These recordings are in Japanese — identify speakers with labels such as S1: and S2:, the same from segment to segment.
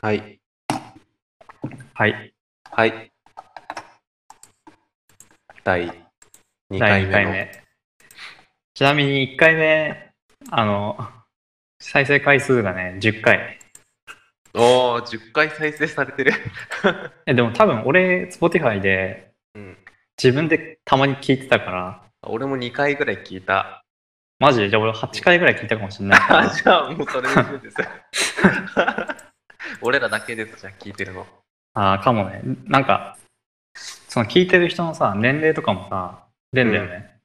S1: はい。
S2: はい。
S1: はい。第2
S2: 第
S1: 回
S2: 2
S1: 目
S2: 回
S1: の。
S2: 目。ちなみに1回目、あの、再生回数がね、10回。
S1: おー、10回再生されてる。
S2: えでも多分俺、Spotify で
S1: うん。
S2: 自分でたまに聞いてたから、
S1: 俺も2回ぐらい聞いた。
S2: マジで、じゃあ俺8回ぐらい聞いたかもしれ ないか
S1: あ
S2: ら。
S1: じゃあもうそれで十分です。 俺らだけです、じゃあ聞いてるの。
S2: あーかもね。なんか、その聞いてる人のさ、年齢とかもさ、出んだよね。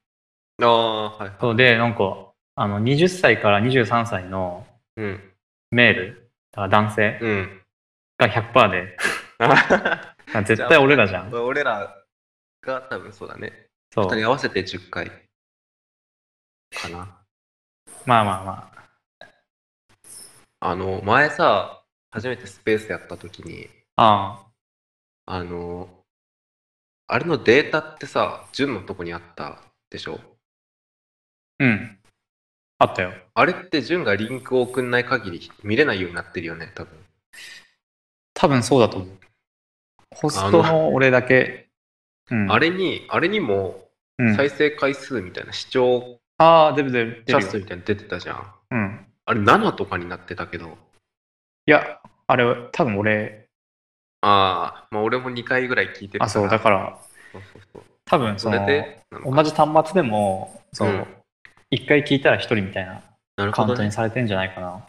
S1: あー、はい。
S2: そうで、なんか、あの、20歳から23歳の
S1: うん。
S2: メール、だから男性
S1: うん。
S2: が100%で、
S1: あ
S2: だから絶対俺らじゃ ん。
S1: 俺らが多分そうだね。
S2: そ
S1: 2
S2: う。
S1: 人合わせて10回。かな。
S2: まあまあまあ。
S1: あの、前さ、初めてスペースやった時に、
S2: あ
S1: あの、あれのデータってさ、純のとこにあったでしょ
S2: あ、うん。あったよ。
S1: あれって純がリンクを送んない限り見れないようになってるよね、多分。
S2: 多分そうだと思う。ホスト
S1: あ
S2: の俺だけ。うん。
S1: あ
S2: れ、
S1: れに、あれにも
S2: うん、
S1: 再生回数みたいな、視聴
S2: ああ、出る出る。
S1: 者数
S2: 出る
S1: みたいなの出てたじゃん。
S2: ようん。
S1: あれ7とかになってたけど、
S2: いや、あれ、多分俺、
S1: ああ、まあ俺も2回ぐらい聞いてるから。
S2: あ、そう、だから、
S1: そうそうそう
S2: 多分
S1: そ
S2: そ
S1: れ
S2: の、
S1: で、なのか、
S2: 同じ端末でも、そううん一、回聞いたら一人みたいな
S1: なる
S2: カ
S1: ほ
S2: ウン
S1: ど
S2: トに
S1: ね。
S2: されてんじゃないかな。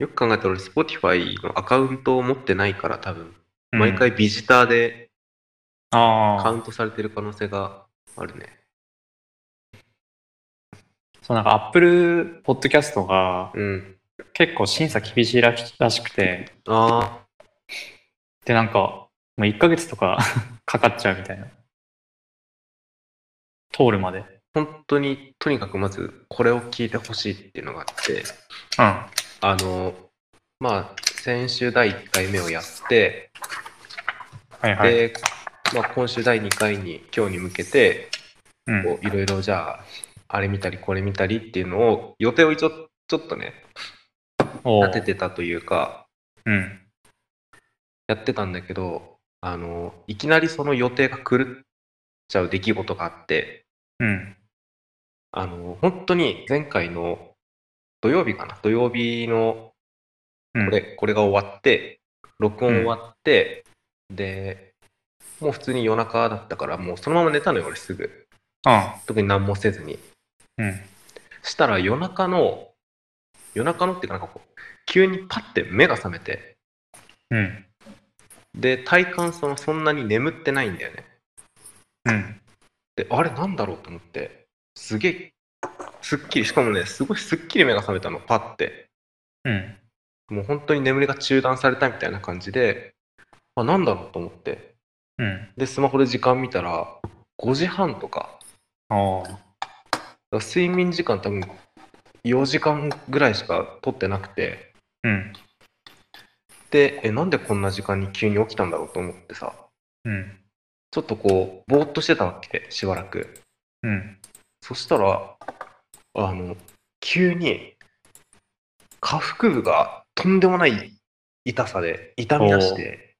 S1: よく考えたら俺、Spotify のアカウントを持ってないから、多分、
S2: うん
S1: 毎回、ビジターで、
S2: ああ。
S1: カウントされてる可能性があるね。
S2: そうなんかアップルポッドキャストが
S1: うん。
S2: 結構審査厳しいらしらしくて
S1: あ
S2: でなんかもう1ヶ月とか かかっちゃうみたいな通るまで
S1: あ、本当に、とにかくまず、これを聞いてほしいっていうのがあって、
S2: うん
S1: あの、まあ、先週第1回目をやって、
S2: はいはい、
S1: で、まあ、今週第2回に、今日に向けて、
S2: うん
S1: こういろいろじゃあ、あれ見たり、これ見たりっていうのを、予定を一応、ちょっとね、
S2: おう
S1: 立ててたというか、
S2: うん
S1: やってたんだけど、あの、いきなりその予定が狂っちゃう出来事があって、
S2: うん
S1: あの、本当に前回の土曜日かな、土曜日の
S2: うん
S1: これ、これが終わって、録音終わって、で、もう普通に夜中だったから、もうそのまま寝たのよ、俺すぐ。
S2: あ
S1: 特に何もせずに。
S2: うん
S1: したら夜中の、夜中のっていうかなんかこう、急にパッて目が覚めて、
S2: うん
S1: で、体感そのそんなに眠ってないんだよね。
S2: うん
S1: で、あれなんだろうと思って、すげえ、すっきり、しかもね、すごいすっきり目が覚めたの、パッて。
S2: うん
S1: もう本当に眠りが中断されたみたいな感じで、あ、なんだろうと思って。
S2: うん
S1: で、スマホで時間見たら、5時半とか。
S2: おう
S1: だから睡眠時間多分4時間ぐらいしか取ってなくて。
S2: うん
S1: で、え、なんでこんな時間に急に起きたんだろうと思ってさ。
S2: うん
S1: ちょっとこう、ぼーっとしてたわけ、しばらく。
S2: うん
S1: そしたら、あの、急に、下腹部がとんでもない痛さで、痛み出して。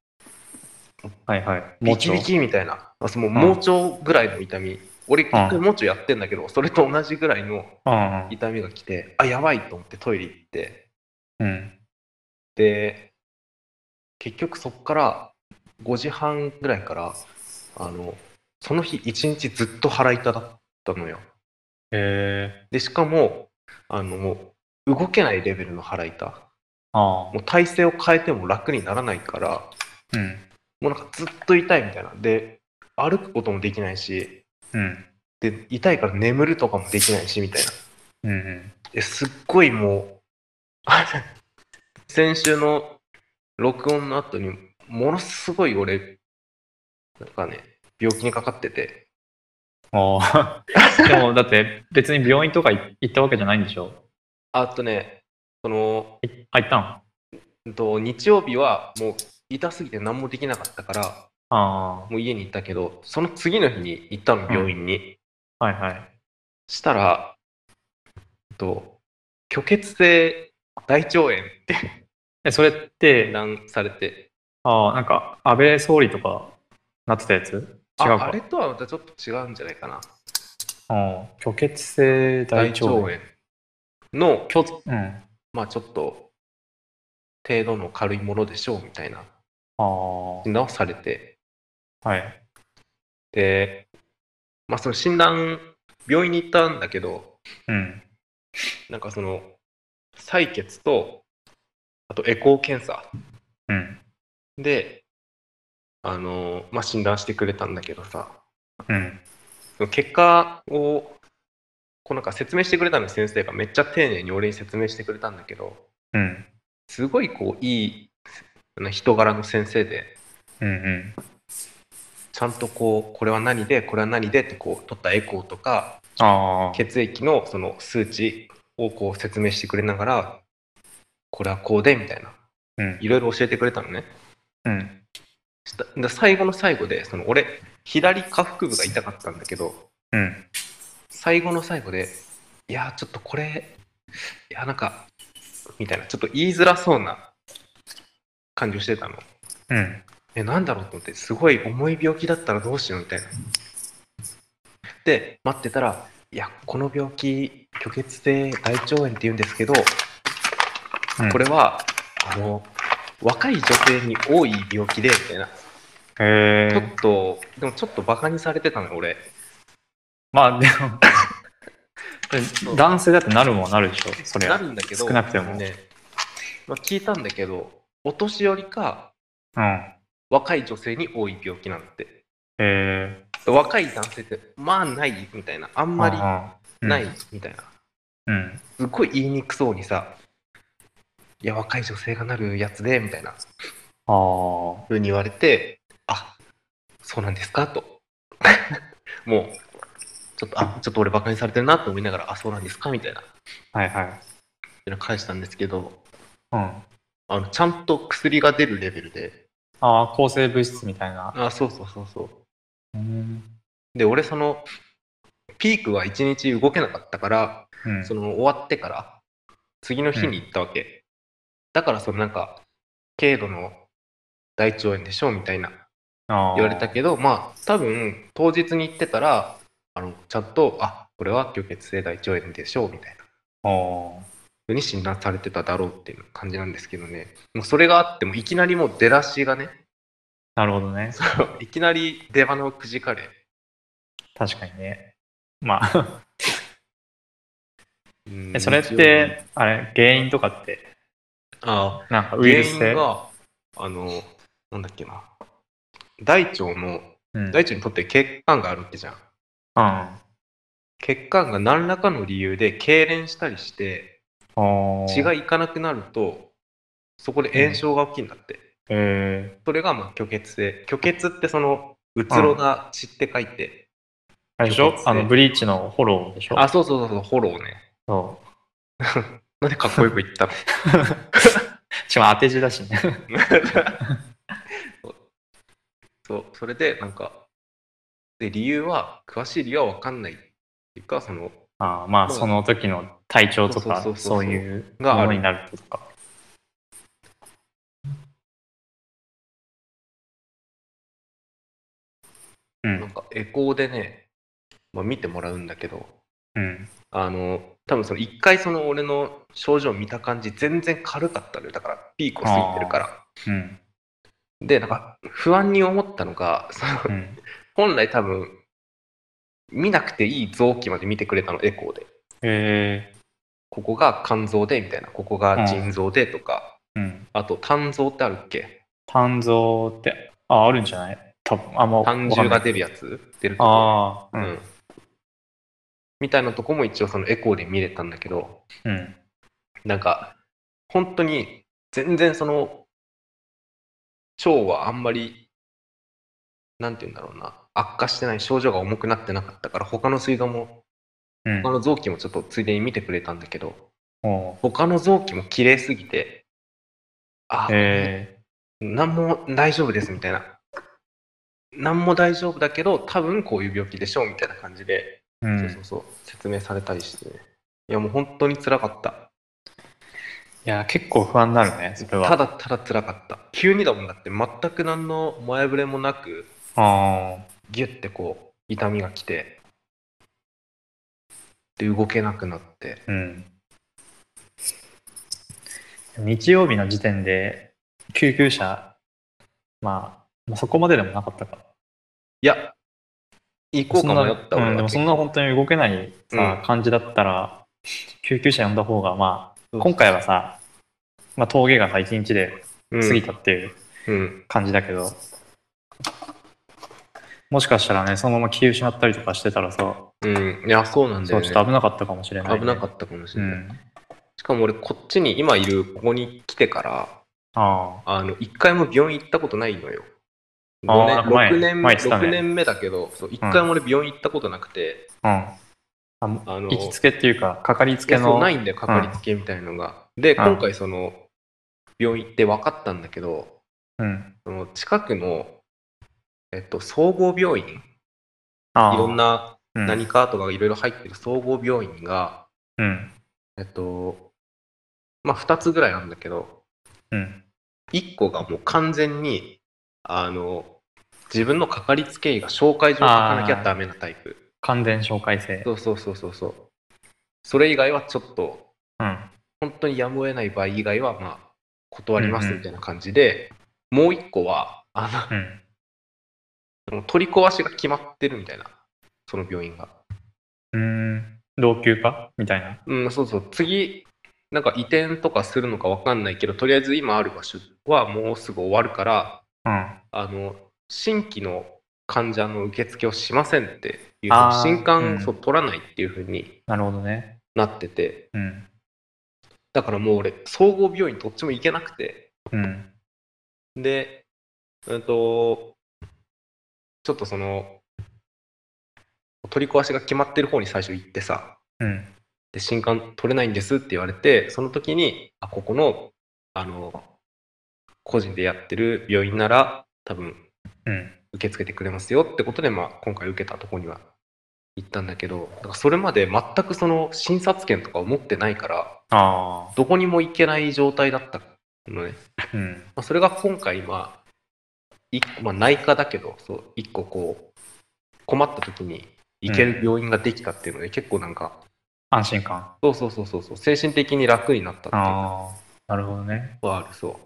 S2: はいはい
S1: ビキビ
S2: うちょ
S1: キみたいな、あその
S2: ん
S1: 盲腸ぐらいの痛み、俺、一回盲腸やってんだけど、それと同じぐらいの
S2: うん
S1: 痛みが来て、あ、やばいと思ってトイレ行って、
S2: うん
S1: で、結局そっから5時半ぐらいから、あの、その日一日ずっと腹痛だったのよ。
S2: へえ
S1: で、しかも、あの、もう動けないレベルの腹痛。
S2: ああ
S1: もう体勢を変えても楽にならないから、
S2: うん
S1: もうなんかずっと痛いみたいな。で、歩くこともできないし、
S2: うん
S1: で痛いから眠るとかもできないしみたいな
S2: うんうん
S1: えすっごいもう あれ先週の録音の後にものすごい俺なんかね病気にかかってて
S2: おう でもだって別に病院とか行行ったわけじゃないんでしょ
S1: あとねその、
S2: い入ったんあ
S1: うんと、日曜日はもう痛すぎて何もできなかったから
S2: あ
S1: もう家に行ったけどその次の日に行ったの病院に、
S2: はいはい
S1: したら、うんと、虚血性大腸炎って
S2: え、それって、
S1: 乱されて。
S2: ああ、なんか、安倍総理とかなってたやつ違う
S1: あ
S2: か。
S1: あれとはまたちょっと違うんじゃないかな。
S2: うん。虚血性大腸炎。
S1: 炎の、
S2: 虚うん。あ
S1: まあちょっと、程度の軽いものでしょうみたいな
S2: あ。
S1: 診断をされて、
S2: はい。
S1: で、まあその診断、病院に行ったんだけど、
S2: うん。
S1: なんかその、採血と、あとエコー検査
S2: うん。
S1: で、あの、まあ診断してくれたんだけどさ、
S2: うん。
S1: その結果を、こうなんか説明してくれたのに先生がめっちゃ丁寧に俺に説明してくれたんだけど、
S2: うん。
S1: すごいこういいあの人柄の先生で
S2: うん。うん。
S1: ちゃんとこうこれは何でこれは何でってこう取ったエコーとか
S2: ああ。
S1: 血液のその数値をこう説明してくれながらこれはこうでみたいな
S2: うん。
S1: いろいろ教えてくれたのね
S2: うん。
S1: したで最後の最後でその俺左下腹部が痛かったんだけど
S2: うん。
S1: 最後の最後でいやーちょっとこれいやーなんかみたいなちょっと言いづらそうな感じをしてたの
S2: うん。
S1: え、なんだろうと思って、すごい重い病気だったらどうしようみたいな。で、待ってたら、いや、この病気、虚血性大腸炎って言うんですけど、
S2: うん
S1: これは、あの、若い女性に多い病気で、みたいな。
S2: へ
S1: ちょ
S2: え
S1: っ。と、でもちょっとバカにされてたの、俺。
S2: まあ、でもえ、男性だってなるもんなるでしょ、それ
S1: な
S2: は。
S1: るんだけど、
S2: 少なくても
S1: ね、まあ、聞いたんだけど、お年寄りか
S2: うん。へ
S1: 若い女性に多い病気なんて。
S2: え。
S1: 若い男性って、まあないみたいな。あ
S2: あ
S1: ん
S2: ん
S1: まり
S2: り
S1: ない。みたいな。
S2: うん。
S1: すっごい言いにくそうにさ、いや、若い女性がなるやつで、みたいな
S2: ああ。
S1: 風に言われて、あそうなんですかと。 もう、ちょっと、あちょっと俺バカにされてるなと思いながら、あ、そうなんですかみたいな、
S2: はいはい。
S1: っていうの返したんですけど、
S2: うん。あ
S1: あのちゃんと薬が出るレベルで、
S2: あ、抗生物質みたいな。
S1: あ、そうそうそうそう。
S2: うん。
S1: で、俺、その、ピークは一日動けなかったから、
S2: うん
S1: その終わってから、次の日に行ったわけ。だから、そのなんか、軽度の大腸炎でしょみたいな
S2: ああ
S1: 言われたけど、まあ、多分当日に行ってたら、あのちゃんと、あこれは虚血性大腸炎でしょうみたいな
S2: ああ。
S1: 風に診断されてただろうっていう感じなんですけどね、もうそれがあっても、いきなりもう出だしがね、
S2: なるほどね。
S1: そういきなり出花をくじかれ、
S2: 確かにね。まあ、
S1: うん
S2: えそれっ、て、あれ、原因とかって、
S1: あ
S2: なんかウ
S1: ウ
S2: イ
S1: イ
S2: ル
S1: ル
S2: ス
S1: ス
S2: 性
S1: が、あの、なんだっけな、大腸の、
S2: うん。
S1: 大腸にとって血管があるわけじゃん。
S2: うん。あ
S1: 血管が何らかの理由で痙攣したりして、
S2: あ。
S1: 血がいかなくなると、そこで炎症が起きるんだって。
S2: え
S1: それがまあ虚血性。虚血ってその、うつろな血って書いて。
S2: あれでしょ
S1: 虚血性
S2: あの、ブリーチのフォローでしょ
S1: あ、そうそうそうそう、フォローね。
S2: そう。
S1: なんでかっこよく言った の
S2: しかも当て字だしね。
S1: そうそう、それでなんか、で、理由は、詳しい理由は分かんないっていうか、その、
S2: ああまあ、その時の体調とか
S1: そう、そ
S2: そ
S1: そうそう
S2: う
S1: そう
S2: ういうも
S1: がある
S2: のになるってことか。う
S1: なん
S2: ん。
S1: かエコーでね、まあ、見てもらうんだけど、
S2: うん。
S1: あの、多分その一回その俺の症状見た感じ、全然軽かったのよ。だから、ピークを過ぎてるから。
S2: うん。
S1: で、なんか、不安に思ったのが、その
S2: うん。
S1: 本来多分見なくていい臓器まで見てくれたのエコーで
S2: え
S1: ここが肝臓でみたいなここが腎臓でとか、
S2: ー、うん。
S1: あと肝臓ってあるっけ
S2: 肝臓って、あ、あるんじゃない多分、あんまわか
S1: 胆
S2: んない。
S1: 汁が出るやつ出るとこ
S2: ああ、う。
S1: うんんみたいなとこも一応そのエコーで見れたんだけど
S2: うん。
S1: なんか本当に全然その腸はあんまりなんて言うんだろうな悪化してない症状が重くなってなかったから他の膵臓も
S2: うん
S1: 他。の臓器もちょっとついでに見てくれたんだけど
S2: おう
S1: 他の臓器も綺麗すぎて、あ、
S2: え
S1: 何も大丈夫ですみたいな。何も大丈夫だけど、多分こういう病気でしょうみたいな感じで、
S2: ー、う。
S1: そうそうんそう、説明されたりしてね。いやもう本当につらかった。
S2: や、結構不安になるね、それは。
S1: ただただ辛かった急にだもんだって全く何の前触れもなく
S2: あー
S1: ギュッてこう痛みが来てで動けなくなって
S2: うん。日曜日の時点で、救急車、まあ、まあそこまででもなかったから。
S1: いや行こうか迷った
S2: そ
S1: 俺
S2: んなうん、
S1: は
S2: でもそ
S1: 結
S2: んな本当に動けないさ、
S1: うん
S2: 感じだったら、救急車呼んだ方が、まあ、
S1: 構
S2: 今回はさ、まあ、峠がさ、一日で過ぎたっていう
S1: うんうん
S2: 感じだけど、もしかしたらね、そのまま気を失ったりとかしてたらさ、
S1: うんいやそうなんだ
S2: そ
S1: よ
S2: う、
S1: ね
S2: ちょっと危なかったかもしれない、
S1: 危なか
S2: っ
S1: ったかもし
S2: う
S1: れない、
S2: ん。
S1: しかも俺こっちに今いるここに来てから
S2: あ
S1: あの一回も病院行ったことないのよ
S2: あー
S1: 五
S2: なんか前
S1: 年6年
S2: 前言ってたね
S1: 6年目だけどそう一回も俺病院行ったことなくて、
S2: あ、うん。あ
S1: あの
S2: 行きつけっていうか、かかりつ
S1: い
S2: け
S1: やそう
S2: の。
S1: ないんだよかかりつけみたいのが、で
S2: うん
S1: 今回その病院行って分かったんだけど
S2: うん。
S1: その近くの、えっと、総合病院い
S2: ああ
S1: ろんな
S2: うん
S1: 何かとかいろいろ入ってる総合病院が、
S2: うん。
S1: えっとまあ2つぐらいあるんだけど
S2: うん。
S1: 1個がもう完全にあの自分のかかりつけ医が紹介状を書かなきゃダメなタイプ
S2: 完全紹介制。
S1: そうそうそうそうそうそれ以外はちょっと
S2: うん。
S1: 本当にやむを得ない場合以外は、まあ、断りますみたいな感じで、もう一個は、あ
S2: うん。
S1: の、もう取り壊しが決まってるみたいな、その病院が。
S2: うーん。老朽化みたいな。
S1: うん、そうそう、次、なんか移転とかするのかわかんないけど、とりあえず今ある場所はもうすぐ終わるから、
S2: うん。
S1: あの、新規の患者の受付をしませんっていうふうに
S2: あー
S1: 新刊、
S2: うん
S1: そう取らないっていうふうに
S2: なるほどね。
S1: なってて、
S2: うん。
S1: だからもう俺、総合病院どっちも行けなくて、
S2: うん。
S1: で、うんと、ちょっとその、取り壊しが決まってる方に最初行ってさ、
S2: うん。
S1: で、新刊取れないんですって言われて、その時に、あ、ここの、あの、個人でやってる病院なら、多分
S2: うん。
S1: 受け付けてくれますよってことで、まあ、今回受けたとこには行ったんだけど、だからそれまで全くその診察券とかを持ってないから、
S2: ああ。
S1: どこにも行けない状態だったのね。
S2: うん。
S1: まあ、それが今回、まあいまあ、内科だけどそう一個こう困った時に行ける病院ができたっていうので、結構なんか
S2: 安心感。
S1: そうそうそうそうそう精神的に楽になったっていうの
S2: ああ。なるほどね。
S1: はあるそう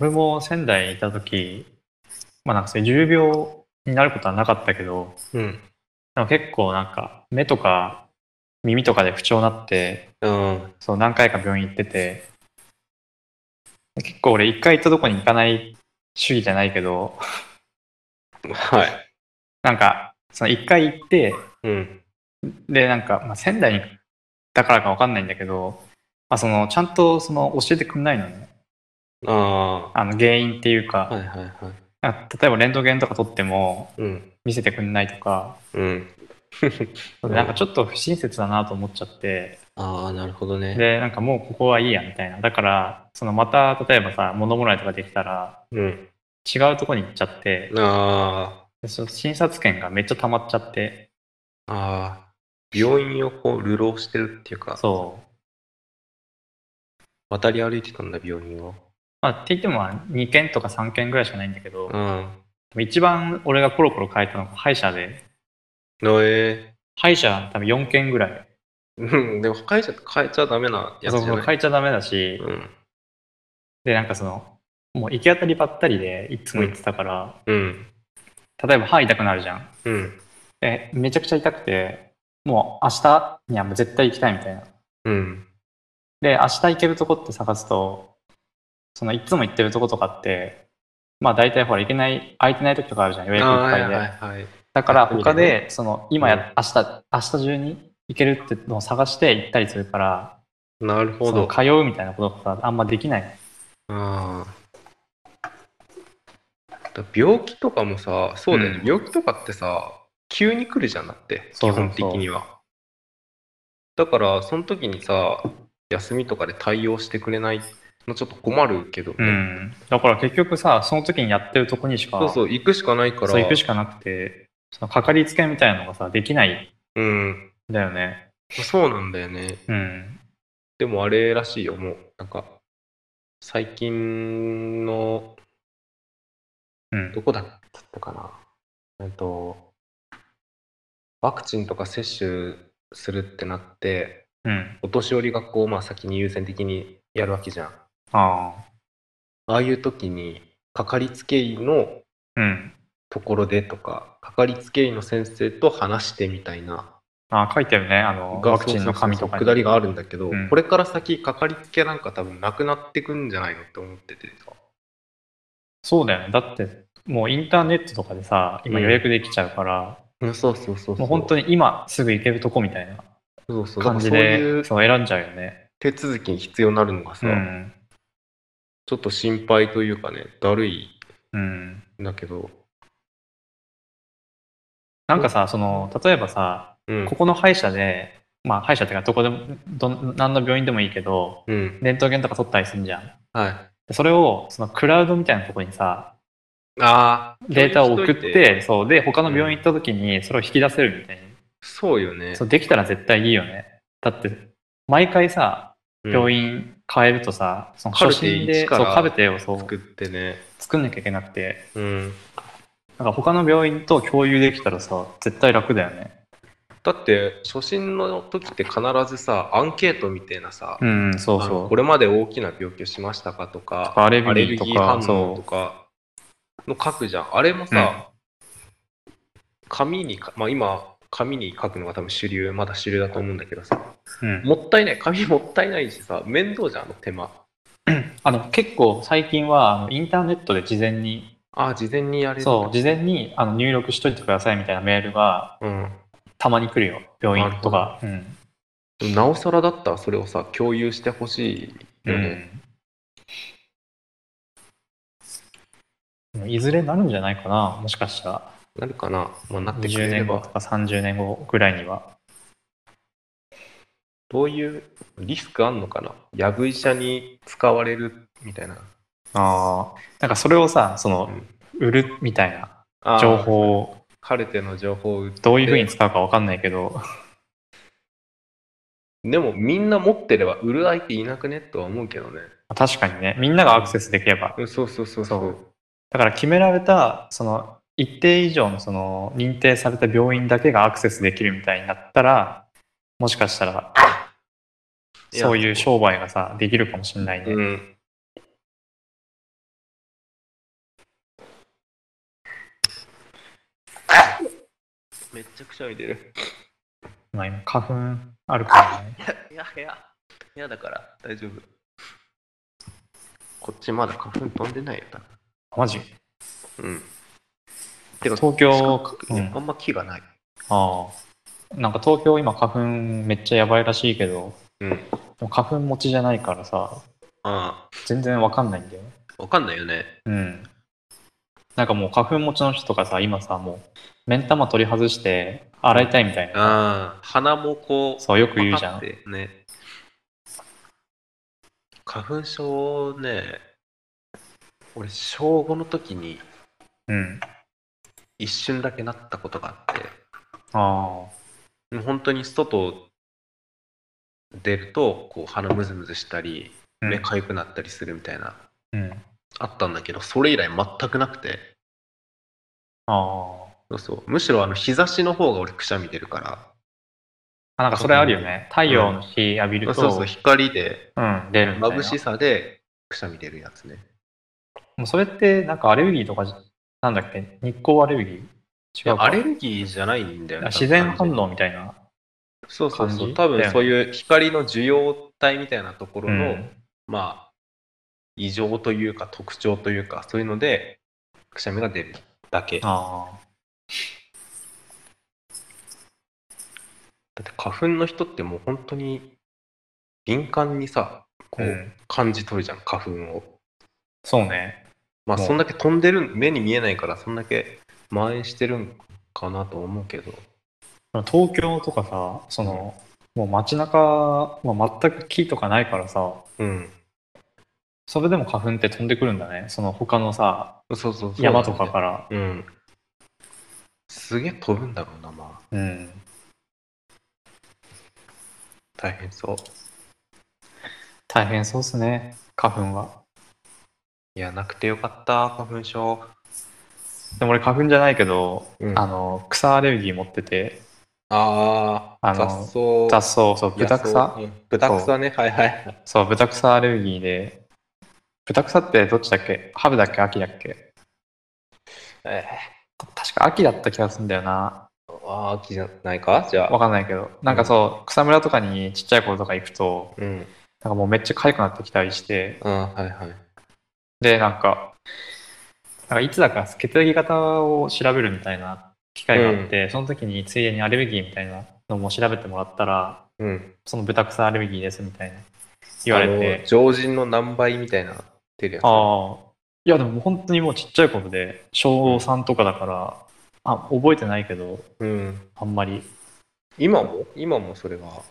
S2: 俺も仙台にいた時、まあなんかそういう重病になることはなかったけど、
S1: うん
S2: でも結構なんか目とか耳とかで不調になって、
S1: うん
S2: そう、何回か病院行ってて、結構俺一回行ったとこに行かない主義じゃないけど、
S1: はい
S2: なんか、その一回行って、
S1: うん
S2: で、なんか、まあ、仙台にだからかわかんないんだけど、まあ、その、ちゃんとその教えてくんないのね。
S1: あ
S2: あの、原因っていう
S1: あは
S2: か、
S1: いはいはい
S2: なんか例えばレントゲンとか撮っても
S1: うん
S2: 見せてくんないとか、
S1: うんうん
S2: なんかちょっと不親切だなと思っちゃって、
S1: ああなるほどね
S2: で、なんかもうここはいいやみたいな。だから、そのまた、例えばさ、物もらいとかできたら、
S1: うん
S2: 違うとこに行っちゃって、
S1: あ
S2: でその診察券がめっちゃ溜まっちゃって、
S1: あああ病院をこう流浪してるっていうか
S2: そう。
S1: 渡り歩いてたんだ病院を
S2: まあ、って言っても2件とか3件ぐらいしかないんだけど、
S1: うん
S2: 一番俺がコロコロ変えたのが歯医者で、
S1: のえ
S2: 歯医者多分4件ぐらい。
S1: うん、でも変えちゃ変えちゃダメなや
S2: そ
S1: つ
S2: う
S1: じゃ
S2: そう、
S1: ない。
S2: 変えちゃダメだし、
S1: うん。
S2: で、なんかその、もう行き当たりばったりでいつも行ってたから、
S1: うん。
S2: 例えば歯痛くなるじゃん。
S1: うん。
S2: で、めちゃくちゃ痛くて、もう明日にはもう絶対行きたいみたいな。
S1: うん。
S2: で、明日行けるとこって探すと、そのいつも行ってるとことかって、まあ大体ほら行けない、空いてない時とかあるじゃん、予約
S1: あ
S2: いっぱいで。
S1: ーはいはいはい。
S2: だから
S1: 逆にね
S2: 他で、その今
S1: うん
S2: や、明日、明日中に行けるってのを探して行ったりするから、
S1: なるほ
S2: そ
S1: ど。
S2: の通うみたいなことがさあんまできない。
S1: あーだ病気とかもさ、そうだよね、
S2: うん
S1: 病気とかってさ、急に来るじゃんだって、
S2: そうそうそう
S1: 基本的には。だから、その時にさ、休みとかで対応してくれないのちょっと困るけどね、
S2: うん。だから結局さ、その時にやってるとこにしか、
S1: そうそう、行くしかないから、
S2: そう行くしかなくて、そのかかりつけみたいなのがさ、できない
S1: うん。
S2: んだよね。
S1: そうなんだよね。
S2: うん。
S1: でもあれらしいよ、もう。なんか、最近の、
S2: うん。
S1: どこだったかな。えっと、ワクチンとか接種するってなって、
S2: うん。
S1: お年寄りがこう、まあ先に優先的にやるわけじゃん。
S2: ああ。
S1: ああいう時に、かかりつけ医の
S2: うん。
S1: ところでとか、かかりつけ医の先生と話してみたいな、
S2: ああ、書いてあるね。あの、ワクチンの紙とか
S1: そうそうそう下り
S2: が。
S1: があるんだけど、
S2: うん
S1: これから先、かかりつけなんか多分なくなってくんじゃないのって思っててさ。
S2: そうだよね。だって、もうインターネットとかでさ、今予約できちゃうから、
S1: うんそうそうそうそう。
S2: もう本当
S1: に
S2: に今すぐ行けるとこみたいな
S1: そうそう
S2: 感じ
S1: だからそうい
S2: で、
S1: う
S2: そう選んじゃうよね。
S1: 手続きに必要になるのがさ、
S2: うん。
S1: ちょっと心配というかね、だるい
S2: うん。
S1: んだけど、
S2: なんかさ、その、例えばさ、
S1: うん。
S2: ここの歯医者で、まあ歯医者っていうかどこでも、どん、何の病院でもいいけど、
S1: うん。
S2: レントゲンとか取ったりするじゃん。
S1: はい。
S2: でそれを、そのクラウドみたいなとこにさ、
S1: ああ。
S2: データを送っ
S1: 共有しとい
S2: て、そう、で、他の病院行った時にそれを引き出せるみたいに。
S1: そうよね。
S2: そう、できたら絶対いいよね。だって、毎回さ、病
S1: 院
S2: 院変えるとさ、その
S1: カル
S2: 初
S1: テ
S2: 心で、
S1: 一か
S2: そう、
S1: ら
S2: カルテをそう、
S1: 作ってね。
S2: 作んなきゃいけなくて、
S1: うん。
S2: なんか他の病院と共有できたらさ、絶対楽だよね。
S1: だって、初診の時って必ずさ、アンケートみたいなさ、
S2: うん、そう
S1: あ
S2: そ
S1: の
S2: う
S1: こ。れまで大きな病気をしましたかとか、
S2: アレル
S1: アレル
S2: ギーと
S1: ギー反
S2: か、
S1: 応と
S2: そ
S1: かの書くじゃん。あれも
S2: う。うん
S1: さ、紙にか、まあ今、紙に書くのが多分主流、まだ主流だと思うんだけどさ、
S2: うん
S1: もったいない、紙もったいないしさ、面倒じゃん、あの手間。
S2: あの結構最近はあのインターネットで事前に
S1: ああ、事前にやれる。
S2: そう事前にあの入力しといてくださいみたいなメールが
S1: う。ん。
S2: たまに来るよ病院とか、うん
S1: でもなおさらだったらそれをさ、共有してほしいよね。
S2: うんいずれなるんじゃないかなもしかしたら
S1: なるかな、まあ、なってく
S2: 20
S1: れれ
S2: 年後と
S1: ば。
S2: か30年後ぐらいには
S1: どういうリスクあんのかなやぶ医者に使われるみたいな。
S2: あなんかそれをさその
S1: うん
S2: 売るみたいな
S1: あー
S2: 情報を
S1: カルテの情報を売って
S2: どういうふうに使うかわかんないけど
S1: でもみんな持ってれば売る相手いなくねとは思うけどね。
S2: 確かにねみんながアクセスできれば
S1: うんそうそうそうそう。
S2: だから決められたその一定以上のその認定された病院だけがアクセスできるみたいになったらもしかしたら
S1: いや
S2: そういう商売がさできるかもしれないね、
S1: うん。めっちゃくちゃいてる。
S2: まあ今花粉あるからね
S1: いや、いや、いやだから大丈夫。こっちまだ花粉飛んでないよな。
S2: マジ
S1: うん。てか、
S2: 東京
S1: 近く
S2: う
S1: に
S2: ん
S1: あんま木がない。
S2: ああなんか東京今花粉めっちゃやばいらしいけど
S1: うん。
S2: でも花粉持ちじゃないからさ
S1: あ
S2: 全然わかんないんだよね
S1: あ、わかんないよね。
S2: うんなんかもう花粉持ちの人とかさ今さもう目ん玉取り外して洗いたいみたいな
S1: ああ、鼻もこう、
S2: そうよく言うじ
S1: パ
S2: ゃん
S1: カってね。花粉症ね、俺、小5の時に
S2: うん
S1: 一瞬だけなったことがあって、
S2: あ
S1: もう本当に外出ると、こう、鼻ムズムズしたり、
S2: あ、
S1: 目かゆくなったりするみたいな、
S2: うん。
S1: あったんだけど、それ以来全くなくて、
S2: あ
S1: そうそう。むしろ、あの、日差しの方が俺、くしゃみ出るから、
S2: あ。なんかそれあるよね。太陽の日浴びると、
S1: そうそう、光で、
S2: うん、出るみたいな。
S1: 眩しさで、くしゃみ出るやつね。
S2: もうそれって、なんかアレルギーとかじ、なんだっけ、日光アレルギー違うか。
S1: アレルギーじゃないんだよね。
S2: 自然反
S1: 多分。
S2: 応みたいな。
S1: そうそうそ
S2: 感
S1: う。
S2: じ
S1: 多
S2: だよ
S1: 分
S2: ね
S1: そういう光の受容体みたいなところ
S2: う
S1: の、
S2: ん。
S1: まあ、異常というか特徴というか、そういうので、くしゃみが出るだけ。だ
S2: あ
S1: って花粉の人ってもう本当に敏感にさ、
S2: あ。
S1: こ
S2: う。
S1: うん感じ取るじゃん、花粉を。
S2: そうね。
S1: まあ、
S2: もう
S1: そんだけ飛んでる、目に見えないから、そんだけ蔓延してるんかなと思うけど。
S2: 東京とかさ、その、もう街中は全く木とかないからさ、
S1: うん。
S2: それでも花粉って飛んでくるんだね。その他のさ、
S1: そうそうそう。
S2: 山とかから。
S1: うん。すげえ飛ぶんだろうな、まあ。
S2: うん。
S1: 大変そう。
S2: 大変そうっすね、花粉は。
S1: いや、なくてよかった、花粉症。
S2: でも俺花粉じゃないけど、
S1: うん
S2: あの、草アレルギー持ってて、
S1: ああ、
S2: あの
S1: 雑草。
S2: 雑草、そう、
S1: 野
S2: 豚
S1: 草
S2: 草
S1: うん豚草ね、はいはい。
S2: そう、豚草アレルギーで、豚草ってどっちだっけ春だっけ秋だっけ
S1: え
S2: 確か秋だった気がするんだよな。
S1: ー、あー秋じゃないかじゃ
S2: わ
S1: あ。
S2: かんないけど。なんかそう、草むらとかにちっちゃい子とか行くと、
S1: うん。うん、
S2: なんかもうめっちゃ痒くなってきたりして、
S1: はいはい。
S2: で、なんか、なんかいつだか血液型を調べるみたいな機会があって、その時についでにアレルギーみたいなのも調べてもらったら、
S1: うん。
S2: その豚草アレルギーですみたいな言われ
S1: あの
S2: て、
S1: 常人の何倍みたいな、出るやつ。
S2: ああ、いやでも本当にもうちっちゃい頃で、小3とかだから、あ、覚えてないけど、
S1: うん。
S2: あんまり。い
S1: 今も今もそれは。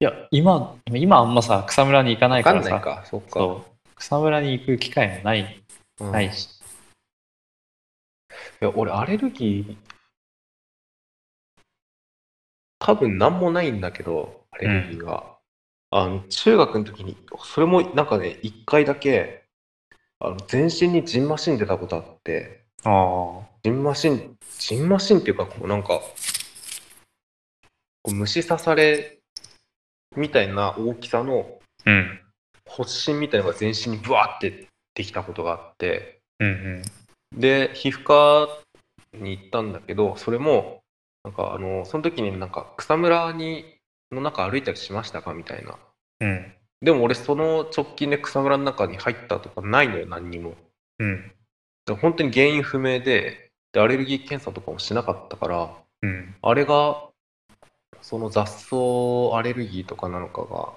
S2: や、今、今あんまさ、草むらに行かない
S1: わ
S2: か
S1: かん
S2: ら
S1: ない
S2: さ、
S1: か、そっか。
S2: そう草むらに行く機会もない、
S1: うん
S2: ないし。
S1: いや、俺、アレルギー、多分なんもないんだけど、アレルギーが。あの、中学の時に、それもなんかね、一回だけ、あの、全身にジンマシン出たことあって、
S2: ああ、
S1: ジンマシン、ジンマシンっていうか、こうなんか、こう虫刺されみたいな大きさの
S2: うん、
S1: 発疹みたいなのが全身にブワーってできたことがあって、
S2: うん、うん。
S1: で皮膚科に行ったんだけどそれもなんかあのその時になんか草むらにの中歩いたりしましたかみたいな
S2: うん、
S1: でも俺その直近で草むらの中に入ったとかないのよ何にも
S2: うん、
S1: で本当に原因不明ででアレルギー検査とかもしなかったから
S2: うん。
S1: あれがその雑草アレルギーとかなのかが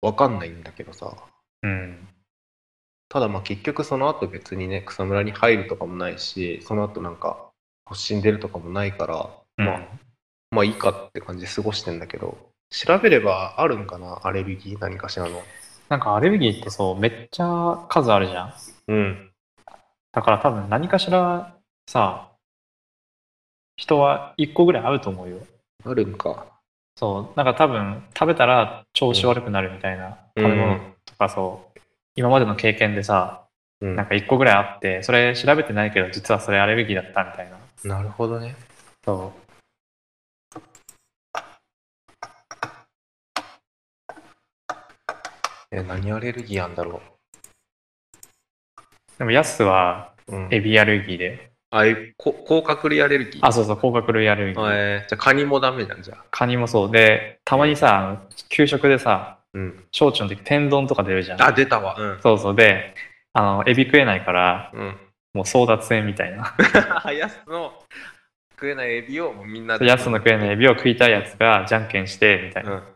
S1: 分かんないんだけどさ
S2: うん
S1: ただまあ結局その後別にね草むらに入るとかもないしその後なんか発疹出るとかもないから、まあまあいいかって感じで過ごしてんだけど調べればあるんかなアレルギー何かしらの
S2: なんかアレルギーってそうめっちゃ数あるじゃん
S1: うん
S2: だから多分何かしらさ人は1個ぐらいあると思うよ
S1: あるんか
S2: そうなんか多分食べたら調子悪くなるみたいな
S1: うん
S2: 食べ物とかそう、今までの経験でさ
S1: うん
S2: なんか1個ぐらいあってそれ調べてないけど実はそれアレルギーだったみたいな
S1: なるほどね
S2: そ
S1: え何アレルギーなんだろ
S2: うでもヤスは
S1: う、うん、
S2: エビアレルギーで
S1: あえこ甲殻類アレルギー
S2: あそうそう甲殻類アレルギー
S1: えーじゃあカニもダメじゃんじゃあ
S2: カニもそうでたまにさあの給食でさ
S1: うん
S2: 小腸の時天丼とか出るじゃん
S1: あ出たわうん
S2: そうそう。で、あの、エビ食えないから、
S1: うん
S2: もう争奪戦みたい な。
S1: ヤスの食えないエビをもうみんなで
S2: ヤスの食えないエビを食いたいやつがじゃんけんして、みたいうな。
S1: ん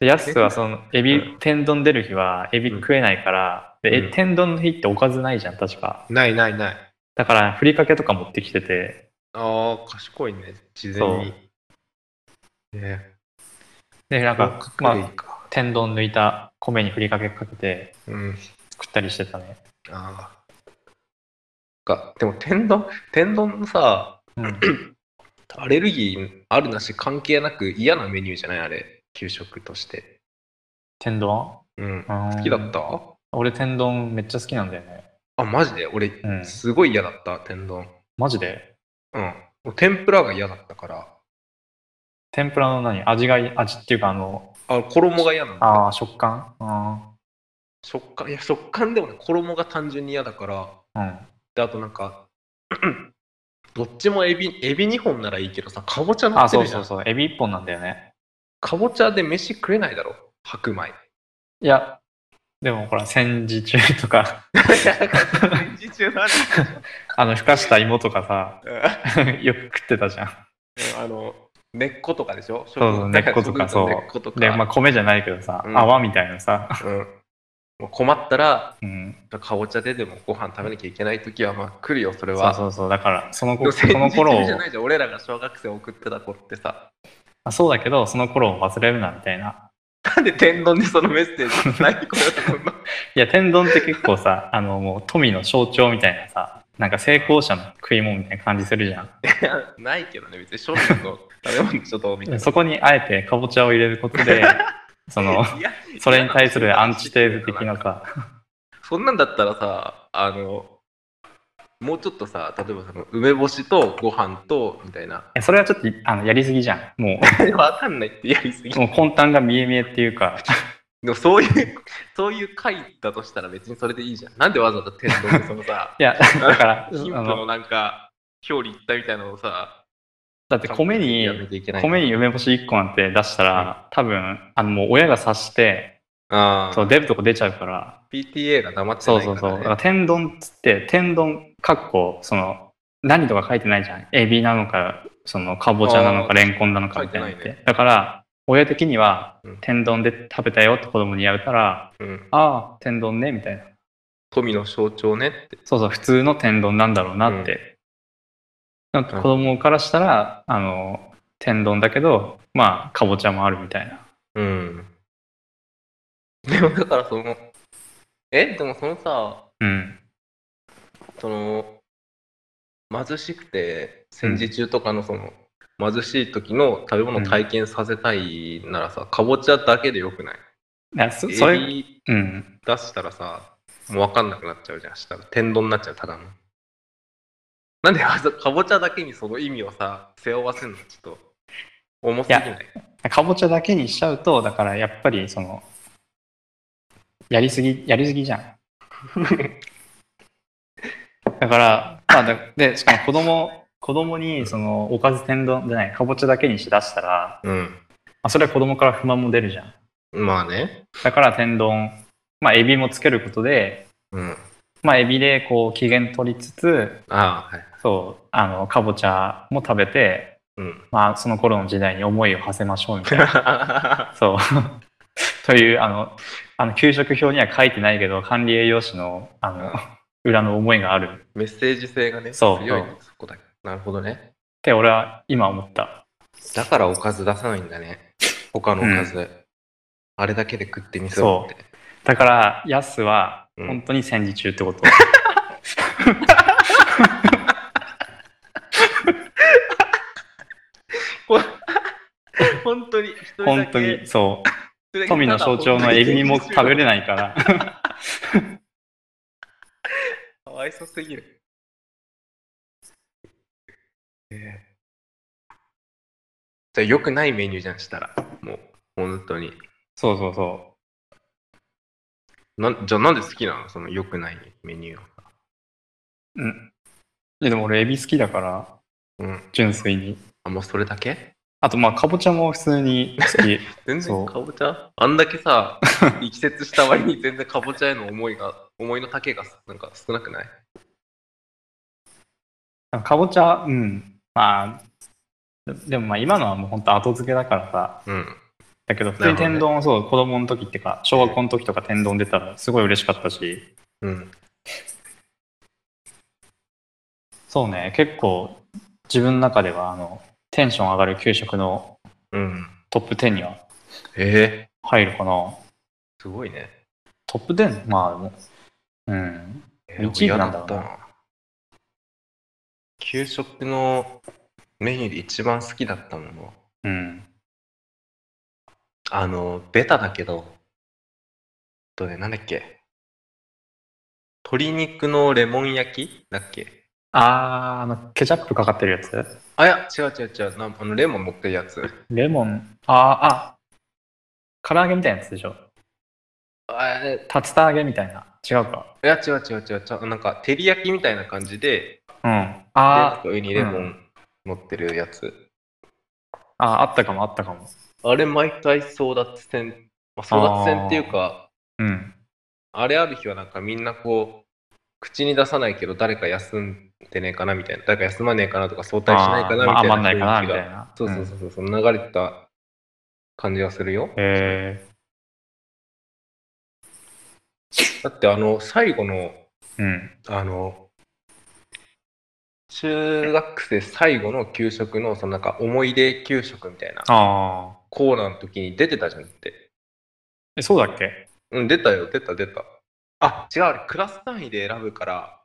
S2: でヤスはその、エビ、
S1: うん
S2: 天丼出る日は、エビ食えないから、で、え
S1: うん
S2: 天丼の日っておかずないじゃん、確か。
S1: ないないない
S2: だから、ふりかけとか持ってきてて、
S1: ああ、賢いね、事
S2: そう
S1: 前に。ね
S2: で、なん
S1: 甲
S2: か、
S1: 殻類
S2: まあ、
S1: か。
S2: 天丼抜いた米にふりかけかけて
S1: うん。
S2: 食ったりしてたね。
S1: ああ。か、でも天丼、天丼のさ、
S2: うん。
S1: アレルギーあるなし関係なく嫌なメニューじゃないあれ、給食として。
S2: 天丼
S1: うん。
S2: 好
S1: 好きだった
S2: 俺天丼めっちゃ好きなんだよね。
S1: あ、マジで俺、
S2: うん
S1: すごい嫌だった、天丼。
S2: マジで
S1: うん。もう天ぷらが嫌だったから。
S2: 天ぷらの何味がいい、味っていうかあの、
S1: あ、衣が嫌なんだ。
S2: ああ、食感あ
S1: 食感、いや、食感でもね、衣が単純に嫌だから。
S2: あ。うん。
S1: で、あとなんか、 どっちもエビ、エビ2本ならいいけどさ、かぼちゃ乗っ
S2: あ、
S1: て
S2: そ
S1: る
S2: う
S1: じゃ
S2: そ
S1: ん。
S2: うそう。エビ一本なんだよね。
S1: かぼちゃで飯食えないだろ白米
S2: いや、でもほら、戦時中とか、
S1: 戦時中のあ
S2: あの、ふかした芋とか
S1: れ
S2: さ、 よく食ってたじゃん。
S1: あの根っことかでしょ
S2: そうそう、根っことか、そう
S1: 根っこと。か
S2: で、まあ、米じゃないけどさ、
S1: うん
S2: 泡みたいなさ、
S1: うんもう困ったら
S2: うん。
S1: かぼちゃででもご飯食べなきゃいけない時はまあ来るよそれ
S2: そう
S1: は
S2: そうそう。だから、その
S1: でも
S2: 頃、その頃
S1: 戦時中
S2: を
S1: じゃないじゃん俺らが小学生送ってた子ってさ
S2: あ、そうだけど、その頃を忘れるな、みたいな。
S1: なんで天丼でそのメッセージないこれ
S2: いや、天丼って結構さ、あの、もう、富の象徴みたいなさ、なんか成功者の食い物みたいな感じするじゃん。
S1: ないけどね、別に商品の食べ物ちょっとみたいな。
S2: そこにあえてかぼちゃを入れること で、その、
S1: いや
S2: それに対するアンチテーゼ的なさ、
S1: そんなんだったらさ、あの、もうちょっとさ、例えばその梅干しとご飯とみたいな。
S2: いやそれはちょっとあのやりすぎじゃん。も
S1: わかんないってやりすぎ
S2: う、。もう根端が見え見えっていうか、
S1: でもそういう、そういう回だとしたら別にそれでいいじゃん。なんでわざわざ天丼でそのさ、
S2: いや、だから、あ
S1: 貧富
S2: の
S1: のなんか、表裏一体みたいなのをさ、
S2: だって米に
S1: や、めていけない
S2: 米に梅干し1個なんて出したら、多分、あの、もう親が察して、
S1: あ
S2: そ
S1: あ
S2: う、、出るとこ出ちゃうから、
S1: PTA が黙って
S2: そ
S1: な
S2: う
S1: い
S2: そう
S1: か
S2: そう。
S1: ら、
S2: だ
S1: ね。
S2: から天丼っつって、天丼、かっこ、その、何とか書いてないじゃん。エビなのか、その、かぼちゃなのか、
S1: あー
S2: レンコンなのかみたいなのっ
S1: 書いて
S2: て。
S1: ない
S2: だから、親的には
S1: うん、
S2: 天丼で食べたよって子供にやれたら、
S1: うん、
S2: ああ、天丼ね、みたいな。
S1: 富の象徴ねって。
S2: そうそう、普通の天丼なんだろうなって。なんか子供からしたら、あの、天丼だけど、まあ、かぼちゃもあるみたいな。
S1: うん。でもだからその、え、でもそのさ、
S2: うん。
S1: その、貧しくて、戦時中とかのその、貧しい時の食べ物を体験させたいならさ、かぼちゃだけでよくない
S2: いやそそ
S1: そ
S2: れ、
S1: れ
S2: うん。
S1: 出したらさ、もう分かんなくなっちゃうじゃん。したら天丼になっちゃう、ただの。なんでわざかぼちゃだけにその意味をさ、背負わせるのちょっと、重すぎない。
S2: かぼちゃだけにしちゃうと、だからやっぱり、その、やりすぎ、やりすぎじゃん。 だから、まあ、だで、しかも子供、子供に、その、おかず天丼じゃない、かぼちゃだけにして出したら、
S1: うん。
S2: まあ、それは子供から不満も出るじゃん。
S1: まあね。
S2: だから天丼、まあ、エビもつけることで、
S1: うん。
S2: まあ、エビでこう機嫌取りつつ
S1: ああ、はい。
S2: そうあのかぼちゃも食べて、
S1: うん。
S2: まあ、その頃の時代に思いを馳せましょうみたいなそう というあのあの給食表には書いてないけど管理栄養士のあの、裏の思いがあるっ
S1: メッセージ性がね、
S2: そう
S1: 強いね
S2: そ
S1: そこだけ。なるほどね。
S2: て俺は今思った
S1: だからおかず出さないんだね。他のおかず。あれだけで食ってみそうって。
S2: だからヤスは
S1: うん
S2: 本当に戦時中ってこと、
S1: 本当に、一人だ
S2: 本
S1: け
S2: 当にそう
S1: 一人だけ
S2: 富の象徴のエビも食べれないから
S1: かわいそうすぎる。ええじゃあ、良くないメニューじゃん、したら。もう、本当に。
S2: そうそうそう
S1: なんじゃあ、なんで好きなのその良くないメニューは。
S2: うん。いやでも俺エビ好きだから、
S1: うん。
S2: 純粋に。
S1: あ、もうそれだけ
S2: あとまあかぼちゃも普通に好き。
S1: 全
S2: そ
S1: 然
S2: う
S1: かぼちゃあんだけ さ、力説した割に全然かぼちゃへの思いが、思いの丈がなんか少なくない
S2: かぼちゃ、うん。まあ、でもまあ今のはもう本当後付けだからさ。
S1: うん。
S2: だけど普通に天丼、そう、子供の時ってか、小学校の時とか天丼出たらすごい嬉しかったし、
S1: うん。
S2: そうね、結構自分の中ではあの、テンション上がる給食の
S1: うん。
S2: トップ10には
S1: ええ
S2: 入るかな。
S1: すごいね。
S2: トップ 10? まあでも、うん。一位
S1: 嫌
S2: なんだろうな
S1: 給食のメニューで一番好きだったもの。
S2: うん。
S1: あの、ベタだけど、とね、なんだっけ。鶏肉のレモン焼きだっけ
S2: あー、あの、ケチャップかかってるやつ
S1: あ、いや、違う違う違う。なんあのレモン乗ってるやつ。
S2: レモン、あーあ、唐揚げみたいなやつでしょ。
S1: あえ
S2: 竜田揚げみたいな。違うか。
S1: いや、違う違う違う違う。なんか、照り焼きみたいな感じで、
S2: うん。
S1: で
S2: あー
S1: 上にレモ
S2: う
S1: ン乗ってるやつ。
S2: あー、あったかも、あったかも。
S1: あれ、毎回争奪戦。まあ、争奪戦っていうか、
S2: うん。
S1: あれある日はなんかみんなこう、口に出さないけど誰か休んでねえかなみたいな、誰か休まねえかなとか早退しないかなみ
S2: あーまあ余んな
S1: たい
S2: いか
S1: な雰
S2: な、
S1: 囲
S2: み
S1: 気
S2: たい
S1: が、
S2: な。
S1: そうそうそうそう、その流れてた感じがするよ。
S2: うん。へ
S1: だってあの、最後の、
S2: え。うん。
S1: あの、中学生最後の給食の、そのなんか思い出給食みたいな
S2: ああ。
S1: コーナーの時に出てたじゃんって。
S2: え、そうだっけ
S1: うん、出たよ、出た、出た。あ、違う、あれ、クラス単位で選ぶから、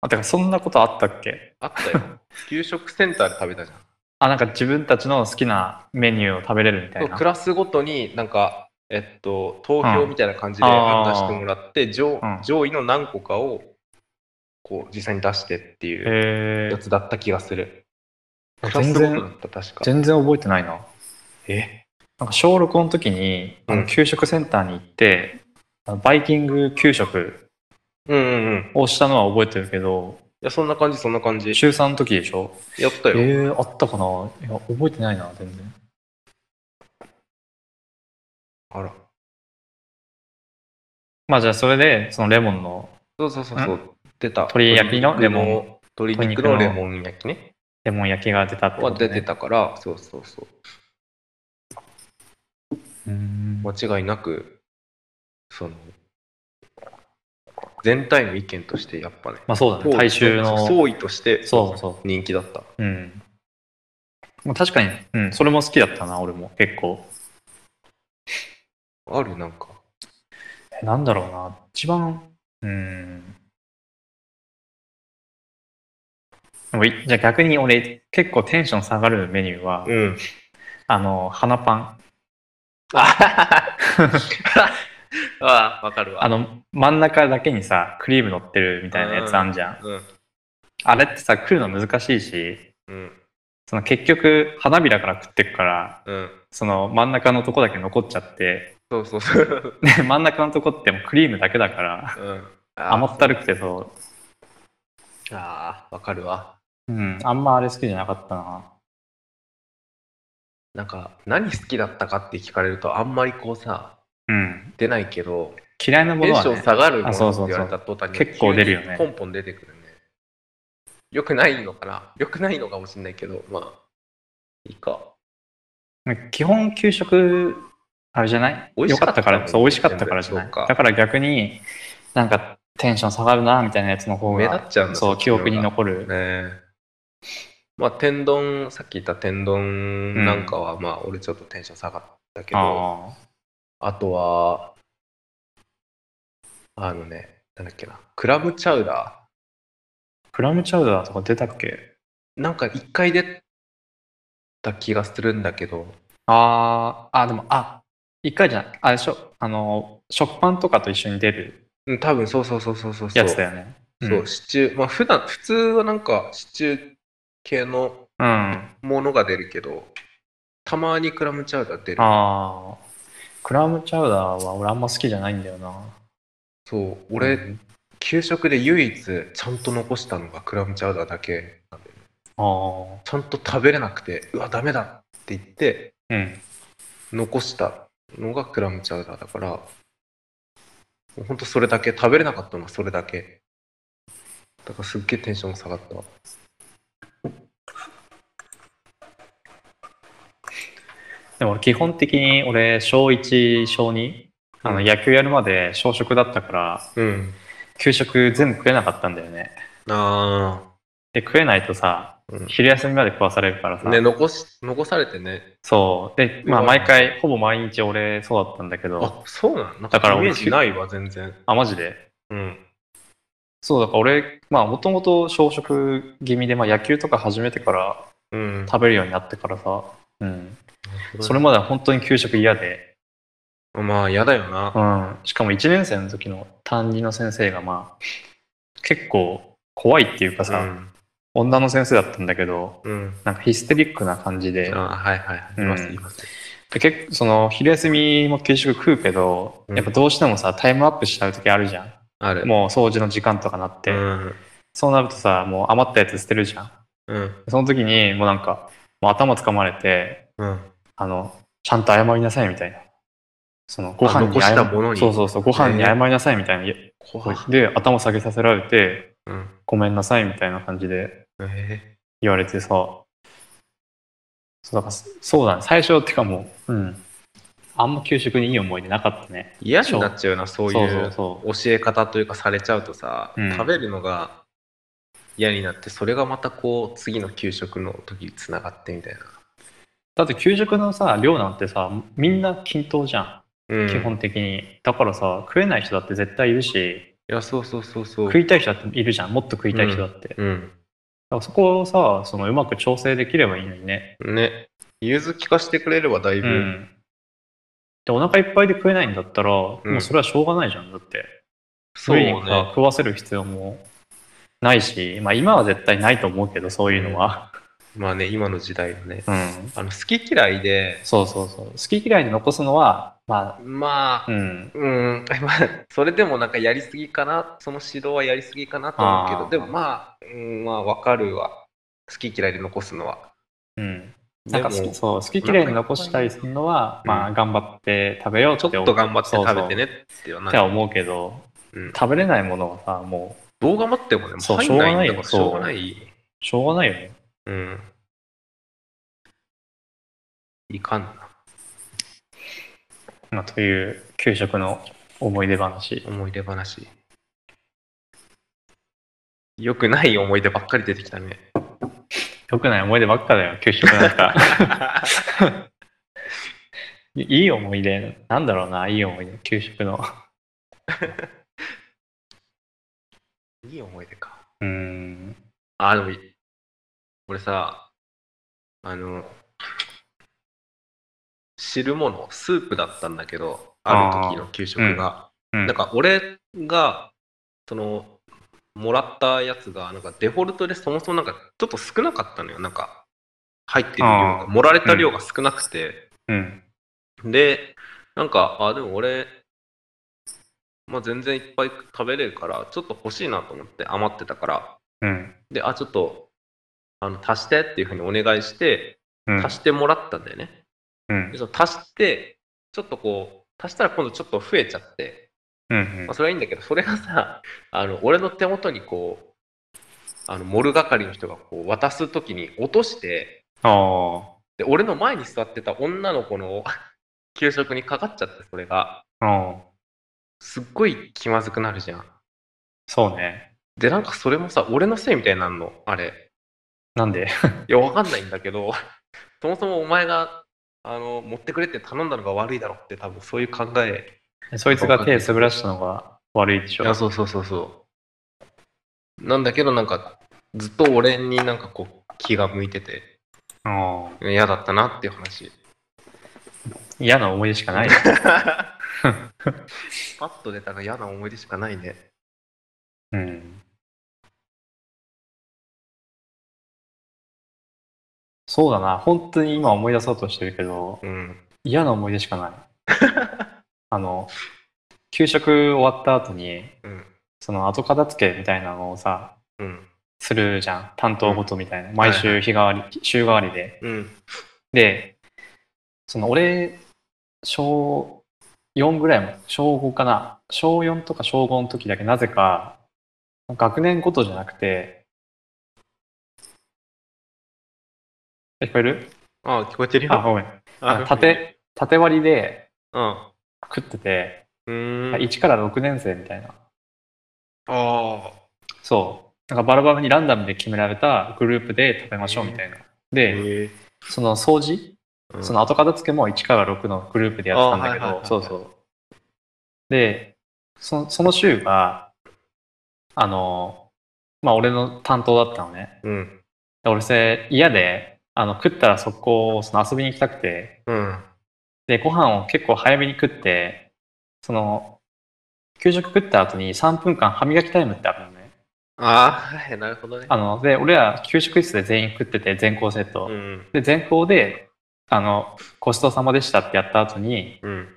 S2: あ、だからそんなことあったっけ
S1: あったよ。 給食センターで食べたじゃん。
S2: あ、なんか自分たちの好きなメニューを食べれるみたい
S1: そう
S2: な。
S1: クラスごとになんか、えっと、投票みたいな感じで
S2: うん
S1: 案内してもらって、上
S2: うん
S1: 上位の何個かをこう実際に出してっていう
S2: え
S1: やつだった気がする。
S2: ー、
S1: クラス
S2: 全
S1: ごとだ
S2: 然
S1: った、確か。
S2: 全然覚えてないな。えなんか小6の時に、あ
S1: う
S2: の
S1: ん
S2: 給食センターに行って、あのバイキング給食
S1: うんうんうん。い
S2: をしたのは覚えてるけど、
S1: や、そんな感じ、そんな感じ。
S2: 中3の時でしょ
S1: やったよ。
S2: えー、あったかないや、覚えてないな、全然。
S1: あら。
S2: まあじゃあそれで、そのレモンの
S1: そうそうそうそう。出た。
S2: 鶏焼きのレモン
S1: 鶏肉の。鶏肉のレモン焼きね。
S2: レモン焼きが出たってこ
S1: は
S2: と、ね、
S1: 出てたから、そうそうそう。
S2: うーん。
S1: 間違いなく、その、全体の意見としてやっぱね、
S2: まあそうだね、大衆の。
S1: 総意として
S2: そうそ
S1: 人気だった。
S2: う。うん。まあ確かに、うん、それも好きだったな、俺も、結構。
S1: あるなんか。
S2: えなんだろうな、一番、うん。でもいじゃあ逆に俺、結構テンション下がるメニューは、
S1: ん。
S2: あの、花パン。
S1: ああ、わかるわ。
S2: あの、真ん中だけにさ、クリーム乗ってるみたいなやつあんじゃん。
S1: うん。
S2: あれってさ、食うの難しいし、
S1: うん。
S2: その結局、花びらから食ってくから、
S1: うん。
S2: その真ん中のとこだけ残っちゃって、
S1: そうそうそう。
S2: で、真ん中のとこってもうクリームだけだから、
S1: うん。
S2: 甘
S1: あ
S2: ったるくてそ
S1: あー、わかるわ。
S2: う、うん、あんまあれ好きじゃなかったな。
S1: なんか、何好きだったかって聞かれると、あんまりこうさ、
S2: うん。
S1: 出ないけど、
S2: 嫌いなも
S1: テン
S2: のは、
S1: ション
S2: ね、
S1: 下がるも
S2: あ
S1: の
S2: そう
S1: って
S2: そうそう
S1: 言われた途端に
S2: 結構出るよね
S1: 急にポンポン出てくるね。よくないのかな よくないのかもしれないけど、まあ、いいか。
S2: 基本給食、あれじゃない
S1: 美味
S2: 良
S1: しか
S2: か
S1: っ
S2: った
S1: か
S2: たからら、そう、美味しかったからじゃない。
S1: そうか
S2: だから逆に、なんかテンション下がるな、みたいなやつの方
S1: 目立
S2: が、
S1: っちゃうんだ
S2: そう、記憶に
S1: る。
S2: 残
S1: そっち
S2: る。
S1: の方がねまあ、天丼、さっき言った天丼なんかは、まあ、俺ちょっとテンション下がったけど、あ
S2: ああ。
S1: とは、あのね、なんだっけな、クラムチャウダ
S2: クラムチャウダーとか出たっけ
S1: ー、なんか一回出た気がするんだけど、
S2: ああ、あ、でも、あ、一回じゃない。あれでしょ、あの、食パンとかと一緒に出る
S1: うん、多分そうそうそうそうそうそう。
S2: やつだよね。
S1: そう、
S2: ん
S1: シチュー、まあ普段、普通はなんかシチュー系の
S2: うん。あ
S1: ものが出るけど、たまにクラムチャウダー出る。
S2: あ。クラムチャウダーは俺あんま好きじゃないんだよな。
S1: そう、
S2: う
S1: 俺、
S2: ん
S1: 給食で唯一ちゃんと残したのがクラムチャウダーだけなんで、
S2: ああ。
S1: ちゃんと食べれなくて、うわ、ダメだって言って、
S2: うん。
S1: 残したのがクラムチャウダーだから、もうほんとそれだけ、食べれなかったのはそれだけ。だからすっげえテンション下がったわ。
S2: でも俺基本的に俺、小1、小2、あの、野球やるまで小食だったから、
S1: うん。
S2: 給食全部食えなかったんだよね。
S1: あ
S2: で、食えないとさ、
S1: あ。うん
S2: 昼休みまで食わされるからさ。
S1: ね、残し、残されてね。
S2: そう。で、まあ
S1: うわ
S2: 毎回、ほぼ毎日俺そうだったんだけど、
S1: あ、そうなのなん
S2: だから
S1: イメ
S2: 俺
S1: ージないわ、全然。
S2: あ、マジで
S1: うん。
S2: そう、だから俺、まあ、もともと小食気味で、まあ、野球とか始めてから
S1: うん。
S2: 食べるようになってからさ、うん。それまでは本当に給食嫌で、
S1: まあ、嫌だよ
S2: う
S1: な。
S2: ん。しかも1年生の時の担任の先生が、まあ、結構怖いっていうか
S1: う
S2: さ、
S1: ん。
S2: 女の先生だったんだけど、
S1: うん。
S2: なんかヒステリックな感じで
S1: あ、はいはいはい。います、います。
S2: で結構その、昼休みも給食食うけど、
S1: うん
S2: やっぱどうしてもさ、タイムアップしちゃう時あるじゃん。
S1: ある。
S2: もう掃除の時間とかなって、
S1: うん。
S2: そうなるとさ、もう余ったやつ捨てるじゃん。
S1: うん。
S2: その時に、もうなんか、もう頭掴まれて、
S1: うん。
S2: あの、ちゃんと謝りなさいみたいな。その、ご飯に
S1: 残
S2: 謝
S1: したものに
S2: そうそうそう、ご飯に謝りなさいみたいな。
S1: 怖い。
S2: で、頭下げさせられて、
S1: うん。
S2: ごめんなさいみたいな感じで
S1: え
S2: 言われてさ、そうだからそうだね、最初ってかもう、うん。あんま給食にいい思い出なかったね。
S1: 嫌になっちゃうな、そうい
S2: そう
S1: う
S2: そ
S1: 教え方というかされちゃうとさ、
S2: うん
S1: 食べるのが嫌になって、それがまたこう、次の給食の時につながってみたいな。
S2: だって給食のさ、量なんてさ、みんな均等じゃん。
S1: うん。
S2: 基本的に。だからさ、食えない人だって絶対いるし、
S1: や、そうそうそうそう。
S2: 食いたい人だっているじゃん。もっと食いたい人だって。だ
S1: うん。
S2: からそこをさ、そのうまく調整できればいいのにね。
S1: ね。融通聞かしてくれればだいうぶ。
S2: ん。で、お腹いっぱいで食えないんだったら、もうそれはしょうがないじゃん。だって。
S1: そ
S2: 無
S1: う
S2: 理にさ
S1: ね。
S2: 食わせる必要もないし、まあ今は絶対ないと思うけど、そういうのは。
S1: まあね、今の時代のね。
S2: うん。
S1: あの、好き嫌いで、
S2: そうそうそう。好き嫌いに残すのは、ま
S1: まあ、
S2: あ、うん。
S1: うん、 まあ、それでもなんかやりすぎかな、その指導はやりすぎかなと思うけ
S2: あー
S1: ど、でもまあ、うん、まあ、わかるわ。好き嫌いで残すのは。
S2: うん。なんか
S1: でも
S2: 好き、そう、好き嫌いに残したりするのは、
S1: お腹いっ
S2: ま
S1: ぱ
S2: あ頑張って食べよう
S1: ちょっと頑張って食べて
S2: ね。
S1: ねっていうの
S2: っ
S1: は
S2: て
S1: なんか
S2: は思うけど、
S1: うん
S2: 食べれないものはさ、もう、
S1: どう頑張ってもね、も
S2: そう
S1: う入んないんだから
S2: し
S1: し
S2: ょ
S1: ょ
S2: う
S1: う
S2: が
S1: が
S2: な
S1: ない。
S2: しょうがないよね。
S1: うん。いかんな。
S2: まあ、という、給食の思い出話。
S1: 思い出話。よくない思い出ばっかり出てきた ね。
S2: 良くない思い出ばっかだよ、給食なんか。 いいい思い出、なんだろうな、いい思い出、給食の。
S1: いい思い出か。
S2: うーん。
S1: あ、でもいい、俺さ、あの、汁物、スープだったんだけど、ある時の給食が。
S2: うん
S1: なんか俺が、その、もらったやつが、なんかデフォルトでそもそもなんかちょっと少なかったのよ。なんか、入ってる量
S2: あ
S1: が、
S2: ー
S1: 盛られた量が少なくて。
S2: うん。
S1: で、なんか、あ、でも俺、まあ、全然いっぱい食べれるから、ちょっと欲しいなと思って余ってたから、
S2: うん。
S1: で、あ、ちょっと、あの、足してっていうふうにお願いして、
S2: うん
S1: 足してもらったんだよね。
S2: うん
S1: で、。その足して、ちょっとこう、足したら今度ちょっと増えちゃって、
S2: うん
S1: まあ、。それはいいんだけど、それがさ、あの、俺の手元にこう、あの、盛る係の人がこう、渡すときに落として、
S2: ああ。
S1: で、俺の前に座ってた女の子の 給食にかかっちゃって、それが。
S2: ああ。
S1: すっごい気まずくなるじゃん。
S2: そうね。
S1: で、なんかそれもさ、俺のせいみたいになるの、あれ。
S2: なん で
S1: いや、わかんないんだけど、 そもそもお前が、あの、持ってくれって頼んだのが悪いだろって、多分そういう考え。
S2: そいつが手滑らしたのが悪いでしょ。
S1: そうそうそうそう。なんだけど、なんか、ずっと俺になんかこう、気が向いてて、
S2: ああ。
S1: 嫌だったなっていう 話。
S2: 嫌な思い出しかない。
S1: パッと出たら嫌な思い出しかないね。
S2: うん。そうだな。本当に今思い出そうとしてるけど、
S1: うん。
S2: 嫌な思い出し かない。あの、給食終わった後に、
S1: うん。
S2: その後片付けみたいなのをさ、
S1: うん。
S2: するじゃん。担当ごとみたいな。毎
S1: はい
S2: 週日替わり、週替わりで。
S1: うん。
S2: で、その俺、小4ぐらいも、小5かな。小4とか小5の時だけなぜか、学年ごとじゃなくて、え、聞こえる
S1: ああ、聞こえてる
S2: あ、
S1: よ。
S2: ごめん。
S1: あ
S2: 縦、縦割りで
S1: うん。
S2: 食ってて、
S1: うーん。
S2: 1から6年生みたいな。
S1: ああ。
S2: そう。なんかバラバラにランダムで決められたグループで食べましょうみたいな。で、
S1: え
S2: その掃除
S1: え
S2: その後片付けも1から6のグループでやってたん
S1: あはいは
S2: だけ
S1: いはい
S2: ど、
S1: はい
S2: そうそう。で、そその週が、あの、まあ俺の担当だったのね。
S1: うん。
S2: で俺それ嫌で、あの食ったら速攻その遊びに行きたくて、
S1: うん。
S2: で、ご飯を結構早めに食って、その、給食食った後に3分間歯磨きタイムってあるのね。
S1: ああ、はい、なるほどね。
S2: あの、で、俺ら給食室で全員食ってて、全校生徒。
S1: うん。
S2: で、全校で、あの、ごちそうさまでしたってやった後に、
S1: うん。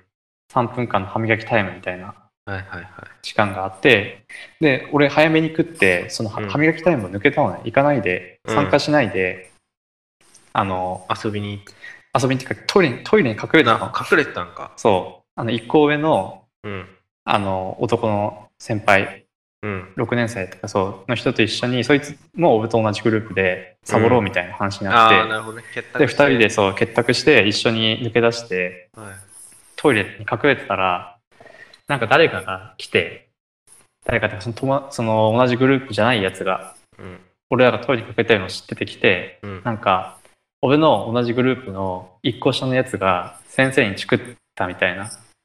S2: 3分間の歯磨きタイムみたいな
S1: はいはいはい。
S2: 時間があってで俺早めに食ってそのは
S1: うん
S2: 歯磨きタイムを抜けたのね行かないで
S1: うん
S2: 参加しないで、あの
S1: 遊びに
S2: 遊びにっていうかトイレにトイレに隠
S1: 行
S2: れた
S1: っ
S2: の
S1: た。隠れてたんか。
S2: そうあの1校上の
S1: うん。
S2: あの男の先輩
S1: うん。
S2: 6年生とかそうの人と一緒にそいつも俺と同じグループでサボろうみたいな話にな
S1: ああ、
S2: っ
S1: な
S2: て、
S1: るほどね。結
S2: で2人で。そう結託して一緒に抜け出して
S1: はい。
S2: トイレに隠れてたら、なんか誰かが来て、誰かっていうかその友達その同じグループじゃないやつが、
S1: うん。
S2: 俺らがトイレに隠れてるのを知っててきて、
S1: うん。
S2: なんか、俺の同じグループの一個下のやつが先生にチクったみたいな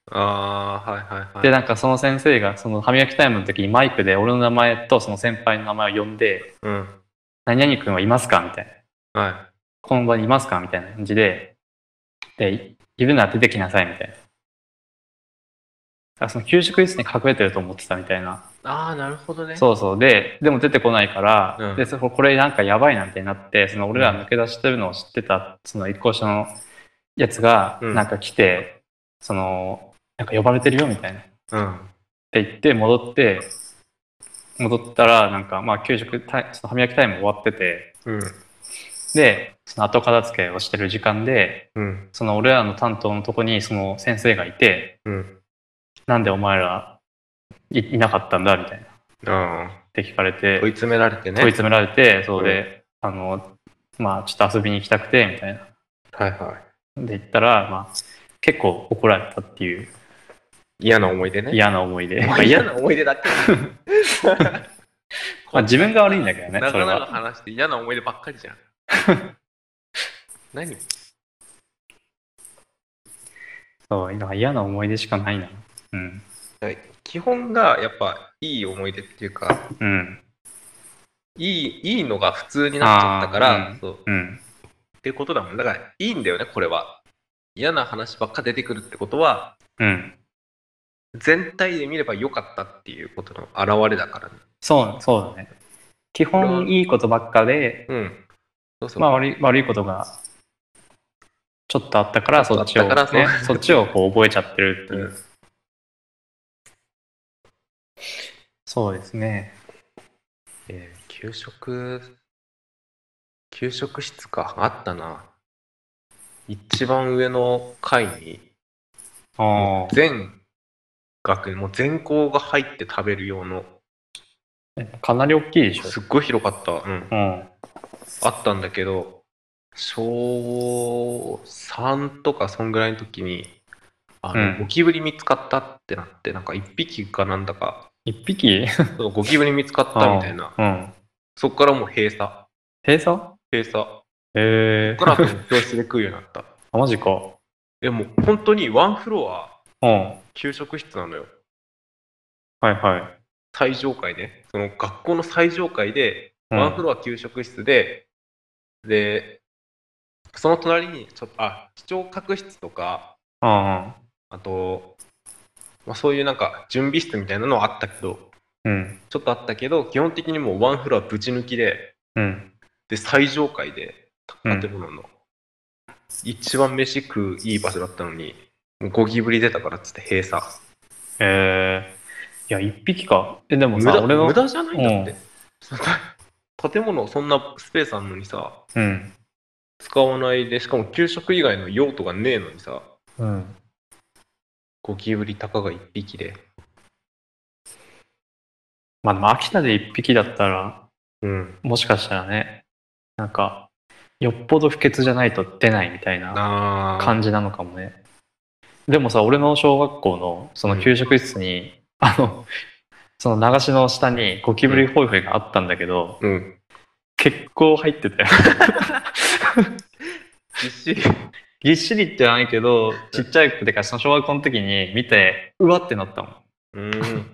S1: ああ、はいはいはい。
S2: で、なんかその先生が、その歯磨きタイムの時にマイクで俺の名前とその先輩の名前を呼んで、
S1: うん。
S2: 何々君はいますかみたいな。
S1: は
S2: この場にいますかみたいな感じで、で、いいるなら出てきなさい、みたいな。あその給食室に隠れてると思ってたみたいな。
S1: い。ああ、なるほどね。
S2: そうそう。で、でも出てこないから、
S1: うん
S2: で、そここれなんかやばいな、みたいになって、その俺ら抜け出してるのを知ってた、その一行者のやつが、
S1: うん
S2: なんか来て、その、なんか呼ばれてるよ、みたいな。
S1: う。うん。
S2: って言って戻って戻ったらなんかまあ給食タイその歯磨きタイム終わってて
S1: うん。
S2: でその後片付けをしてる時間で
S1: うん。
S2: その俺らの担当のとこにその先生がいて
S1: うん。
S2: なんでお前らいいなかったんだみたいなっ
S1: あ
S2: て聞かれ
S1: あ。
S2: て
S1: 問い詰められてね。
S2: 問い詰められてそうで、あのまあちょっと遊びに行きたくてみたいな
S1: はいはい。
S2: で言ったらまあ結構怒られたっていう
S1: 嫌な思い出ね。
S2: 嫌な思い出
S1: ま
S2: ま
S1: あ
S2: あ嫌
S1: 嫌
S2: な
S1: な思い出だけ。
S2: まあ自分が悪いんだけどね
S1: 長
S2: それ
S1: 々
S2: は
S1: 話して嫌な思い出ばっかりじゃん。 何
S2: そうなんか嫌な思い出しかないなうん
S1: 基本がやっぱいい思い出っていうか、
S2: うん
S1: いいいいのが普通になっちゃったから、
S2: あーん
S1: そう。
S2: うん
S1: っていうことだもん。だから、いいんだよね、これは。嫌な話ばっか出てくるってことは、
S2: うん。
S1: 全体で見れば良かったっていうことの表れだからね。
S2: そう、そうだね。基本いいことばっかで、
S1: うん。そうそう。
S2: まあ悪い悪いことがちょっとあったから、そっち
S1: ちょ
S2: を、
S1: っとあったから
S2: ね、そっちをこう覚えちゃってるって
S1: う
S2: い
S1: ん
S2: う。そうですね。
S1: えー給食、給食室か。あったな。一番上の階に、
S2: ああ。
S1: 全学年、もう全校が入って食べる用の、
S2: かなり大きいでしょ。
S1: すっごい広かった。うん。
S2: うん。
S1: あったんだけど、小3とかそんぐらいの時に、あの、
S2: うん
S1: ゴキブリ見つかったってなって、なんか一匹かなんだか、
S2: 一匹
S1: そうゴキブリ見つかったみたいな。。
S2: うん。
S1: そっからもう閉鎖。
S2: 閉鎖
S1: 閉鎖。そっ
S2: ええ
S1: からもう教室で食うようになった。
S2: あ、マジか。
S1: でもう本当にワンフロア、
S2: うん。はい
S1: 給食室なのよ。
S2: はい。
S1: 最上階ね。その学校の最上階で、
S2: うん
S1: ワンフロア給食室で、で、その隣に、ちょっと、あ、視聴覚室とか、
S2: あ
S1: あと、まあ、そういうなんか準備室みたいなのはあったけど、
S2: あ。うん。
S1: ちょっとあったけど、基本的にもうワンフロアぶち抜きで、
S2: うん。
S1: で、最上階で、
S2: うん
S1: 建物の、一番飯食ういい場所だったのに、もうゴキブリ出たからっつって閉鎖。
S2: ええいや、一匹か。え、でも
S1: 無
S2: さ、
S1: 駄
S2: 俺の。
S1: 無駄じゃないんだって。建物そんなスペースあんのにさ、
S2: うん。
S1: 使わないで、しかも給食以外の用途がねえのにさ、
S2: うん。
S1: ゴキブリたかが一匹で。
S2: まあでも秋田で一匹だったら、
S1: うん。
S2: もしかしたらね、なんか、よっぽど不潔じゃないと出ないみたいな
S1: あー
S2: 感じなのかもね。でもさ、俺の小学校のその給食室に、あの、その流しの下にゴキブリホイホイがあったんだけど、
S1: うん。
S2: 結構入ってたよ。
S1: ぎっしり。
S2: ぎっしりってはないけど、ちっちゃい子でか、その小学校の時に見て、うわってなったもん。
S1: うん。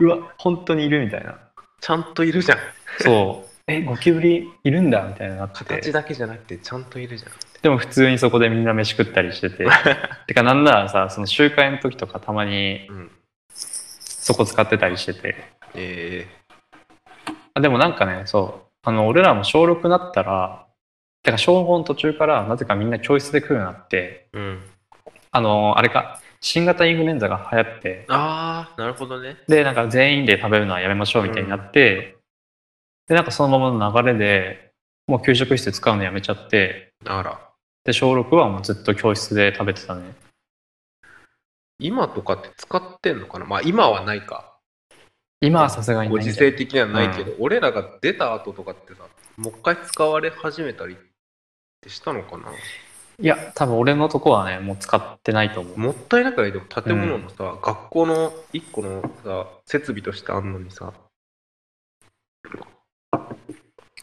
S2: うわ、本当にいるみたいな。
S1: ちゃんといるじゃん。
S2: そう。え、ゴキブリいるんだみたいになってて
S1: 形。だけじゃなくて、ちゃんといるじゃん。
S2: でも普通にそこでみんな飯食ったりしてて。てかなんならさ、その集会の時とかたまに
S1: うん。
S2: そこ使ってたりしてて。
S1: え
S2: あでもなんかね、そう。あの、俺らも小6になったら、てか小5の途中からなぜかみんな教室で食うようになって、
S1: えうん。
S2: あの、あれか、新型インフルエンザが流行って、
S1: ああ、なるほどね。
S2: で、なんか全員で食べるのはやめましょうみたいになって、で、なんかそのままの流れで、もう給食室使うのやめちゃって、
S1: あら。
S2: で、小6はもうずっと教室で食べてたね。
S1: 今とかって使ってんのかなまあ今はないか。
S2: 今はさすがに
S1: ご
S2: ないん
S1: 時
S2: じゃな
S1: 世
S2: い
S1: 的にはないけど、俺らが出た後とかってさ、もう一回使われ始めたりってしたのかない
S2: や、多分俺のとこはね、もう使ってないと思う。
S1: もったいなくないでも建物のさ、学校の一個のさ、設備としてあんのにさ。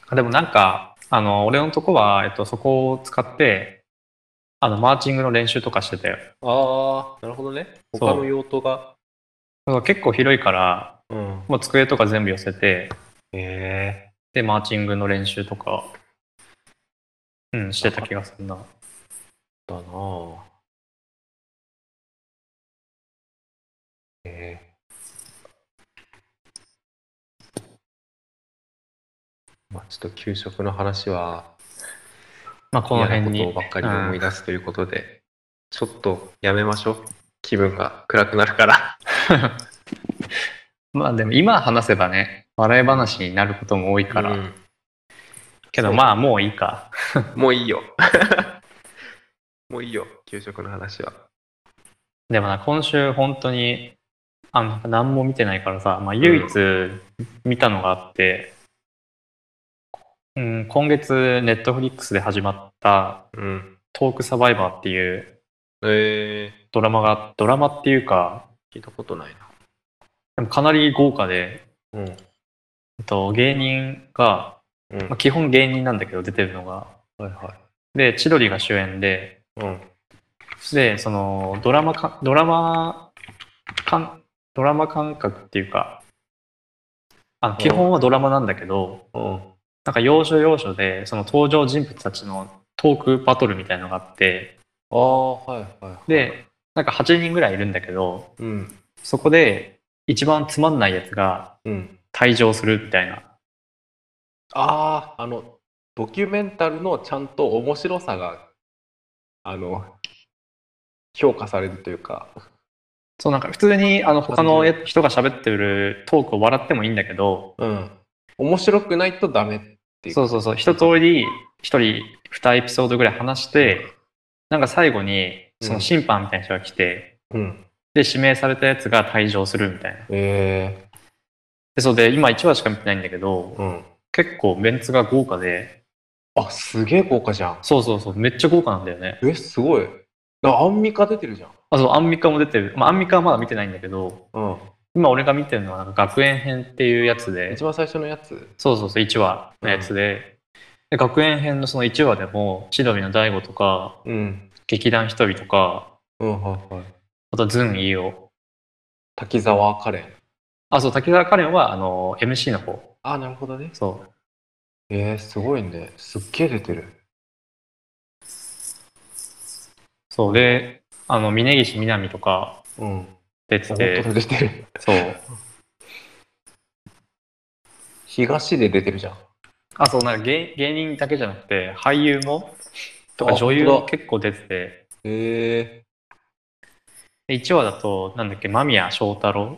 S2: あでもなんか、あの、俺のとこは、えっと、そこを使って、あの、マーチングの練習とかしてて、
S1: ああ、なるほどね。
S2: そう
S1: 他の用途が。
S2: 結構広いから、
S1: うん。
S2: もう机とか全部寄せて、
S1: へえ。
S2: で、マーチングの練習とか、うん、してた気がするな。
S1: だなあへえ。まあ、ちょっと給食の話は、
S2: まあ、この辺に。
S1: 嫌なことばっかり思い
S2: 出
S1: 出すということで、ちょっとやめましょう。気分が暗くなるから。
S2: まあ、でも今話せばね、笑い話になることも多いから。
S1: うん
S2: けど、
S1: そう
S2: まあ、もういいか。
S1: もういいよ。 もういいよ、給食の話は。
S2: でもな、今週本当に、あの、何も見てないからさ、まあ、唯一見たのがあって、うん、今月、ネットフリックスで始まった、
S1: うん。
S2: トークサバイバーっていう
S1: え
S2: ドラマが、ドラマっていうか、
S1: ー、聞いたことないな。
S2: でもかなり豪華で、
S1: うん。
S2: えっと、芸人が、
S1: うん。
S2: まあ、
S1: は
S2: 基本芸人なんだけど出てるのが。
S1: いは
S2: で、千鳥が主演で、
S1: い。うん。
S2: で、その、ドラマか、ドラマ、かん、ドラマ感覚っていうか、あの、基本はドラマなんだけど、
S1: うん。
S2: なんか要所要所で、その登場人物たちのトークバトルみたいのがあって、
S1: ああ、はいはい。
S2: で、なんか8人ぐらいいるんだけど、
S1: うん。
S2: そこで一番つまんないやつが
S1: うん。
S2: 退場するみたいな。
S1: ああ、あの、ドキュメンタルのちゃんと面白さが、あの、評価されるというか。
S2: そう、なんか普通にあの他のや人が喋ってるトークを笑ってもいいんだけど、
S1: うん。面白くないとダメっていう。
S2: そうそうそう、一通り一人二エピソードぐらい話して、なんか最後にその審判みたいな人が来て、
S1: うん。
S2: で、指名されたやつが退場するみたいな。
S1: え
S2: で、そうで、今1話しか見てないんだけど
S1: ー、、うん。
S2: 結構メンツが豪華で、
S1: あ、すげえ豪華じゃん。
S2: そうそうそう、めっちゃ豪華なんだよね。
S1: え、すごい。なアンミカ出てるじゃん。
S2: あ、そう、アンミカも出てる。まあ、アンミカはまだ見てないんだけど、
S1: うん。
S2: 今俺が見てるのはなんか学園編っていうやつで
S1: 一、番最初のやつ。
S2: そうそうそう、1話のやつで、で学園編のその1話でも、千鳥の大悟とか、
S1: うん。
S2: 劇団ひとりとか、
S1: うん、はいはい。
S2: あとズン飯尾。
S1: 滝沢カレン。
S2: あ、そう、滝沢カレンは、あの、MC の方。
S1: あ、なるほどね。
S2: そう。
S1: えー、すごいね。すっげえ出てる。
S2: そうで、あの、峯岸みなみとか
S1: うん。
S2: 出て
S1: 本
S2: て
S1: 当、に出て る。
S2: そう。
S1: 東で出てるじゃん。
S2: あ、そう、なんか芸芸人だけじゃなくて、俳優も、とか
S1: あ
S2: 女優
S1: 本
S2: も
S1: 当だ
S2: 結構出てて、
S1: え
S2: で1話だと、なんだっけ、間宮祥太郎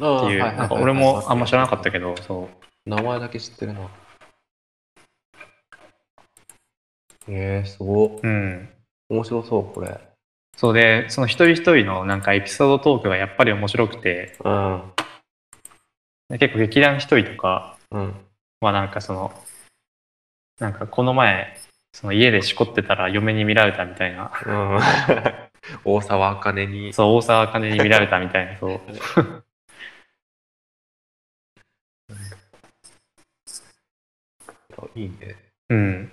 S1: ー。あ
S2: っていう、なんか俺もあんま知らなかったけど、そう。
S1: 名前だけ知ってるな。えー、すごい。
S2: うん。
S1: 面白そう、これ。
S2: そうで、その一人一人のなんかエピソードトークがやっぱり面白くて、
S1: うん。
S2: で結構劇団一人とか
S1: うん。
S2: はなんかその、なんかこの前、その家でしこってたら嫁に見られたみたいな、
S1: うん。大沢あかねに。
S2: そう、大沢金に見られたみたいな、そう。
S1: あいいね。
S2: うん。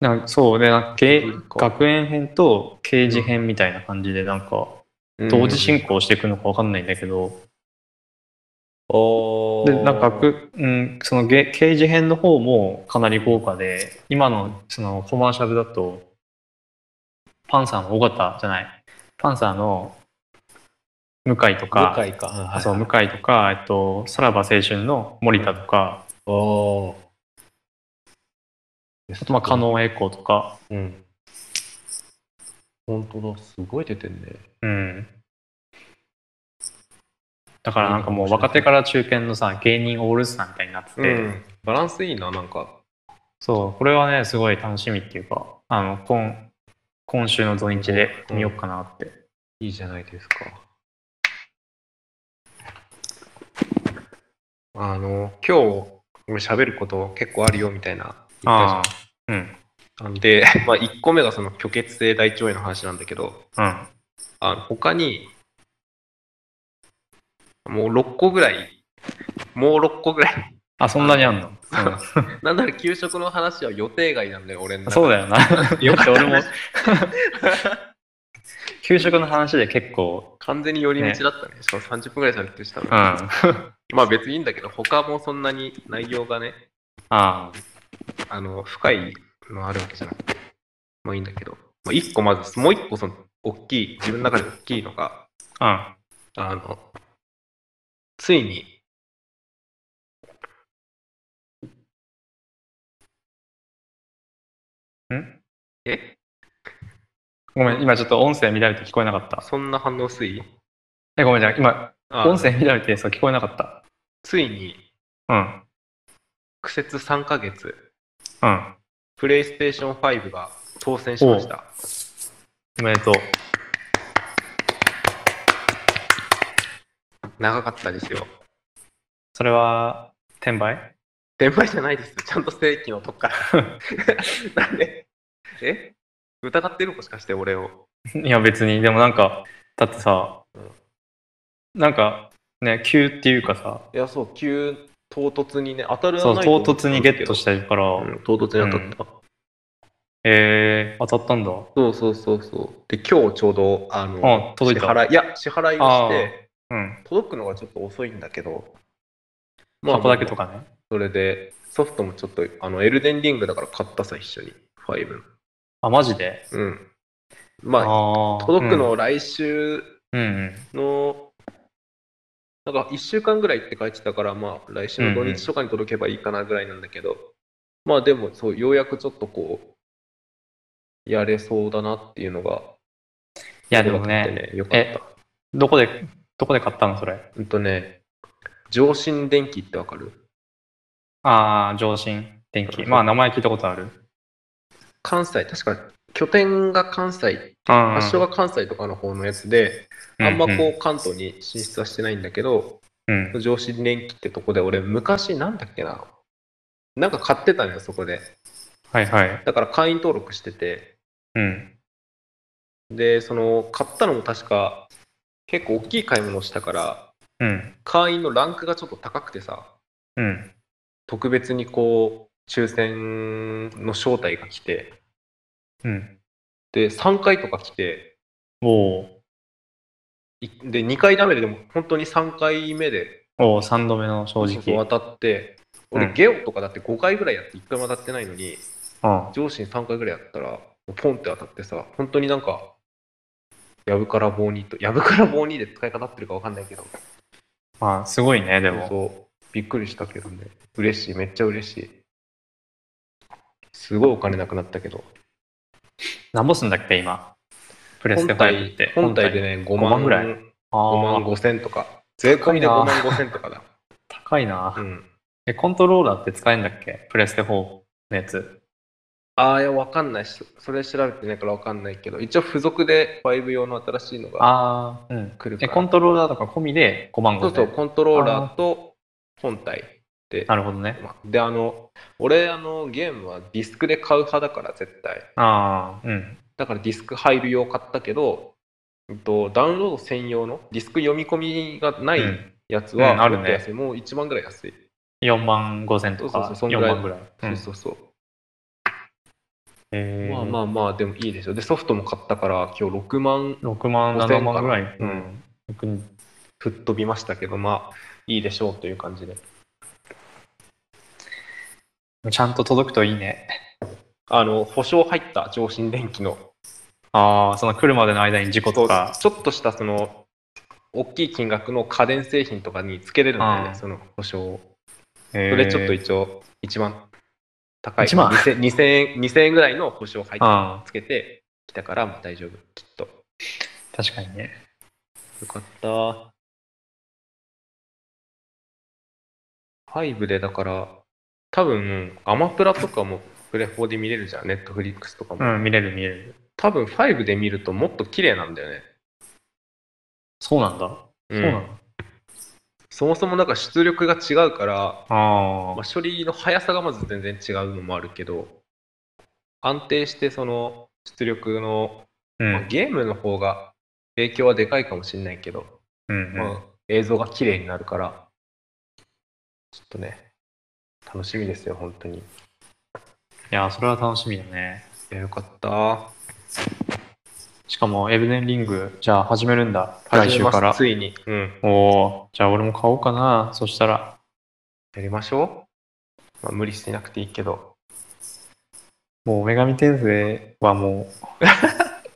S2: なんかそうで、なんかけ
S1: そうか
S2: 学園編と刑事編みたいな感じで、なんか同時進行していくのかわかんないんだけど、
S1: 行
S2: で、なんか、く、うん、そのげ刑事編の方もかなり豪華で、今のそのコマーシャルだと、パンサーの尾形じゃない、パンサーの向井とか、
S1: 向井か。うんはい
S2: そう、向井とか、えっと、さらば青春の森田とか、
S1: お
S2: あとまあ、加。納栄光とか、
S1: うん。本当だ、すごい出てんね。
S2: うん。だからなんかもう若手から中堅のさ、芸人オールスターみたいになってて、
S1: うん。バランスいいな、なんか。
S2: そう、これはね、すごい楽しみっていうか、あの、今、今週の土日で見ようかなって。
S1: いいじゃないですか。あの、今日、俺喋ること結構あるよ、みたいな。
S2: ああ、うん、
S1: なんで、 まあ、1個目がその虚血性大腸炎の話なんだけど、
S2: うん。
S1: あの他に、もう6個ぐらい、もう6個ぐらい
S2: あ、そんなにあんの、
S1: なんなら給食の話は予定外なんだよ、俺の
S2: うん
S1: 中
S2: そう
S1: で。
S2: だよな。 よくて俺も、 給食の話で結構、
S1: 完全に寄り道だったね。しかも30分ぐらいされてした
S2: うん。
S1: ら。
S2: あ
S1: まあ別にいいんだけど、他もそんなに内容がね、
S2: あ、
S1: あの、深いのあるわけじゃなくて、まあいいんだけど、まあ一個まず、もう一個その、大きい、自分の中で大きいのが、
S2: うん。
S1: あの、ついに、
S2: ん
S1: え
S2: ごめん、今ちょっと音声乱れて聞こえなかった。
S1: そんな反応薄い
S2: え、ごめんじゃん、今、
S1: あ
S2: 音声乱れてそう聞こえなかった。
S1: ついに、
S2: うん。
S1: 苦節3ヶ月、
S2: うん。
S1: プレイステーション5が当選しました。
S2: おめでとう。
S1: 長かったですよ。
S2: それは、転売
S1: 転売じゃないですよ。ちゃんと正規のとこから なんでえ疑ってるもしかして俺を。
S2: いや別に、でもなんか、だってさ、
S1: うん
S2: なんか、ね、急っていうかさ、
S1: いや、そう、急、唐突にね、当たる
S2: そう、唐突にゲット
S1: し
S2: したいか
S1: た
S2: ら、
S1: うん、唐突に当たった。
S2: えー、当たったんだ。
S1: そうそうそうそう。で、今日ちょうど、あの、
S2: あ届い
S1: 支
S2: た
S1: 払い、いや、支払いをして、
S2: うん。
S1: 届くのがちょっと遅いんだけど、
S2: 箱だけとかね。
S1: それで、ソフトもちょっと、あの、エルデンリングだから買ったさ、一緒に、5の。
S2: あ、マジで
S1: うん。ま
S2: あ
S1: あ、
S2: ー
S1: 届くのを来週
S2: うん、うん
S1: の、なんか1週間ぐらいって書いてたから、まあ、来週の土
S2: うんうん
S1: 日とかに届けばいいかなぐらいなんだけど、まあ、でも、そう、ようやくちょっとこう、やれそうだなっていうのが、
S2: いや、でも
S1: 分
S2: ね、
S1: かってよかった。
S2: どこで、どこで買ったのそれ。
S1: うんとね、上新電機ってわかる
S2: あー、上新電
S1: そう
S2: 気。
S1: そう
S2: まあ、名前聞いたことある。
S1: 関西、確か拠点が関西、
S2: あ
S1: 発祥が関西とかの方のやつで、あんまこう関東に進出はしてないんだけど、
S2: うん。うん
S1: 上新電機ってとこで俺昔なんだっけな、なんか買ってたのよ、そこで。
S2: はいはい。
S1: だから会員登録してて、
S2: うん。
S1: で、その買ったのも確か結構大きい買い物をしたから、
S2: うん。
S1: 会員のランクがちょっと高くてさ、
S2: うん。
S1: 特別にこう、抽選の招待が来て、
S2: うん。
S1: で、3回とか来て、
S2: おー。
S1: いで、2回ダメで、でも本当に3回目で
S2: おー、3度目の正
S1: そうそう
S2: 直。
S1: 渡って、
S2: う
S1: 俺、
S2: ん
S1: ゲオとかだって5回ぐらいやって、1回も当たってないのに、
S2: うん。
S1: 上司に3回ぐらいやったら、もうポンって当たってさ、本当になんか、やぶから棒にと、やぶから棒にで使い方合ってるか分かんないけど、
S2: まあ、すごいね、で
S1: そう
S2: も。
S1: そうびっくりしたけどね、嬉しい、めっちゃ嬉しい。すごいお金なくなったけど、
S2: なんぼすんだっけ、今。プレ
S1: 本
S2: ステ5って
S1: 体。本体でね、5万
S2: 5万ぐらいあ
S1: 5万
S2: ー、
S1: 5千とか、税込みで5
S2: 高い
S1: 万
S2: な
S1: 5千とか だ。
S2: 高いな
S1: う。ん
S2: え、コントローラーって使えんだっけプレステ4のやつ。
S1: ああ、いや、わかんないし、それ調べてないからわかんないけど、一応付属で5用の新しいのが
S2: あー、うん。
S1: 来るか
S2: え、
S1: ら。
S2: コントローラーとか込みで5万
S1: そ
S2: 5
S1: うそう、
S2: 千。
S1: コントローラーと本体で。
S2: なるほどね。
S1: まあで、あの、俺、あの、ゲームはディスクで買う派だから、絶対。
S2: あー、うん。
S1: だからディスク入る用買ったけど、うんと、ダウンロード専用のディスク読み込みがな
S2: う
S1: い
S2: ん。
S1: やつ
S2: うん
S1: は、
S2: ある
S1: も
S2: ね
S1: っと安いもう1万ぐらい安い。
S2: 4万5千
S1: そ
S2: と
S1: うそ
S2: か
S1: う、そんぐ
S2: 4
S1: らい
S2: 万ぐらい。
S1: そううんそうそう。
S2: へー
S1: まあまあまあ、でもいいですよ。で、ソフトも買ったから、今日6万
S2: 6万、
S1: 5000
S2: 7万ぐらい。
S1: かな
S2: うん。僕に
S1: 吹っ飛びましたけど、まあ、いいでしょうという感じで。
S2: ちゃんと届くといいね。
S1: あの、保証入った上新電機の、
S2: ああ、その来るまでの間に事故とか。
S1: ちょっとしたその、大きい金額の家電製品とかにつけれるんだよ
S2: あ
S1: ね、
S2: ー
S1: その保証を。
S2: そ
S1: それちょっと一応、一番高い。
S2: 一番
S1: 2000, 2000円、2000円ぐらいの保証入って
S2: あ
S1: つけてきたから、まあ大丈夫、きっと。
S2: あ、確かにね。
S1: よかった。5でだから、多分、アマプラとかもプレ4で見れるじゃん、ネットフリックスとかも。
S2: うん、見れる見れる。
S1: 多分5で見るともっと綺麗なんだよね。
S2: そうなんだ。そうなの、
S1: うんそもそもなんか出力が違うから、
S2: あ
S1: ま
S2: あ
S1: あ、処理の速さがまず全然違うのもあるけど、安定してその出力の、
S2: うん。
S1: まあゲームの方が影響はでかいかもしれないけど、
S2: うんうん
S1: まあ、映像が綺麗になるから、ちょっとね、楽しみですよ、本当に。い
S2: いやー、それは楽しみだね。
S1: や、よかった。
S2: しかも、エブデンリング、じゃあ始めるんだ。来週か
S1: 始めま
S2: ら
S1: す。ついに。うん。
S2: おおーじゃあ俺も買おうかな。そしたら、
S1: やりましょう。まあ、無理してなくていいけど。
S2: もう女神転生はもう、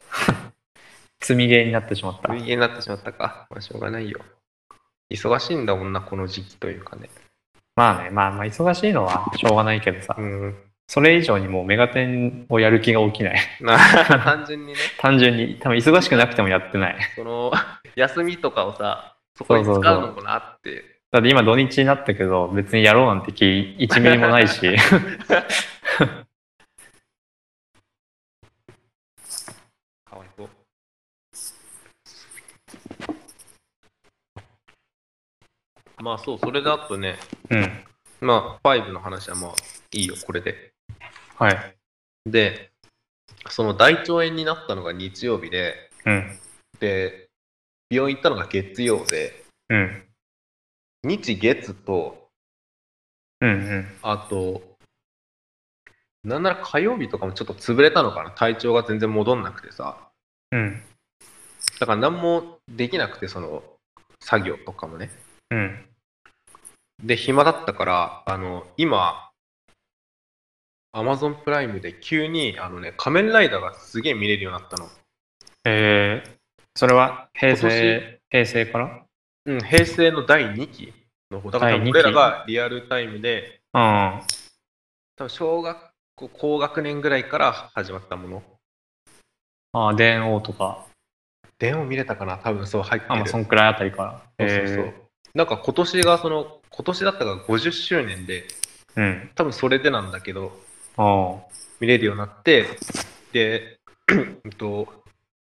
S2: 積みゲーになってしまった
S1: 無。理ゲーになってしまったか。まあ、しょうがないよ。忙しいんだもんな、この時期というかね。
S2: まあね、まあまあ忙しいのはしょうがないけどさ
S1: う、ん。
S2: それ以上にもうメガテンをやる気が起きない。
S1: な 単純にね、
S2: 単純に、多分忙しくなくてもやってない。
S1: その、 休みとかをさ、そこに使うのかなって。
S2: だって今土日になったけど、別にやろうなんて気1ミリもな いし。
S1: かわいそう。まあそう、それだとね、
S2: うん。
S1: まあ、5の話はまあいいよ、これで。
S2: はい。
S1: で、その大腸炎になったのが日曜日で、
S2: うん。
S1: で、病院行ったのが月曜で、
S2: うん。
S1: 日月と、
S2: うんうん。
S1: あと、なんなら火曜日とかもちょっと潰れたのかな、体調が全然戻んなくてさ。
S2: うん。
S1: だから何もできなくて、その、作業とかもね。
S2: うん。
S1: で、暇だったから、あの、今、アマゾンプライムで急に、あのね、仮面ライダーがすげえ見れるようになったの。
S2: えー、それは平
S1: 今
S2: 成、平成から
S1: うん、平成の第2期の方だから多
S2: 第
S1: 分
S2: 二期
S1: 俺らがリアルタイムで
S2: うん。
S1: 多分小学校高学年ぐらいから始まったもの
S2: ああ、電王とか、
S1: 電話見れたかな多分そう入ってる
S2: あ、まあ、そんくらいあたりか
S1: そ
S2: ら。
S1: うそうそう
S2: え
S1: なんか今年がその今年だったが50周年で
S2: ーうん。
S1: 多分それでなんだけど
S2: あ
S1: 見れるようになってで うんと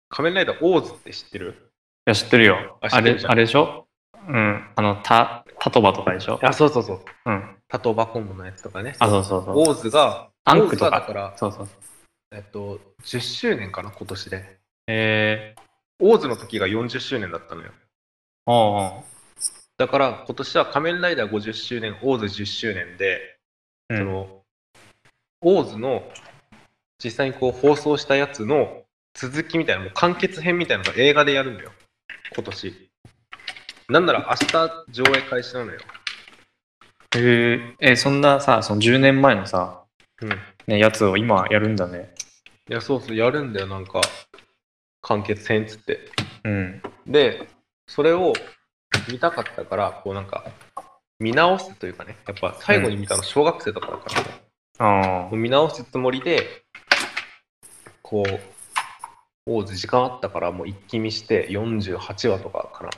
S1: 仮面ライダーオーズって知ってる
S2: あ。いや、知ってるよ。
S1: あ
S2: あ
S1: 知ってる
S2: れ、
S1: じゃん
S2: あれでしょうん。あの、た、たとばとかでしょ
S1: あそうそうそう
S2: うん。
S1: タトーバコンボのやつとかね
S2: あ、そうそうそう。
S1: オーズが
S2: アンクと
S1: オーズが
S2: か
S1: だから、
S2: そうそうそう。
S1: えっと、10周年かな今年で
S2: えー、
S1: オーズの時が40周年だったのよ
S2: お
S1: だから今年は仮面ライダー50周年、オーズ10周年で、
S2: うん。
S1: そのオーズの実際にこう放送したやつの続きみたいな、もう完結編みたいなのが映画でやるんだよ、今年。なんなら明日上映開始なのよ。
S2: えー、えーそんなさ、その10年前のさ、
S1: うん。い
S2: ね、やつを今やるんだね。
S1: や、そうそう、やるんだよ、なんか、完結編っつって。
S2: うん。
S1: で、それを見たかったから、こうなんか、見直すというかね、やっぱ最後に見たの小学生とかだから、
S2: ああ。
S1: 見直すつもりでこう王子時間あったからもう一気見して48話とかか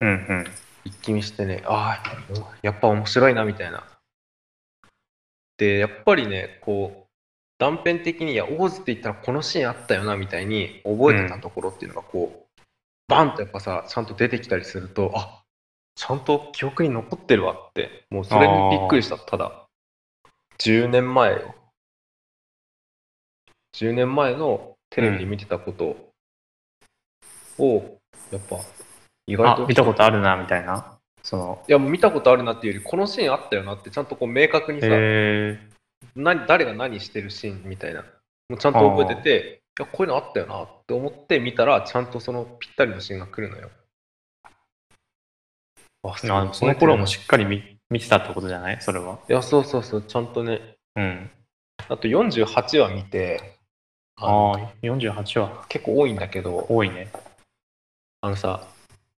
S1: な
S2: うんうん。
S1: 一気見してねああやっぱ面白いなみたいなでやっぱりねこう断片的にいや王子って言ったらこのシーンあったよなみたいに覚えてたところっていうのがこう、バンとやっぱさちゃんと出てきたりするとあちゃんと記憶に残ってるわってもうそれにびっくりしたただ10年前よ10年前のテレビで見てたことを、やっぱ意外
S2: あ
S1: と、
S2: 見たことあるな、みたいな。その、
S1: いやもう見たことあるなっていうよりこのシーンあったよなってちゃんとこう明確にさ、
S2: え
S1: 何誰が何してるシーンみたいなもうちゃんと覚えてていやこういうのあったよなって思って見たらちゃんとそのぴったりのシーンが来るのよあ
S2: ー、あその頃もしっかり見見てたってことじゃないそれは。
S1: いやそうそうそうちゃんとね
S2: うん。
S1: あと48話見てあの
S2: ああ、48話。
S1: 結構多いんだけど
S2: 多いね。
S1: あのさ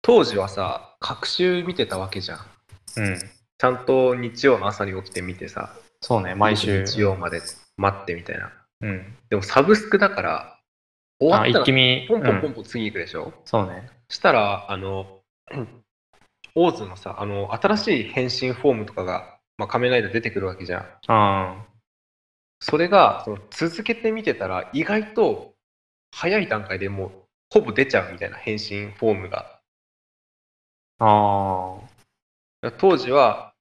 S1: 当時はさ隔週見てたわけじゃん
S2: うん。
S1: ちゃんと日曜の朝に起きて見てさ
S2: そうね、毎週。
S1: 日曜まで待ってみたいな
S2: うん。
S1: でもサブスクだから、終わ
S2: あ、
S1: った
S2: 一
S1: ら
S2: 気見。
S1: ポンポンポ
S2: うん
S1: ンポン次行くでしょ、
S2: そうね。
S1: したら、あの、 うんオーズのさ、あの、新しい変身フォームとかが、まあ、仮面ライダー出てくるわけじゃん。
S2: あ
S1: それが、その続けて見てたら、意外と早い段階でもう、ほぼ出ちゃうみたいな変身フォームが。
S2: あ。あ
S1: 当時は、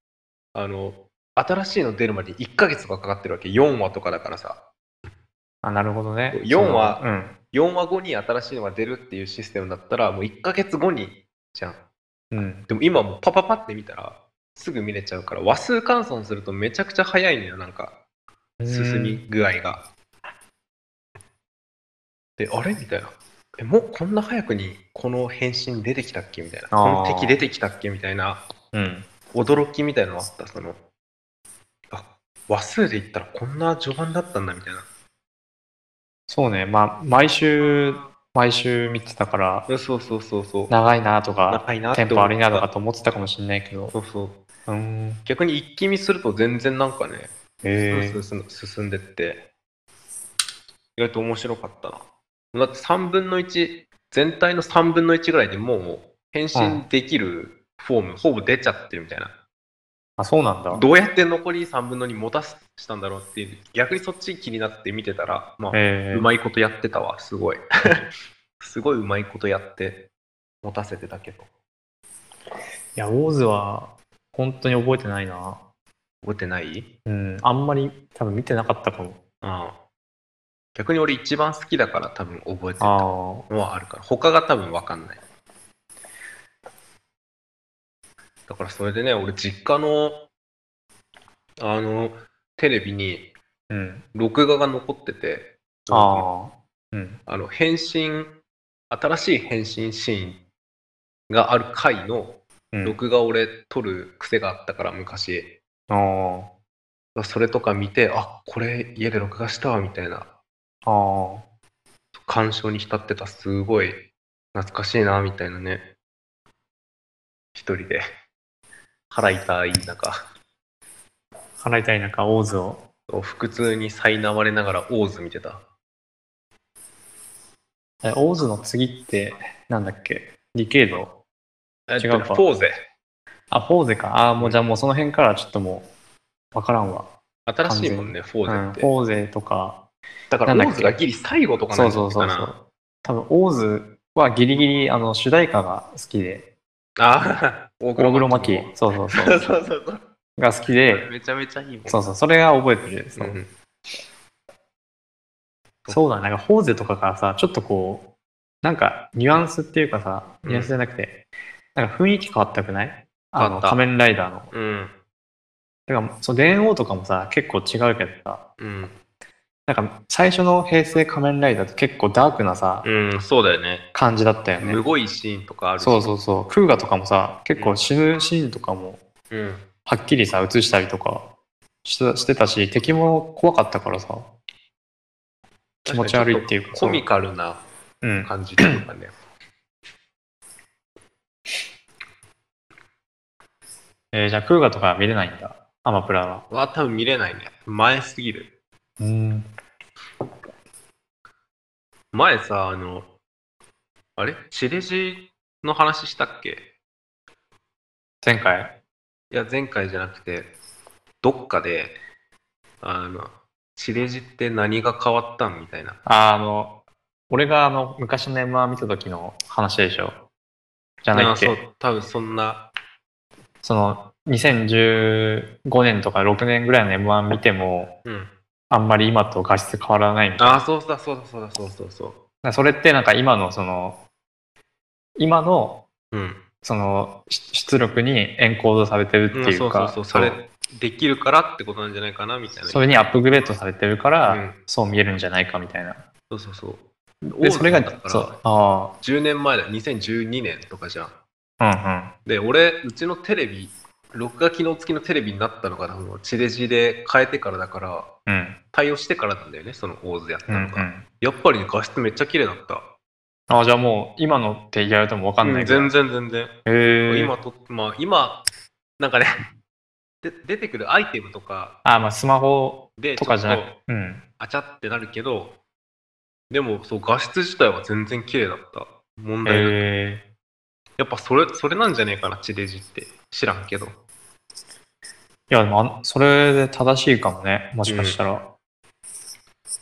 S1: あの、新しいの出るまで1ヶ月とかかかってるわけ。4話とかだからさ。
S2: あ。あ、なるほどね。
S1: 四話
S2: そのうん。
S1: 4話後に新しいのが出るっていうシステムだったら、もう1ヶ月後に、じゃん。
S2: うん。
S1: でも今もうパパパって見たら、すぐ見れちゃうから和数換算するとめちゃくちゃ早いのよなんか進み具合が。であれみたいな。えもうこんな早くにこの返信出てきたっけみたいなこ
S2: あー
S1: の敵出てきたっけみたいな
S2: うん。
S1: 驚きみたいなのあったそのあ和数で言ったらこんな序盤だったんだみたいな
S2: そうね、まあ、毎週、毎週見てたから、
S1: うんそうそうそうそう
S2: 長いなとか、
S1: 長いなって
S2: テンポ悪いなとか
S1: 思っ
S2: と思ってたかもしれないけ
S1: た
S2: ど、
S1: そうそう
S2: うん。
S1: 逆に一気見すると全然なんかね
S2: へえ
S1: 進ん進んでって意外と面白かったなだって3分の1全体の3分の1ぐらいでもう返信できるフォーム、ほぼ出ちゃってるみたいな
S2: あ、そうなんだ。
S1: どうやって残り3分の2持たせしたんだろうっていう逆にそっち気になって見てたらまあ、
S2: ええ
S1: うまいことやってたわすごい すごいうまいことやって持たせてたけど
S2: いや、ウォーズは、本当に覚えてないな。
S1: 覚えてない
S2: うん、あんまり多分見てなかったかも。
S1: うん逆に俺一番好きだから多分覚えてる
S2: ああ、
S1: のはあるから他が多分分かんないだからそれでね俺実家のあのテレビに
S2: うん。
S1: 録画が残ってて
S2: ああ、うん。
S1: あの変身新しい変身シーンがある回の
S2: うん、
S1: 録画を俺撮る癖があったから昔
S2: ああ、
S1: それとか見てあこれ家で録画したわみたいな
S2: ああ。
S1: 鑑賞に浸ってたすごい懐かしいなみたいなね一人で腹痛い中
S2: 払いたい中、オーズを。
S1: 腹痛に苛まれながらオーズ見てた
S2: え、オーズの次って、なんだっけディケイド
S1: えっと
S2: 違うか
S1: ポーゼ
S2: あ、フォーゼか。ああ、もうじゃあもうその辺からちょっともう、わからんわ。
S1: 新しいもんねフ
S2: う
S1: ォーゼ
S2: ん、
S1: っ
S2: フ
S1: て、
S2: ォーゼとか、
S1: だからオ
S2: なんだ
S1: ー
S2: っ
S1: ズ
S2: け
S1: がギリ最後とか
S2: そ
S1: な
S2: うん
S1: じゃ
S2: そう
S1: ないか
S2: そう
S1: な
S2: そう。多分、オーズはギリギリ、あの、主題歌が好きで、
S1: ああ大
S2: 大黒摩季、そうそうそ
S1: そう
S2: う、
S1: そうそう
S2: が好き
S1: そう
S2: で、
S1: めちゃめちゃいいもん
S2: そうそう、それが覚えてる。そう,、
S1: うん
S2: そうだね、なんか、フォーゼとかからさ、ちょっとこう、なんか、ニュアンスっていうかさ、ニュアンスじゃなくて、なんか雰囲気変わったくないあ
S1: 変わっ
S2: の、
S1: た
S2: 仮面ライダーの。
S1: うん
S2: だから、その電王とかもさ、結構違うけどさ、
S1: うん、
S2: なんか最初の平成仮面ライダーって結構ダークなさ、
S1: うん、そうだよね
S2: 感じだったよね
S1: む。ごいシーンとかあるし
S2: そうそうそう。クーガとかもさ、結構死ぬシーンとかも、
S1: うん、
S2: はっきりさ、映したりとかしてしてたし、敵も怖かったからさ、気持ち悪いっていうか。
S1: コミカルな
S2: うん。
S1: 感じというかね。
S2: えーじゃあクーガとかは見れないんだ。アマプラは。
S1: は多分見れないね。前すぎる。
S2: うん。
S1: 前さ、あの、あれチレジの話したっけ
S2: 前回。
S1: いや、前回じゃなくて、どっかで、あの、チレジって何が変わったんみたいな。
S2: ああの、俺があの、昔の M1 見た時の話でしょ。じゃないっけ
S1: そう、多分そんな、
S2: その2015年とか6年ぐらいの M1 見ても
S1: うん。
S2: あんまり今と画質変わらないみたい
S1: ああ、そうだ、そうだ、そうだ、そうそうそ
S2: なそれってなんか今のその今の
S1: う。うん。
S2: その出出力にエンコードされてるって
S1: ん
S2: い
S1: そううそ
S2: か
S1: うそう。それ、できるからってことなんじゃないかなみたいな。
S2: それにアップグレードされてるから、
S1: うん
S2: そう見えるんじゃないかみたいな
S1: そうそうそう。
S2: でそれが
S1: 大津だったから
S2: そうあ
S1: 10年前だよ。2012年とかじゃん。
S2: あ
S1: で俺うちのテレビ録画機能付きのテレビになったのが多分地デジで変えてからだから
S2: うんうんうん
S1: 対応してからなんだよねそのオーズやった
S2: うんう
S1: のが、
S2: ん
S1: やっぱりね画質めっちゃ綺麗だった
S2: ああじゃあもう今のってやるとも分かんな
S1: う
S2: い
S1: ん
S2: ぐらい
S1: 全然全然、
S2: へえ
S1: 今とまあ今なんかね で出てくるアイテムとか
S2: ああまあスマホ
S1: で
S2: と
S1: ちょ
S2: か
S1: っ
S2: じ
S1: と
S2: ゃなくうん
S1: あちゃってなるけどでもそう画質自体は全然綺麗だった問題なく
S2: へえ
S1: やっぱそれそれなんじゃねえかな地デジって知らんけど
S2: いや、でもあん、それで正しいかもね。もしかしたら。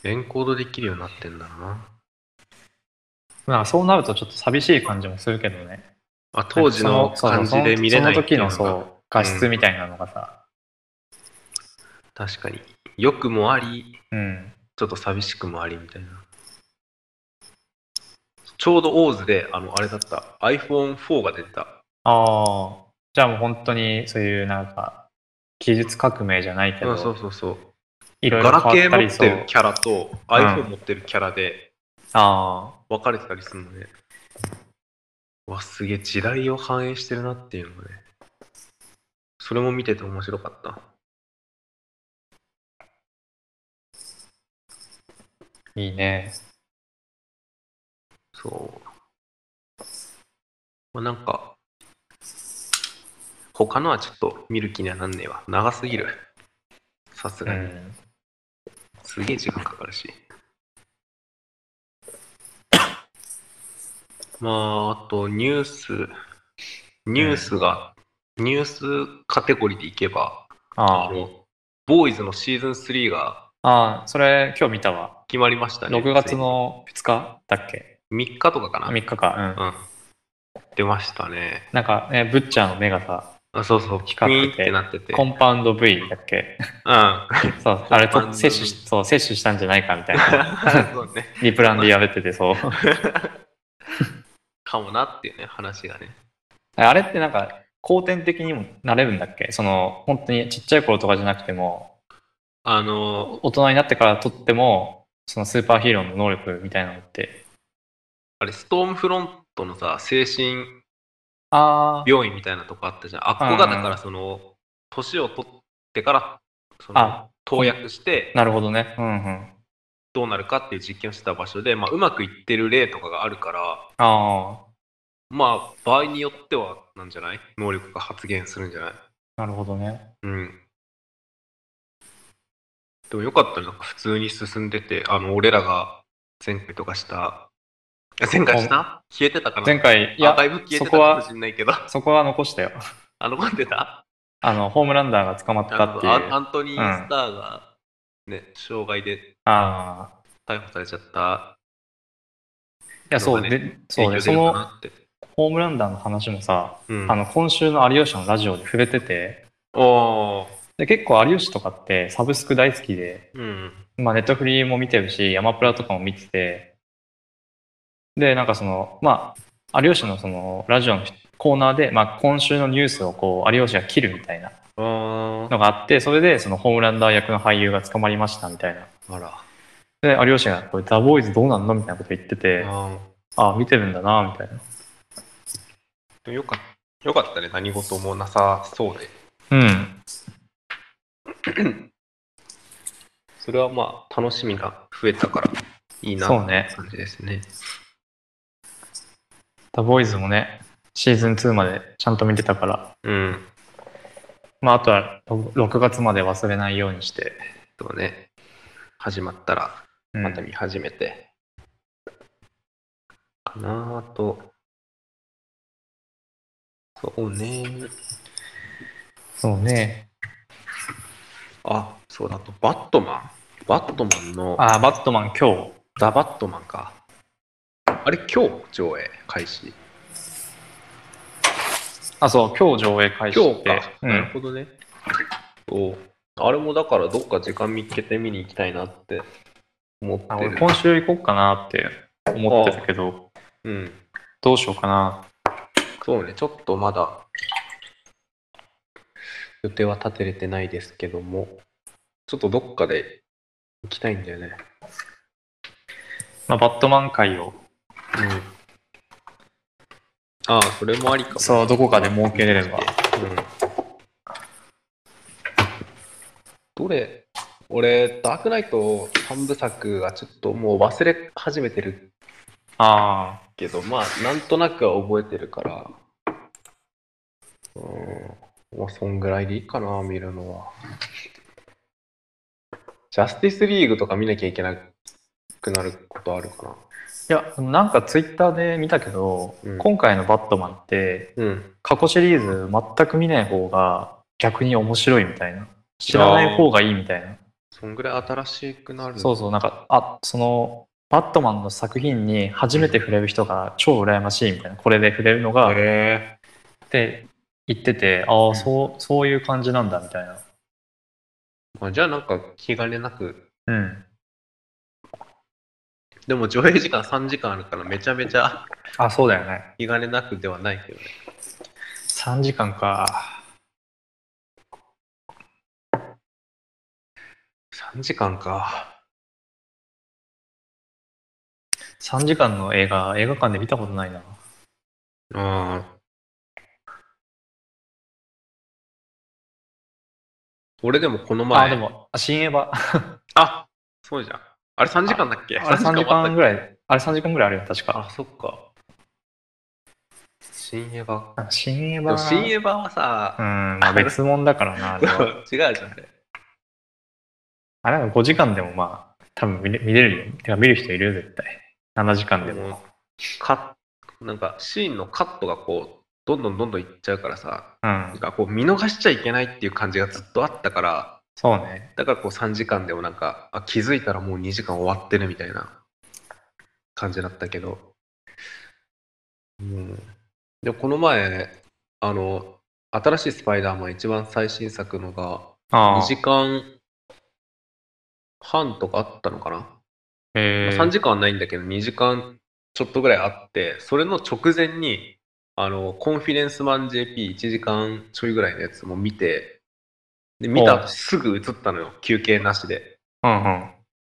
S1: エンコードできるようになってんだろうな
S2: なんかそうなるとちょっと寂しい感じもするけどね。
S1: あ当時の
S2: そ
S1: 感じで見れない
S2: その
S1: ってい
S2: 時
S1: う
S2: の
S1: の
S2: そ
S1: が
S2: う、画質みたいなのがさ。
S1: 確かに良くもあり
S2: うん。
S1: ちょっと寂しくもありみたいなちょうどオーズであのあれだった iPhone4 が出てた
S2: ああ。じゃあもう本当にそういうなんか、技術革命じゃないけ
S1: うんそう
S2: ど、
S1: そうそう。
S2: いろいろ
S1: ガ
S2: 変わ
S1: ラケー
S2: った
S1: 持
S2: り
S1: っ
S2: そ
S1: てる
S2: う。
S1: キャラと iPhone 持ってるキャラで
S2: ああ、
S1: 分かれてたりするのね。うわ、すげえ時代を反映してるなっていうのがね。それも見てて面白かった。
S2: いいね。
S1: そう。まあ、なんか、他のはちょっと見る気にはなんねえわ。長すぎる。さす
S2: う
S1: がに。
S2: ん。
S1: すげえ時間かかるし。 まあ、あとニュース、ニュースが、ニュースカテゴリーでいけば、
S2: あ
S1: あ
S2: ー
S1: の、ボーイズのシーズン3が
S2: あー、それ今日見たわ。
S1: 決まりましたね。
S2: 6月の2日だっけ
S1: 3日とかかな。
S2: ?3 日か。うん。
S1: うん。出ましたね。
S2: なんか、ね、ブッチャーの目がさ、
S1: あそうそう、ピカ
S2: 光
S1: ピ
S2: ってて
S1: ってなってて。
S2: コンパウンド V だ っけ
S1: うん。
S2: そう、あれ
S1: コンパウンド
S2: と
S1: V
S2: 摂取し、そう、摂取したんじゃないかみた いな。
S1: そうね。
S2: リプランでやめてて、そう。
S1: かもなっていうね、話がね。
S2: あれってなんか、後天的にもなれるんだっけその、本当にちっちゃい頃とかじゃなくても、
S1: あの、
S2: 大人になってからとっても、そのスーパーヒーローの能力みたいなのって。
S1: あれ、ストームフロントのさ、精神
S2: あ
S1: 病院みたいなとこあったじゃん。あっこがだからその、年を取ってから、その
S2: あ、
S1: 投薬して
S2: あ、、なるほどね。うんうん。
S1: どうなるかっていう実験をしてた場所で、まあ、うまくいってる例とかがあるから、
S2: あ
S1: まあ、場合によっては、なんじゃない能力が発現するんじゃない
S2: あ、なるほどね。
S1: うん。でもよかったね。なんか普通に進んでて、あの、俺らが前回とかした、いや前回した消えてたかな
S2: 前回、い
S1: いや、
S2: や
S1: だ、いぶ消えて
S2: そ
S1: た
S2: こ
S1: かも
S2: は、
S1: しんないけど、
S2: そこは残したよ。
S1: あの、待ってた
S2: あの、ホームランダーが捕まっ
S1: あ
S2: たってい
S1: のア
S2: う。
S1: アントニー・スターが、ね、障害で
S2: ああ。
S1: 逮捕されちゃった
S2: いや、そう、
S1: のがね
S2: で、そう
S1: 影
S2: ね、
S1: 響
S2: そ
S1: 出るか
S2: の
S1: なって。
S2: ホームランダーの話もさ、
S1: うん、
S2: あの、今週の有吉のラジオで触れてて、
S1: おー
S2: で結構有吉とかってサブスク大好きで、
S1: うん。
S2: まあ、ネットフリーも見てるし、ヤマプラとかも見てて、で、なんかその、まあ、有吉のその、ラジオのコーナーで、まあ、今週のニュースをこう、有吉が切るみたいな
S1: あー
S2: のがあって、それで、その、ホームランダー役の俳優が捕まりましたみたいな。
S1: あら。
S2: で、有吉が、これ、ザ・ボーイズどうなんのみたいなこと言ってて、
S1: あ
S2: ああ、見てるんだな、みたいな。
S1: ーよかった。よかったね。何事もなさそうで。
S2: うん。
S1: それはまあ、楽しみが増えたから、いいな
S2: そう
S1: っ
S2: ね
S1: て。感じですね。
S2: ザ・ボーイズもね、シーズン2までちゃんと見てたから、
S1: うん。
S2: まあ、あとは6月まで忘れないようにして、
S1: そうね。始まったら、
S2: うん
S1: また見始めて。かなあと。そうね。
S2: そうね。
S1: あ、そうだあと、バットマン。バットマンの、
S2: ああ、バットマン今日。
S1: ザ・バットマンか。あれ、今日上映開始。
S2: あ、そう、今日上映開始
S1: 今
S2: っ
S1: 日
S2: て
S1: か。。
S2: う
S1: なる
S2: ん、
S1: ほどね。そう。あれもだから、どっか時間見つけて見に行きたいなって思って
S2: あ
S1: る
S2: 俺。今週行こうかなって思ってたけど、
S1: うん。
S2: どうしようかな。
S1: そうね、ちょっとまだ予定は立てれてないですけども、ちょっとどっかで行きたいんだよね。
S2: まあ、バットマン会を、
S1: うん。ああ、それもありかも。
S2: そう、どこかで設けれれ
S1: うん。
S2: ば。
S1: どれ俺、ダークナイト3部作がちょっともう忘れ始めてる
S2: ああ、
S1: けど、まあ、なんとなくは覚えてるから、うん、まあ、そんぐらいでいいかな、見るのは。ジャスティスリーグとか見なきゃいけなくなることあるか
S2: いや、なんかツイッターで見たけど、
S1: うん
S2: 今回のバットマンって、
S1: な。うん。
S2: 過去シリーズ全く見ない方が逆に面白いみたいな。知らない方がいいみたいな。
S1: そんぐらい新しくなる。
S2: そうそう、なんか、あ、その、バットマンの作品に初めて触れる人が超羨ましいみたいな。これで触れるのが、
S1: へ
S2: って言っててあ
S1: ん
S2: あそうそういう感じなんだみたいな
S1: まあ、じゃあなんか気兼ねなく。
S2: うん
S1: でも上映時間3時間あるからめちゃめちゃ
S2: あそうだよね
S1: 気兼ねなくではないけどね。
S2: 3時間か。
S1: 3時間か。
S2: 3時間の映画、映画館で見たことないな。
S1: ああ。俺でもこの前。
S2: あ、でも、あ新 映場。
S1: あそうじゃん。あれ3時間だっけ
S2: あれ3時間ぐ
S1: らい。
S2: らい、あれ3時間ぐらいあるよ、確
S1: あ、
S2: か。
S1: そっか。新エヴァ。
S2: なんか新映
S1: でも
S2: 場。
S1: 新エヴァはさ
S2: う、ん、まあ別物だか らな、あれ
S1: そう
S2: は。
S1: 違うじゃん、あれ。
S2: あれなんか5時間でもまあ、多分見れ見れるよ。てか見る人いるよ、絶対。7時間で
S1: うん
S2: も。
S1: カッなんかシーンのカットがこう、どんどんどんどんいっちゃうからさ、
S2: うん
S1: なん。かこう見逃しちゃいけないっていう感じがずっとあったから、
S2: そうね。
S1: だからこう3時間でもなんか、あ気づいたらもう2時間終わってるみたいな感じだったけど。うん。でもこの前、あの、新しいスパイダーマン一番最新作のが、2
S2: ああ。
S1: 時間半とかあったのかな、
S2: えー
S1: 3時間はないんだけど2時間ちょっとぐらいあってそれの直前にあのコンフィデンスマン JP1 時間ちょいぐらいのやつも見てで見た後すぐ映ったのよ休憩なしで
S2: うんうん。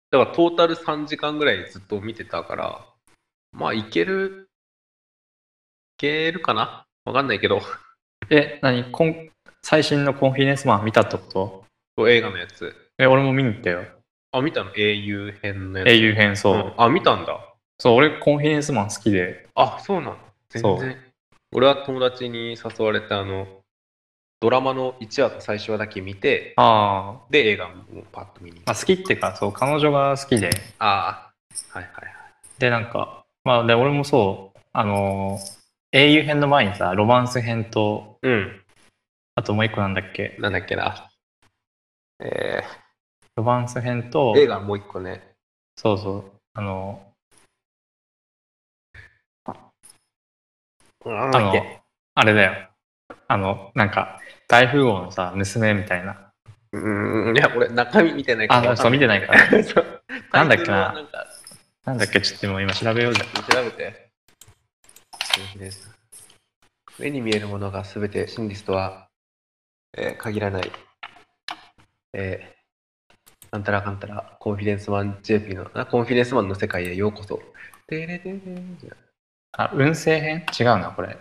S1: だからトータル3時間ぐらいずっと見てたからまあいけるいけるかなわかんないけど
S2: え、何こん最新のコンフィデンスマン見たってこと
S1: 映画のやつ
S2: え、俺も見に行ったよ。
S1: あ見たの英雄編のやつ
S2: 英雄編、そう。
S1: うんあ見たんだ
S2: そう、俺コンフィデンスマン好きで。
S1: あ、そうなの全
S2: そう
S1: 然。俺は友達に誘われて、あの、ドラマの1話と最初話だけ見て、
S2: あ
S1: で、映画もパッと見に行
S2: あ。
S1: く。
S2: あ、好きってか、そう、彼女が好きで。
S1: ああ、はいはいはい。
S2: で、なんか、まあ、で、俺もそう、あのー英雄編の前にさ、ロマンス編と、
S1: うん。
S2: あともう一個なんだっけ、
S1: なんだっけな。え
S2: ロマンス編と
S1: ー、、映画もう一個ね。
S2: そうそう、あの
S1: なん
S2: ーあ
S1: だっ
S2: の
S1: け。、
S2: あれだよ。あの、なんか、大富豪のさ、娘みたいな。
S1: うーん、いや、俺、中身見てないから。
S2: あそう見てないから。
S1: そう
S2: なんだっ
S1: タ
S2: けな
S1: イトルはなんか、
S2: なんだっけ、ちょっと今今調べようぜ。
S1: 調べて。目に見えるものが全て真実とは、えー限らない。えーなんたらかんたら、コンフィデンスマン JP の、あコンフィデンスマンの世界へようこそ。てれてれてれ
S2: あ、運勢編違うな、これ。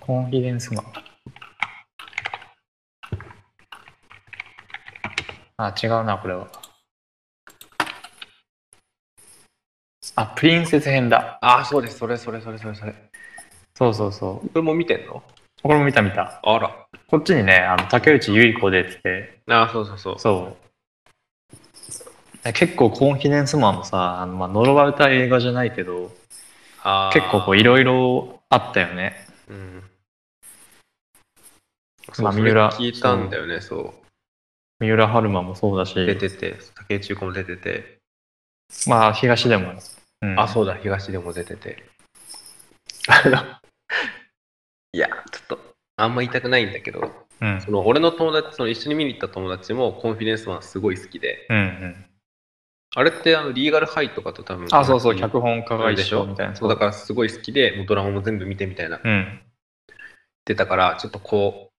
S2: コンフィデンスマン。あ、違うな、これは。あ、プリンセス編だ。
S1: ああ、そうです。それそれそれそれそれ。こ
S2: そうそうそう。
S1: れも見てんの
S2: これも見た見た。
S1: あら。
S2: こっちにね、あの竹内結子出てて、
S1: ああ、そうそうそう。
S2: そう。結構コンフィデンスマンもさ、あのまあ、呪われた映画じゃないけど、
S1: あー
S2: 結構こういろいろあったよね。
S1: うん。そう
S2: まあ
S1: それ
S2: 三浦
S1: 聞いたんだよね、そう。
S2: 三浦春馬もそうだし、
S1: 出てて、竹内結子も出てて。
S2: まあ東でも、うん
S1: あ、そうだ、東でも出て て。あの、いや、ちょっと、あんま言いたくないんだけど、
S2: うん、うん
S1: その俺の友達、その一緒に見に行った友達もコンフィデンスマンすごい好きで、
S2: うん
S1: あれってあのリーガルハイとかと多分、
S2: あそうそう
S1: 脚
S2: 脚本家が
S1: 本
S2: 一
S1: でし
S2: 緒
S1: ょ
S2: みたいな
S1: そうだからすごい好きで、もうドラマも全部見てみたいな、
S2: らうん
S1: 出たから、ちょっとこう、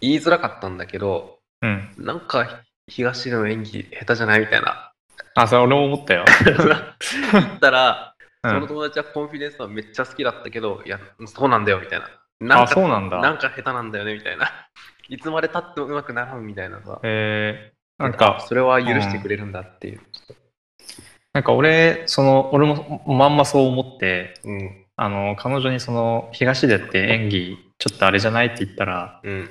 S1: 言いづらかったんだけど、
S2: うん
S1: なんか東での演技下手じゃないみたいな。
S2: あそれ俺も思ったよ、
S1: 言ったら、
S2: うん
S1: その友達はコンフィデンスマンめっちゃ好きだったけど、いや、そうなんだよみたいな。
S2: あ
S1: んか
S2: そうなんだ
S1: なんか下手なんだよねみたいな。 いつまでたってもうまくならんみたいなさ。
S2: えーなんか
S1: それは許してくれるんだっていう。
S2: なんか俺その俺もまんまそう思って
S1: うん。
S2: あの彼女にその東出って演技ちょっとあれじゃないって言ったら
S1: うん。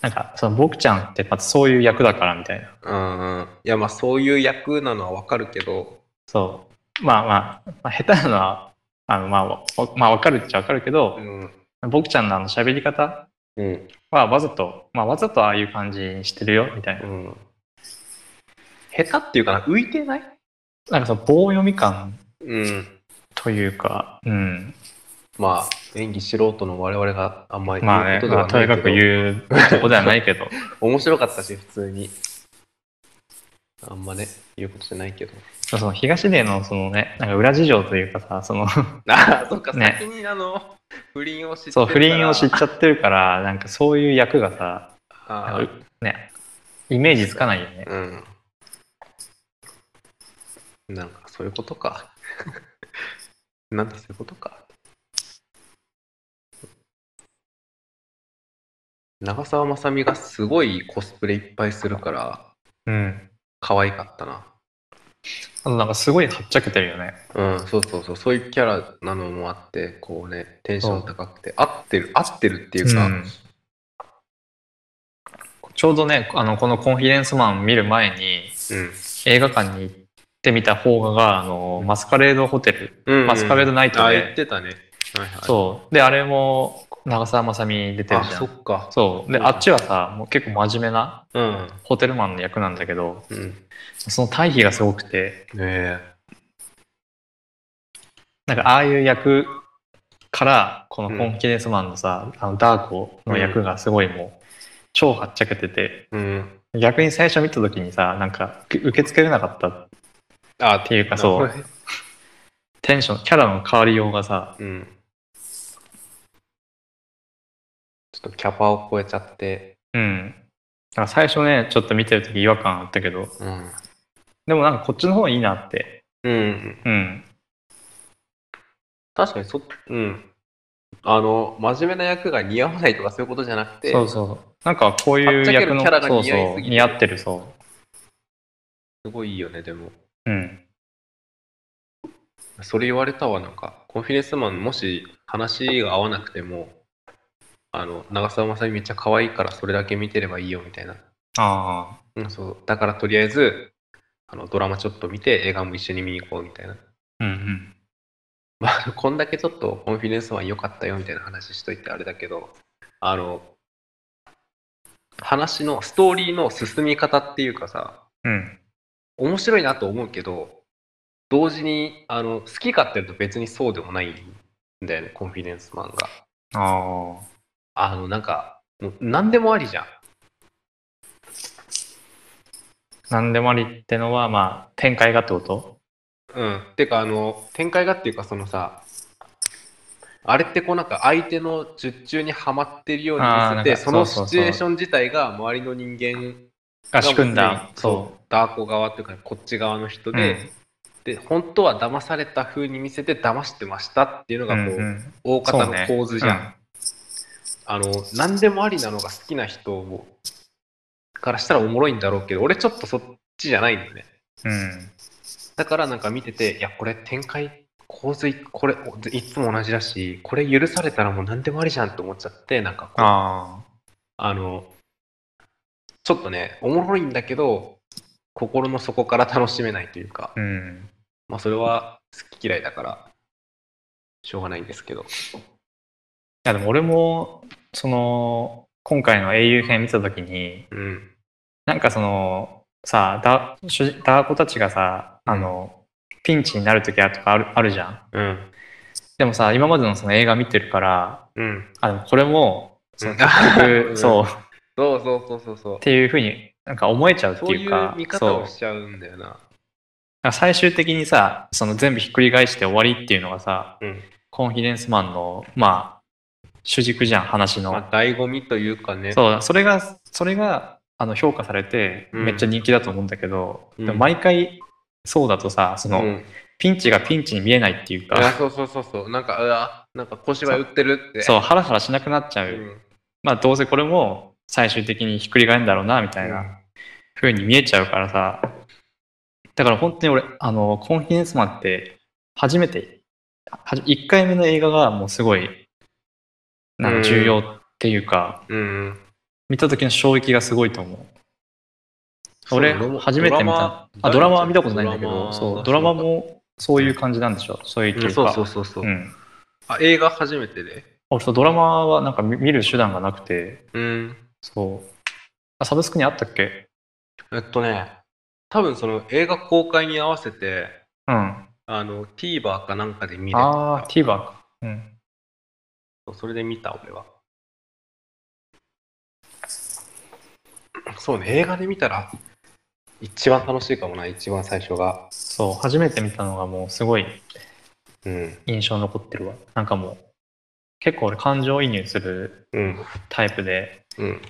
S2: なんかその僕ちゃんってまたそういう役だからみたいな
S1: うん。いや、まあそういう役なのはわかるけど、
S2: そうまあまあ、まあ、下手なのはあのまあわまあわかるっちゃわかるけど
S1: う、ん。
S2: 僕ちゃんのあの喋り方
S1: うん。
S2: はわざと、まあ、わざとああいう感じにしてるよみたいな。
S1: うん。下手っていうかな、浮いてない
S2: なんかその棒読み感
S1: うん。
S2: というか、うん。
S1: まあ、演技素人の我々があんまり
S2: まあ
S1: 言
S2: ね、
S1: うことで
S2: ま
S1: は
S2: あ、と
S1: ないけ
S2: にか
S1: ど、
S2: く言うことではないけど。
S1: 面白かったし、普通に。あんまね、言うことじゃないけど。
S2: そうそう、東出のそのね、なんか裏事情というかさ、その、
S1: あ あ、そっか、
S2: ね
S1: 先にあの、不倫を知って
S2: そう、不倫を知っ
S1: ゃ
S2: ちゃってるから、なんかそういう役がさ、
S1: あ
S2: なん
S1: ー
S2: かね、イメージつかないよね。
S1: うん。なんか、そういうことか。 なんか、そういうことか。長澤まさみがすごいコスプレいっぱいするから、
S2: うん。
S1: 可愛かったな。
S2: あとなんかすごいはっちゃけてるよね。
S1: うん、そうそうそう、そういうキャラなのもあって、こうね、テンション高くて、合ってる、合ってるっていうか、
S2: うんちょうどね、あの、このコンフィデンスマン見る前に、映画館に行ってみた方が、あの、マスカレードホテル。
S1: うん。
S2: マスカレードナイトで
S1: あ、言ってたね。はいはい。
S2: そう。で、あれも、長澤まさみ出てる
S1: あ、
S2: じゃ
S1: そ
S2: ん。
S1: っか。
S2: そう。で、あっちはさ、もう結構真面目な
S1: うん。
S2: ホテルマンの役なんだけど、
S1: うん。
S2: その対比がすごくて、
S1: ねえ。
S2: なんかああいう役から、このコンフィデンスマンのさ、あのダーコの役がすごいもう、超はっちゃけてて、
S1: うん。
S2: 逆に最初見た時にさ、なんか受け付けれなかったっ
S1: あ、って
S2: いうかそう、。テンション、キャラの変わりようがさ、
S1: うん。ちょっとキャパを超えちゃって、
S2: うん。なんか最初ね、ちょっと見てる時違和感あったけど、
S1: うん。
S2: でもなんかこっちの方がいいなって、
S1: うん。
S2: うん。
S1: 確かにそ、うん。あの、真面目な役が似合わないとかそういうことじゃなくて、
S2: そうそう。なんかこういう役
S1: は
S2: の、
S1: っちゃけるキャラ
S2: そ
S1: が
S2: う
S1: 似合い
S2: そう、
S1: すぎて
S2: 似合ってる、そ
S1: すごいいいよね、でも。
S2: う。うん。
S1: それ言われたわ、なんか、コンフィデンスマン、もし話が合わなくても、あの、長澤まさみめっちゃ可愛いから、それだけ見てればいいよ、みたいな。
S2: あ
S1: うん、そう。だからとりあえず、あの、ドラマちょっと見て、映画も一緒に見に行こう、みたいな。
S2: あ。うんうん。
S1: まあ、こんだけちょっとコンフィデンスマン良かったよみたいな話しといてあれだけど、あの、話の、ストーリーの進み方っていうかさ、
S2: うん。
S1: 面白いなと思うけど、同時に、あの、好きかっていうと別にそうでもないんだよね、コンフィデンスマンが。
S2: ああ。
S1: あの、なんか、もう何でもありじゃん。
S2: なんでもありってのは、まあ、展開がってこと
S1: うん。てか、あの、展開がっていうか、そのさ、あれってこうなんか相手の術中にはまってるように
S2: あー
S1: 見せて、
S2: なんか
S1: その
S2: そうそうそう
S1: シチュエーション自体が周りの人間
S2: が仕組ん
S1: もうすで
S2: だ
S1: に。
S2: そ
S1: そうダーコ側っていうかこっち側の人
S2: う。
S1: で,、で本当は騙された風に見せて騙してましたっていうの
S2: う
S1: が
S2: ん
S1: こう、
S2: うん
S1: 大方の構図じゃん、
S2: そうね
S1: あの何でもありなのが好きな人をからしたらおもろいんだろうけど俺ちょっとそっちじゃないんだよね
S2: うん。
S1: だからなんか見てていやこれ展開洪水これおいつも同じだしこれ許されたらもう何でもありじゃんと思っちゃってなんかこう
S2: あ
S1: あの、ちょっとね、おもろいんだけど、心の底から楽しめないというか
S2: あ。、うん。
S1: まあそれは好き嫌いだから、しょうがないんですけど。
S2: いや、でも俺も、その、今回の英雄編見たときに、
S1: うん。
S2: なんかその、さダ、主人ダー子たちがさ、あの、ピンチになるときあるとかあるあるじゃん。
S1: うん。
S2: でもさ、今までのその映画見てるから、
S1: うん。
S2: あ、でもこれも、その
S1: うん
S2: 結
S1: う
S2: 局、
S1: ん
S2: そう、っ
S1: そうそうそうそうそう。
S2: ていうふうになんか思えちゃうって
S1: そう
S2: い
S1: いう
S2: か
S1: う、見方
S2: そ
S1: をしちゃうんだよな。
S2: 最終的にさその全部ひっくり返して終わりっていうのがさ
S1: うん。
S2: コンフィデンスマンのまあ主軸じゃん話の、
S1: まあ、醍醐味というかね。
S2: そうだそれがそれがあの評価されて
S1: うん
S2: めっちゃ人気だと思うんだけど、
S1: うん
S2: でも毎回そうだとさその、
S1: うん。
S2: ピンチがピンチに見えないっていう
S1: いや
S2: か
S1: そうそうそうそう。なんか、うわ、なんか小芝居打ってるって。
S2: そうハラハラしなくなっちゃ
S1: う
S2: う、
S1: ん。
S2: まあどうせこれも最終的にひっくり返るんだろうなみたいな、風に見えちゃうからさだから本当に俺あのコンフィデンスマンって初めてはじ1回目の映画がもうすごいなんか重要っていうか、
S1: うん。うん。
S2: 見た時の衝撃がすごいと思う俺初めて見たあド
S1: ド
S2: ラ
S1: ラ
S2: マ
S1: マ
S2: は見たことないんだけ
S1: ドラマ
S2: ど
S1: は
S2: そうドラマもそういう感じなんでしょそういうって
S1: う
S2: い
S1: ん
S2: うか、
S1: そうそうそうそう。
S2: うん
S1: あ、映画初めてで。
S2: 俺そうドラマはなんか見見る手段がなくて
S1: うん。
S2: そうあサブスクにあったっけ
S1: えっとね、多分その映画公開に合わせて、
S2: うんあ
S1: あの、TVer かなんかで見れ
S2: あ
S1: た。
S2: ー TVer かうん
S1: それで見た、俺は。そうね、映画で見たら、一番楽しいかもな、一番最初が。
S2: そう、初めて見たのがもうすごい
S1: うん。
S2: 印象残ってるわ。なんかもう、結構俺感情移入する
S1: うん。
S2: タイプで、
S1: うん。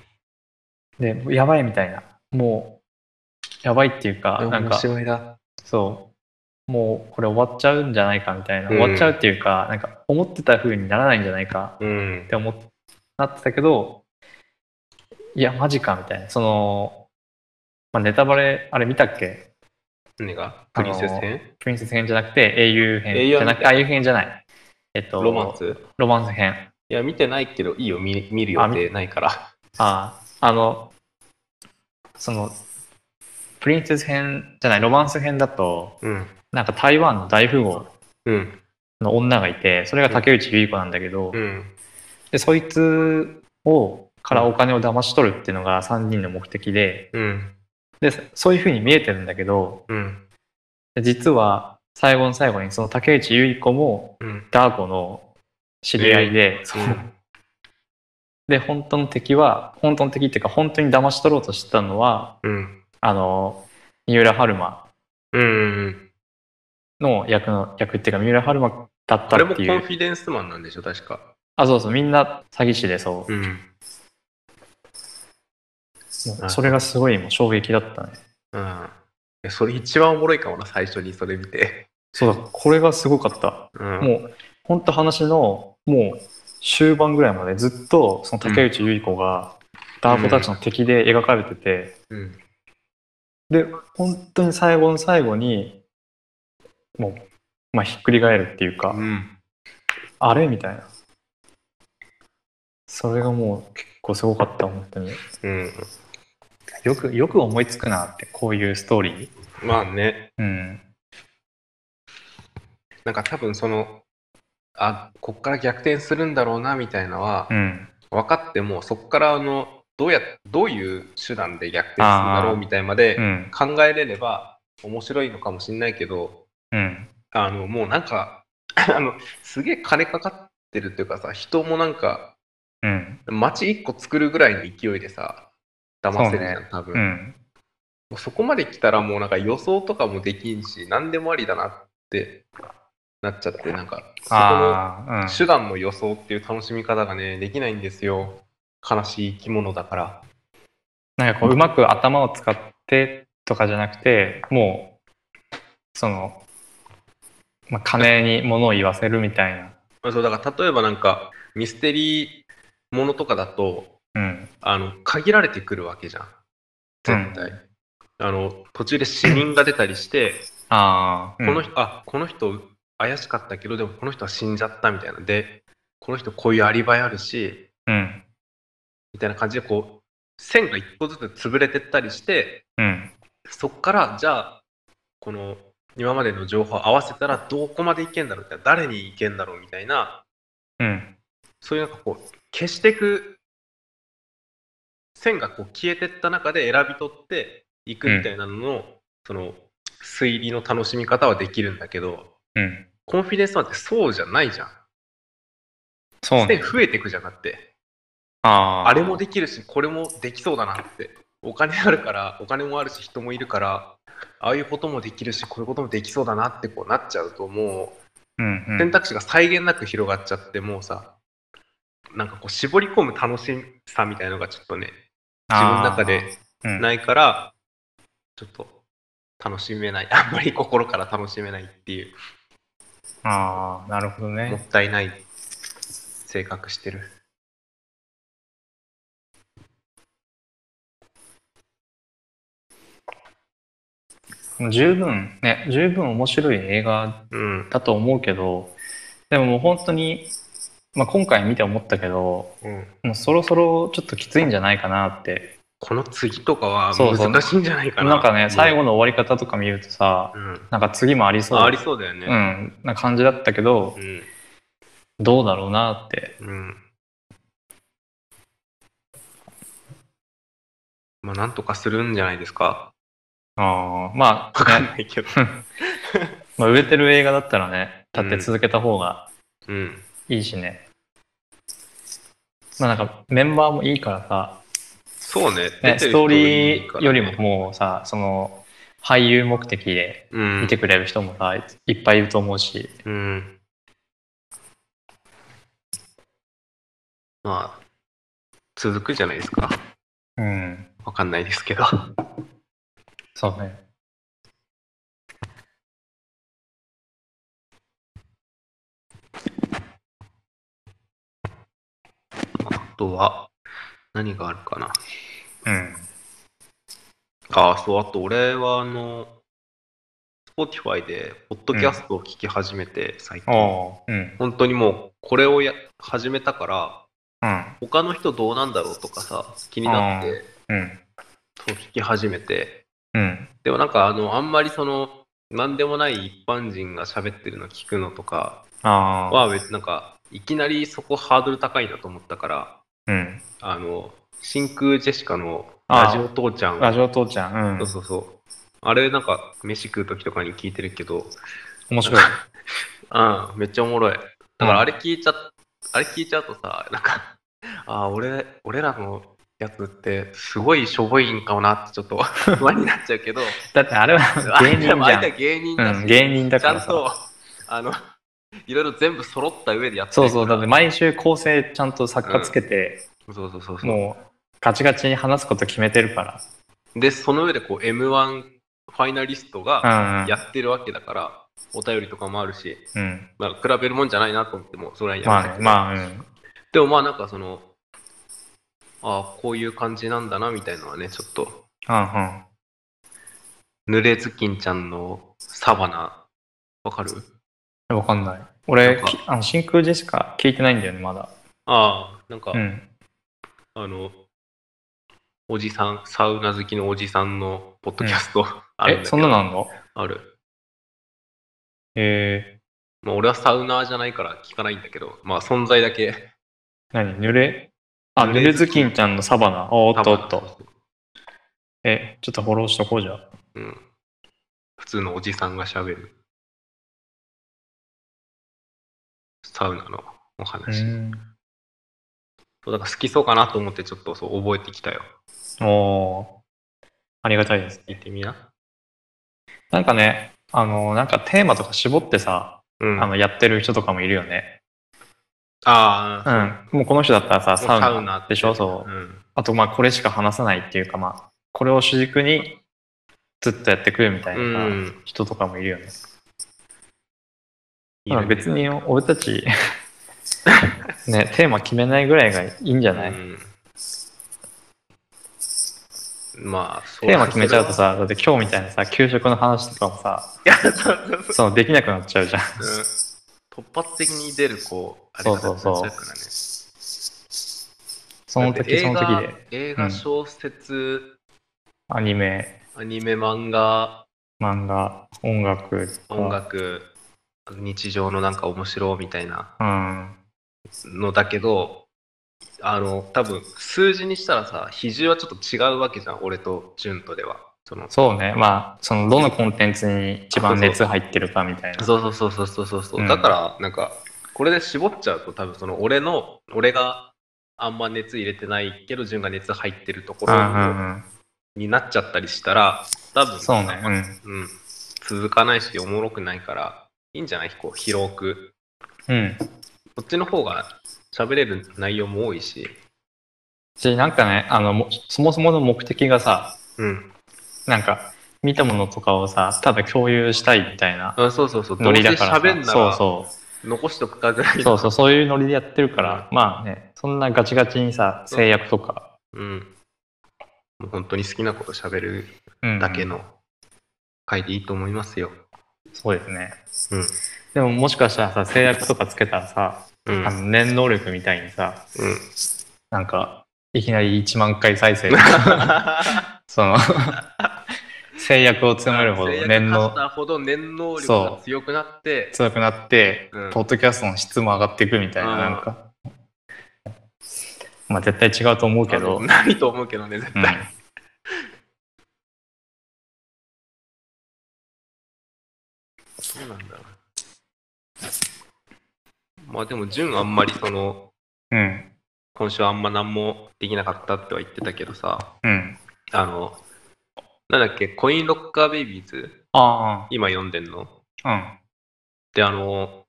S2: で、やばいみたいな。もう、やばいっていうか、なん
S1: 面
S2: か、
S1: 白いな。
S2: そう、もうこれ終わっちゃうんじゃないかみたいな。
S1: うん
S2: 終わっちゃうっていうか、なんか思ってた風にならないんじゃないか
S1: うん
S2: っ。て思っなってたけど、いや、マジかみたいな。その、まあ、ネタバレ、あれ見たっけ
S1: 何がプリンセス編
S2: プリンセス編じゃなくて、英雄
S1: 英
S2: 編
S1: 雄
S2: じ
S1: は
S2: ゃな
S1: 見
S2: く
S1: た
S2: て、あ英雄編じゃない。えっと、
S1: ロマンス
S2: ロマンス編。
S1: いや、見てないけど、いいよ、見見る予
S2: あ
S1: 定ないから。
S2: ああ、あの、その、プリンセス編じゃない、ロマンス編だと、
S1: うん。
S2: なんか台湾の大富豪
S1: うん。
S2: の女がいて、それが竹内結子なんだけど、
S1: うん。
S2: で、そいつを、からお金を騙し取るっていうのが3人の目的で、
S1: うん。
S2: で、そそういう風に見えてるんだけど、
S1: うん。
S2: 実は最後の最後にその竹内結子も
S1: うん。
S2: ダー子の知り合いで、そうで、本当の敵は、本当の敵っていうか、本当に騙し取ろうとしてたのは、
S1: うん。
S2: あの、三浦春馬
S1: うん。
S2: の役の、役っていうか、三浦春馬だった
S1: あれ
S2: っ
S1: もコ
S2: て
S1: ン
S2: い
S1: フ
S2: う。
S1: ィデンスマンなんでしょ、確か。
S2: あ、そうそう、みんな詐欺師で、そう。
S1: うん。
S2: もうそれがすごいもう衝撃だったね。
S1: うん。いやそれ一番おもろいかもな、最初にそれ見て。
S2: そうだ、これがすごかった。
S1: うん。
S2: もう、本当話の、もう、終盤ぐらいまでずっと、その竹内結子が、ダー子たちの敵で描かれてて、
S1: うん。
S2: で、本当に最後の最後に、もう、まあ、ひっくり返るっていうか、
S1: うん。
S2: あれみたいな。それがもう結構すごかった、本当に。
S1: うん。
S2: よく、よく思いつくなって、こういうストーリー。
S1: まあね。
S2: うん。
S1: なんか多分その、あ、こっから逆転するんだろうな、みたいなのは
S2: う、ん。
S1: 分かっても、そっからあの、どうや、どういう手段で逆転するんだろ
S2: あ
S1: う、
S2: ー
S1: みたいまで
S2: うん。
S1: 考えれれば面白いのかもしれないけど、
S2: うん。
S1: あの、もうなんか、 あの、すげえ金かかってるっていうかさ、人もなんか、
S2: うん。
S1: 街一個作るぐらいの勢いでさ、騙せるじゃ
S2: そ
S1: ん、多分。
S2: うん。
S1: もうそこまで来たらもうなんか予想とかもできんし、何でもありだなってなっちゃって、なんか、そこの
S2: ああ、うん。
S1: 手段の予想っていう楽しみ方がね、できないんですよ。悲しい生き物だから。
S2: なんかこう、うまく頭を使ってとかじゃなくて、もう、その、まあ、金に物を言わせるみたいな。
S1: まあそう、だから例えばなんか、ミステリーものとかだと、
S2: うん。
S1: あの、限られてくるわけじゃん。絶対。あの、途中で死人が出たりして、
S2: ああ、
S1: この人、あ、この人怪しかったけど、でもこの人は死んじゃったみたいな。で、この人こういうアリバイあるし、
S2: うん。うん。
S1: みたいな感じでこう線が一個ずつ潰れてったりして
S2: うん。
S1: そっからじゃあこの今までの情報を合わせたらどこまでいけんだろうみたいな誰にいけんだろうみたいな
S2: うん。
S1: そういうなんかこう消していく線がこう消えてった中で選び取っていくみたいなのの、その推理の楽しみ方はできるんだけど
S2: うん。
S1: コンフィデンスマンってそうじゃないじゃん。
S2: そう
S1: 線
S2: ね。
S1: 増えていくじゃなくて。
S2: ああ。
S1: あれもできるし、これもできそうだなって。お金あるから、お金もあるし、人もいるから、ああいうこともできるし、こういうこともできそうだなってこうなっちゃうと、も
S2: うん、う。。
S1: うん選択肢が際限なく広がっちゃって、もうさ、なんかこう絞り込む楽しさみたいのがちょっとね、自分の中でないいから、ちょっと楽しめない。 あんまり心から楽しめないっていう、
S2: あーうんあー、なるほど
S1: もっ
S2: ね。
S1: たいない性格してる。
S2: 十分、ね、十分面白い映画
S1: うん。
S2: だと思うけど、でももう本当に、まあ、今回見て思ったけど、
S1: うん、
S2: もうそろそろちょっときついんじゃないかなって。
S1: この次とかは
S2: そうそう
S1: 難しいんじゃないかな。
S2: なんかね、最
S1: 後、
S2: 後の終わり方とか見るとさ、
S1: うん
S2: なんか次もありそう。
S1: あありそうだよね。
S2: うん、な感じだったけど
S1: う、ん。
S2: どうだろうなって。
S1: うん。まあ、なんとかするんじゃないですか。
S2: ああ、ま
S1: わ
S2: あ、
S1: かん
S2: ね、
S1: ないけど。
S2: まあ、売れてる映画だったらね、立って続けた方が
S1: うん。
S2: いいしね。まあなんかメンバーもいいからさ、
S1: そうね。
S2: ね、ストーリーより
S1: も
S2: ももうさ、その、俳優目的で
S1: うん
S2: 見てくれる人もさいっぱいいると思うし、
S1: うん。まあ、続くじゃないですか。
S2: うん、
S1: わかんないですけど。
S2: そうね。
S1: あとは、何があるかな。
S2: うん。
S1: ああ、そう、あと俺は、あの、Spotify で、ポッドキャストを聞き始めて、最近。
S2: おう。うん。
S1: 本当にもう、これをや始めたから、
S2: うん。
S1: 他の人どうなんだろうとかさ、気になって、
S2: うん。
S1: そう聞き始めて。
S2: うん。
S1: でもなんか、あの、あんまりその、なんでもない一般人が喋ってるの聞くのとか
S2: ああ。
S1: は別になんか、いきなりそこハードル高いなと思ったから、
S2: うん。
S1: あの、真空ジェシカのラジオ父ちゃん
S2: ラジオ父ちゃん。う
S1: そ
S2: ん
S1: う。そうそう。あれなんか飯食う時とかに聞いてるけど、
S2: 面白い。
S1: うん、めっちゃおもろい。だからあれ聞いちゃ、あれ聞いちゃうとさ、なんか、ああ、俺、俺らのやつってすごいしょぼいんかもなってちょっと 不安になっちゃうけど、
S2: だってあれは 芸人じ
S1: でもあれ
S2: ゃ
S1: は芸人だし、
S2: ん。うん、芸人だ
S1: ちゃ
S2: か
S1: ん
S2: らさ。
S1: と、あの、 いろいろ全部揃った上でやって
S2: そうそう、だ
S1: だ
S2: って毎週構成ちゃんと作家つけて、
S1: そうそうそうそう。
S2: もうガチガチに話すこと決めてるか
S1: で、その上でこう M1 ファイナリストが
S2: ら。うん。
S1: やってるわけだから、お便りとかもあるし、
S2: うん。
S1: なんか比べるもんじゃないなと思っても、それはやめた
S2: まあ
S1: けど
S2: ね、まあ、うん。
S1: でもまあなんかその、ああ、こういう感じなんだなみたいのはね、ちょっと、
S2: うんうん。
S1: 濡れずきんちゃんのサバナ、わかる
S2: わかんない。俺
S1: なんか、
S2: あの真空ジェシカ聞いてないんだよね、まだ。
S1: ああ、なんか、
S2: うん。
S1: あの、おじさん、サウナ好きのおじさんのポッドキャスト、 あるん
S2: え、
S1: だけど
S2: そんなのあんの
S1: ある。
S2: え
S1: まあ俺はサウナーじゃないから聞かないんだけど、まあ存在だけ。
S2: ー、何濡れあ、
S1: 濡
S2: 濡
S1: れ
S2: れずきんちゃんのサバナ。おおっとおっ
S1: サバナ
S2: と。。え、ちょっとフォローしとこうじゃあ。
S1: うん。普通のおじさんがしゃべる。サウナのお
S2: う
S1: 話。
S2: ん。
S1: そうだから好きそうかなと思ってちょっとそう覚えてきたよ。
S2: おーありがたいです。
S1: 聞いてみな。
S2: なんかね、あの、なんかテーマとか絞ってさ、
S1: うん。
S2: あの、やってる人とかもいるよね。
S1: あ
S2: う
S1: あ、
S2: ん。もうこの人だったらさ、サウナ
S1: サウナって
S2: でしょそう。
S1: うん。
S2: あと、まあ、これしか話さないっていうか、まあ、これを主軸にずっとやってくるみたいなさ
S1: うん
S2: 人とかもいるよね。
S1: いい
S2: ま
S1: ね
S2: あ別に俺たち ねテーマ決めないぐらいがいいんじゃない、
S1: うんまあ、そう
S2: テーマ決めちゃうと。さだって今日みたいなさ給食の話とかもさ
S1: いや、そうそうそう。
S2: そのできなくなっちゃうじゃん
S1: うん、突発的に出る、こう、あれ
S2: そ
S1: が
S2: う
S1: 出ちゃ
S2: そううそ
S1: から
S2: う
S1: ね。
S2: その
S1: だって
S2: 時その時で
S1: 映画、映
S2: う
S1: 画
S2: ん
S1: 小説、
S2: アニメ
S1: アニメ、漫画、
S2: 漫画音楽
S1: 音楽、日常のなんか面白みたいな
S2: うん
S1: のだけどあの多分数字にしたらさ比重はちょっと違うわけじゃん俺と純とではその
S2: そうねまあそのどのコンテンツに一番熱入ってるかみたいな
S1: そうそうそうそうそうそう、
S2: うん
S1: だからなんかこれで絞っちゃうと多分その俺の俺があんま熱入れてないけど純が熱入ってるとこ
S2: うんうん
S1: ろ
S2: うん
S1: になっちゃったりしたら多分
S2: そうねうん
S1: うん、続かないしおもろくないからいいんじゃないこう広く
S2: うん
S1: こっちの方が喋れる内容も多いし
S2: しなんかねあのもそもそもの目的がさ
S1: うん
S2: なんか見たものとかをさただ共有したいみたいな
S1: あそうそうそうど
S2: ノ
S1: う
S2: リ
S1: せ
S2: だから
S1: 喋ん
S2: さ
S1: な
S2: そう
S1: ら
S2: そ
S1: 残しとくかぐらいうの
S2: そうそうそういうノリでやってるから、
S1: う
S2: まあねそんなガチガチにさ制約とか、
S1: うん。もう本当に好きなこと喋る
S2: うん
S1: だけの回でいいと思いますよ。
S2: そうですね
S1: うん。
S2: でももしかしたらさ制約とかつけたらさ、
S1: うん。う
S2: あの念能力みたいにさ
S1: ん、
S2: なんかいきなり1万回再生 その 制約を詰めるほど念
S1: 能
S2: の
S1: 力ほど念能力が強くなって、
S2: 強くなって、
S1: うん
S2: ポッドキャストの質も上がっていくみたいな、
S1: うん
S2: なんかまあ絶対違うと思うけ
S1: あ
S2: ど、
S1: のないと思うけどね、絶
S2: うん
S1: 対。そうなんだ。まあでも、純あんまりその、
S2: うん
S1: 今週あんま何もできなかったっては言ってたけどさ、
S2: うん
S1: あの、なんだっけ、コインロッカーベイビーズ
S2: あ
S1: 今読んでんの
S2: あ、うん。
S1: で、あの、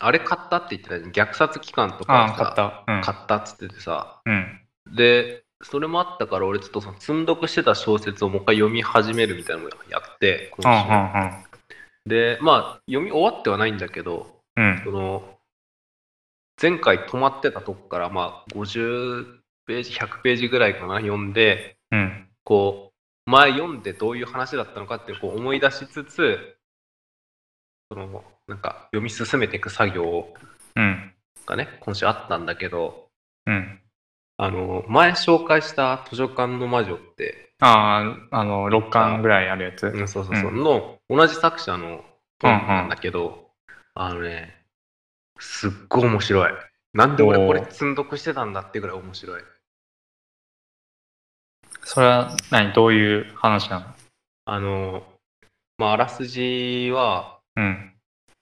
S1: あれ買ったって言ってたじゃん。虐殺期間と
S2: ああ、
S1: か
S2: 買っ
S1: さ、
S2: た。うん。
S1: 買ったっつっててさ、
S2: うん。
S1: で、それもあったから、俺ちょっとその積んどくしてた小説をもう一回読み始めるみたいなのをやって、
S2: うん。う
S1: 今週
S2: ん。
S1: で、まあ、読み終わってはないんだけど、
S2: うん。
S1: その、前回止まってたとこから、まあ、50ページ、100ページぐらいかな、読んで、
S2: うん。
S1: こう、前読んでどういう話だったのかってこう思い出しつつ、その、なんか、読み進めていく作業
S2: うん。
S1: がね、今週あったんだけど、
S2: うん。
S1: あの、前紹介した図書館の魔女って、
S2: ああ、あの、6巻ぐらいあるやつ。
S1: うん、そうそうそう、
S2: う
S1: の、同じ作者の本なんだけど、あのね、すっごい面白い。なんで俺これ積んどくしてたんだってぐらい面白い。
S2: それは何どういう話なの
S1: あの、まあ、あらすじは、
S2: うん。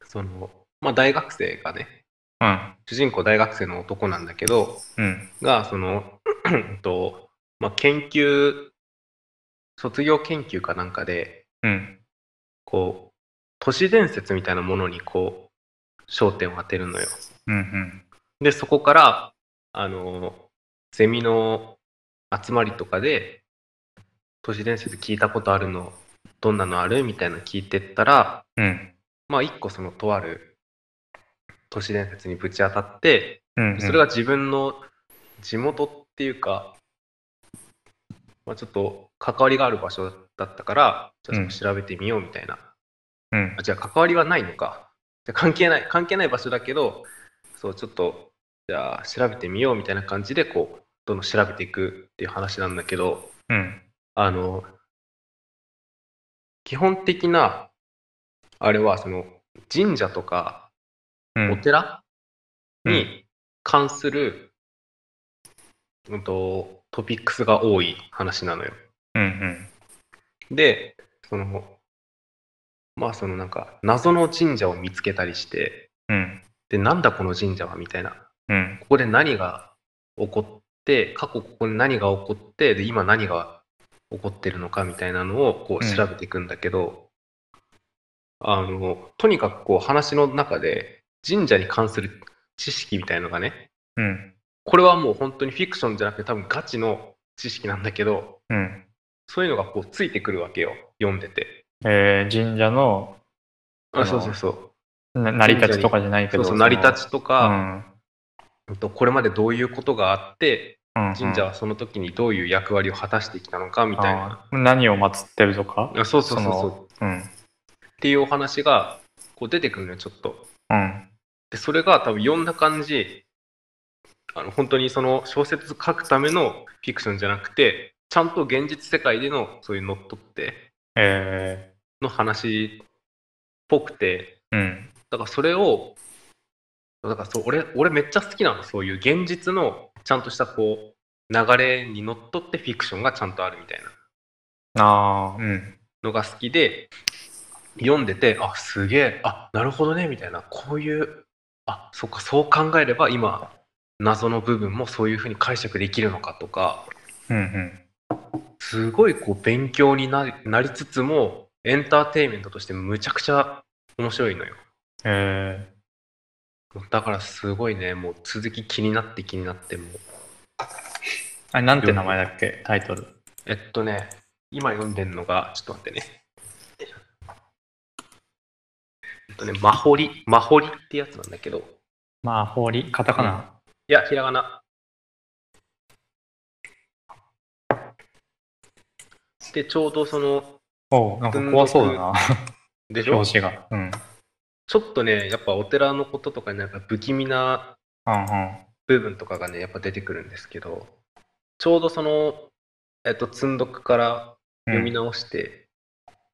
S1: その、まあ、大学生がね、
S2: うん。
S1: 主人公大学生の男なんだけど、
S2: うん。
S1: が、その、 うんと、まあ、研究、卒業研究かなんかで、
S2: うん。
S1: こう、都市伝説みたいなものに、こう、焦点を当てるのよ。
S2: うん。うん。
S1: で、そこから、あの、ゼミの集まりとかで、都市伝説聞いたことあるの、どんなのあるみたいなの聞いてったら、
S2: うん。
S1: まあ、一個その、とある都市伝説にぶち当たって、
S2: うん。
S1: それが自分の地元っていうか、まあ、ちょっと関わりがある場所だったから、じゃあそ
S2: うん
S1: こ調べてみようみたいな。
S2: うん
S1: あ。じゃあ関わりはないのか。じゃあ関係ない、関係ない場所だけど、そう、ちょっと、じゃあ調べてみようみたいな感じで、こう、どんどん調べていくっていう話なんだけど、
S2: うん。
S1: あの、基本的な、あれは、その、神社とか、
S2: うん。
S1: お寺に関する、うん、とトピックスが多い話なのよ。
S2: うん。
S1: で、その、まあそのなんか謎の神社を見つけたりして、
S2: うん。
S1: で、なんだこの神社はみたいな。
S2: うん。
S1: ここで何が起こって、過去ここで何が起こって、で、今何が起こってるのかみたいなのをこう
S2: うん
S1: 調べていくんだけど、あの、とにかくこう話の中で神社に関する知識みたいのがね、
S2: うん。
S1: これはもう本当にフィクションじゃなくて多分ガチの知識なんだけど、
S2: うん。
S1: そういうのがこうついてくるわけよ、読んでて。
S2: えー、神社のあ
S1: あ
S2: の
S1: そうそうそう。
S2: な成り立ちとかじゃないけ
S1: そ
S2: ど。
S1: うそう、成り立
S2: ち
S1: ちと
S2: う
S1: か、
S2: ん。
S1: うんとこれまでどういうことがあって、
S2: うん
S1: 神社はその時にどういう役割を果たしてきたのかみたいな。
S2: あー何を祀ってるとか
S1: あそうそうそうそうっ
S2: うん。
S1: ていうお話がこう出てくるのよちょっと
S2: うん。
S1: でそれが多分読んだ感じあの本当にその小説書くためのフィクションじゃなくてちゃんと現実世界でのそういうのっとって
S2: え
S1: の話っぽくて
S2: ー、うん。
S1: だからそれをだからそう俺俺めっちゃ好きなのそういう現実のちゃんとしたこう流れにのっとってフィクションがちゃんとあるみたいな
S2: ああ、うん。
S1: のが好きで読んでてあすげえあなるほどねみたいなこういうあそっかそう考えれば今謎の部分もそういうふうに解釈できるのかとか
S2: うんうん。
S1: すごいこう勉強になりなりつつもエンターテインメントとしてむちゃくちゃ面白いのよ
S2: え
S1: だからすごいねもう続き気になって気になってもう
S2: ー、あれ、なんて名前だっけタイトル。
S1: えっとね今読んでるのがちょっと待ってねえっとね「まほり」「まほり」ってやつなんだけど
S2: まあ、法理、カタカナ。
S1: いや、ひらがな。で、ちょうどその、
S2: おうなんか怖そうだな、
S1: でしょ
S2: 表紙が。うん。うん
S1: ちょっとね、やっぱお寺のこととかになんか不気味な
S2: うん。
S1: 部分とかがね、やっぱ出てくるんですけど、ちょうどその、えっと、積んどくから読み直して、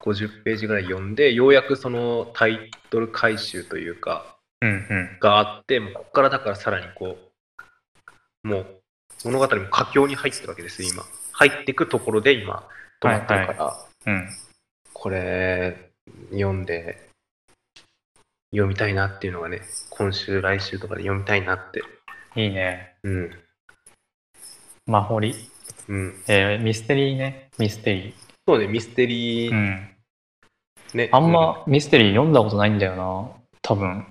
S1: 50ページぐらい読んで、ようやくそのタイトル回収というか、
S2: うんうん。
S1: があって、もうここからだからさらにこう、もう物語も佳境に入ってるわけですよ、今。入ってくところで今、止まってるから、
S2: うん。
S1: これ、読んで、読みたいなっていうのがね、今週、来週とかで読みたいなって。
S2: いいね。
S1: うん。
S2: まあ、法理。
S1: うん。
S2: えー、ミステリーね。ミステリー。
S1: そうね、ミステリ
S2: う
S1: ー
S2: ん。
S1: ね。
S2: あんまミステリー読んだことないんだよな。多分。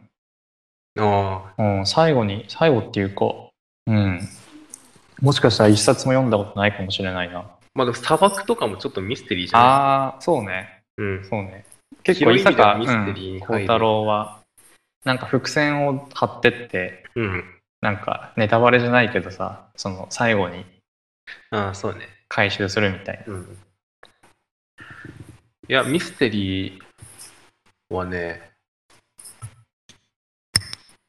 S1: うん。ああ、
S2: うん、最後に、最後っていうか、うん。もしかしたら一冊も読んだことないかもしれないな。
S1: まあでも砂漠とかもちょっとミステリーじゃない
S2: ああ、そうね。
S1: うん。
S2: そうね。結構、伊
S1: 広い意味では
S2: 坂
S1: ミステリーに入る
S2: 幸太郎は、なんか伏線を張ってって、
S1: うん。
S2: なんかネタバレじゃないけどさ、その最後に
S1: ああ、そうね。
S2: 回収するみたいな。
S1: うん。いや、ミステリーはね、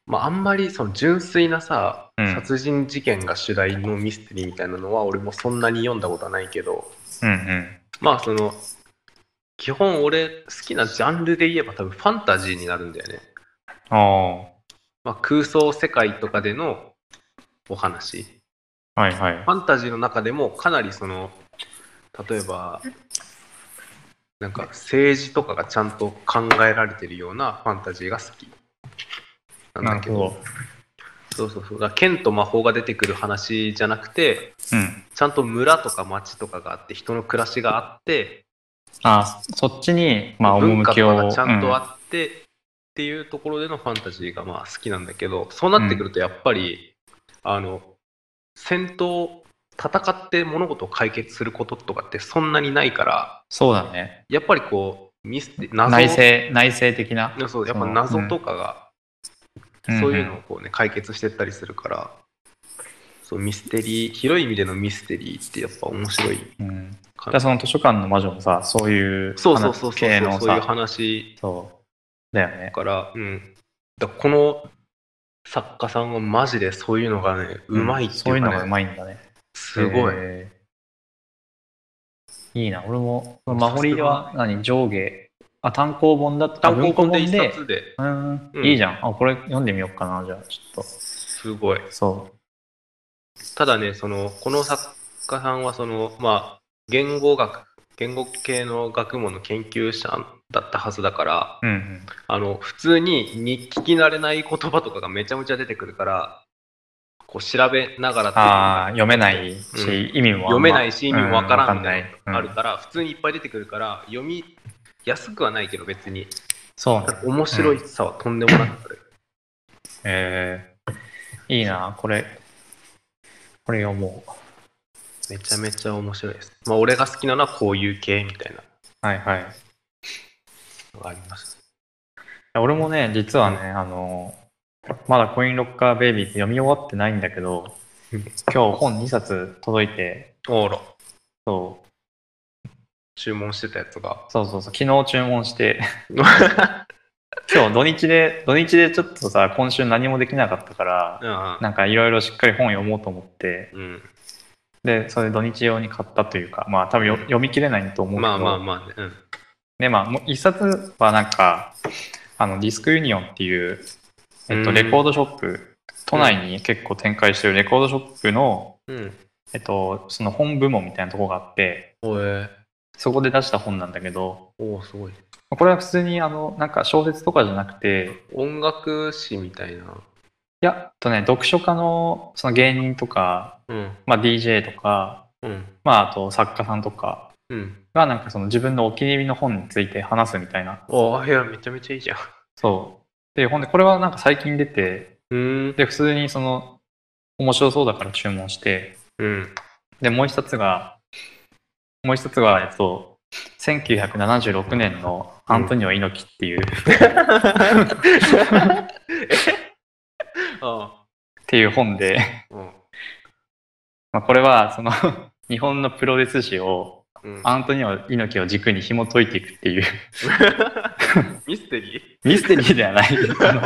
S1: まああんまりその純粋なさ、
S2: うん
S1: 殺人事件が主題のミステリーみたいなのは俺もそんなに読んだことはないけど、
S2: うんうん。
S1: まあその基本俺好きなジャンルで言えば多分ファンタジーになるんだよね、
S2: あ
S1: まあ、空想世界とかでのお話
S2: あ、はいはい
S1: フ。ァンタジーの中でもかなりその例えばなんか政治とかがちゃんと考えられてるようなファンタジーが好きなんだけど
S2: なるほ
S1: そうそうそうだから剣と魔法が出てくる話じゃなくて
S2: うん。
S1: ちゃんと村とか町とかがあって人の暮らしがあって
S2: あーそっちに、まあ、
S1: 文化
S2: 趣
S1: とか
S2: を。
S1: がちゃんと
S2: うん
S1: あって、っていうところでのファンタジーがまあ好きなんだけどそうなってくるとやっぱり、あの戦闘戦って物事を解決することとかってそんなにないから
S2: そうだね。
S1: やっぱりこうミステ謎
S2: 内政、内政的な。
S1: そうやっ
S2: そ
S1: ぱ
S2: の
S1: 謎とかが、
S2: うん
S1: そういうのをこう、ね、解決してったりするから。そうミステリー広い意味でのミステリーってやっぱ面白い
S2: うん。だ
S1: か
S2: から
S1: な
S2: その図書館の魔女もさ、そういう
S1: そうそうそうそうそう
S2: 系の
S1: そういう
S2: さ、
S1: 話
S2: そう。だよね
S1: だ。から、うん。だからこの作家さんはマジでそういうのがね、うまいってい
S2: そういうう
S1: か
S2: の
S1: ね、
S2: がうまいんだね。
S1: すごい。
S2: えーいいな、俺も、マホリは何上下、あ、単行本だった
S1: 単行本で
S2: 文庫
S1: 一冊で、
S2: 本でう、
S1: うんん
S2: いいじゃん。あ、これ読んでみようかな、じゃあ、ちょっ
S1: すごい。
S2: と。そ
S1: ただね、その、この作家さんは、その、まあ、言語学、言語系の学問の研究者だったはずだから、
S2: う。うん、
S1: あの、普通にに聞き慣れない言葉とかがめちゃめちゃ出てくるから、こう調べながらっていうのが
S2: ああ、読めないし、
S1: う
S2: 意味もあんま
S1: 読めないし意味もわからん
S2: う
S1: み
S2: わ
S1: たい
S2: か
S1: なのがあ
S2: う
S1: る
S2: ん
S1: から、普通にいっぱい出てくるから読みやすくはないけど別に
S2: そうね。
S1: 面白いさはとんでもなくある、
S2: えーいいな、これ。これ読もう。
S1: めちゃめちゃ面白いですまあ俺が好きなのはこういう系みたいな
S2: はいはい。
S1: のがあります
S2: 俺もね、実はね、あの、まだコインロッカーベイビーって読み終わってないんだけど、
S1: うん
S2: 今日本2冊届いて、
S1: あら
S2: そう
S1: 注文してたやつが
S2: そうそうそう、昨日注文して、今日土日で、土日でちょっとさ、今週何もできなかったから、
S1: う
S2: なんかいろいろしっかり本読もうと思って、
S1: ん、うん
S2: で、それで土日用に買ったというか、まあ多分よ読み切れないと思うけど、
S1: まあまあまあね、うん、
S2: で、まあ、もう一冊はなんか、あの、ディスクユニオンっていう、えっと、
S1: うん
S2: レコードショップ、都内に結構展開してるレコードショップの、
S1: うん、
S2: えっと、その本部門みたいなとこがあって、
S1: おえ
S2: そこで出した本なんだけど、
S1: おおすごい
S2: これは普通にあの、なんか小説とかじゃなくて、
S1: 音楽誌みたいない
S2: や、えっとね、読書家の、その芸人とか、
S1: うん
S2: まあ DJ とか、
S1: うん
S2: まああと作家さんとか
S1: うん
S2: がなんかその自分のお気に入りの本について話すみたいな、
S1: ああいやめちゃめちゃいいじゃん
S2: そう。で、ほんで、これはなんか最近出て、
S1: うん
S2: で、普通にその、面白そうだから注文して、
S1: うん
S2: で、もう一つが、もう一つが、えっと、1976年のアントニオ猪木っていう、っ
S1: あ
S2: ていう本で、
S1: あうん
S2: まあ、これは、その、 日本のプロレス史を、
S1: うん
S2: アントニオ猪木を軸に紐解いていくっていう、
S1: ミステリー
S2: ミステリーでは ない、あの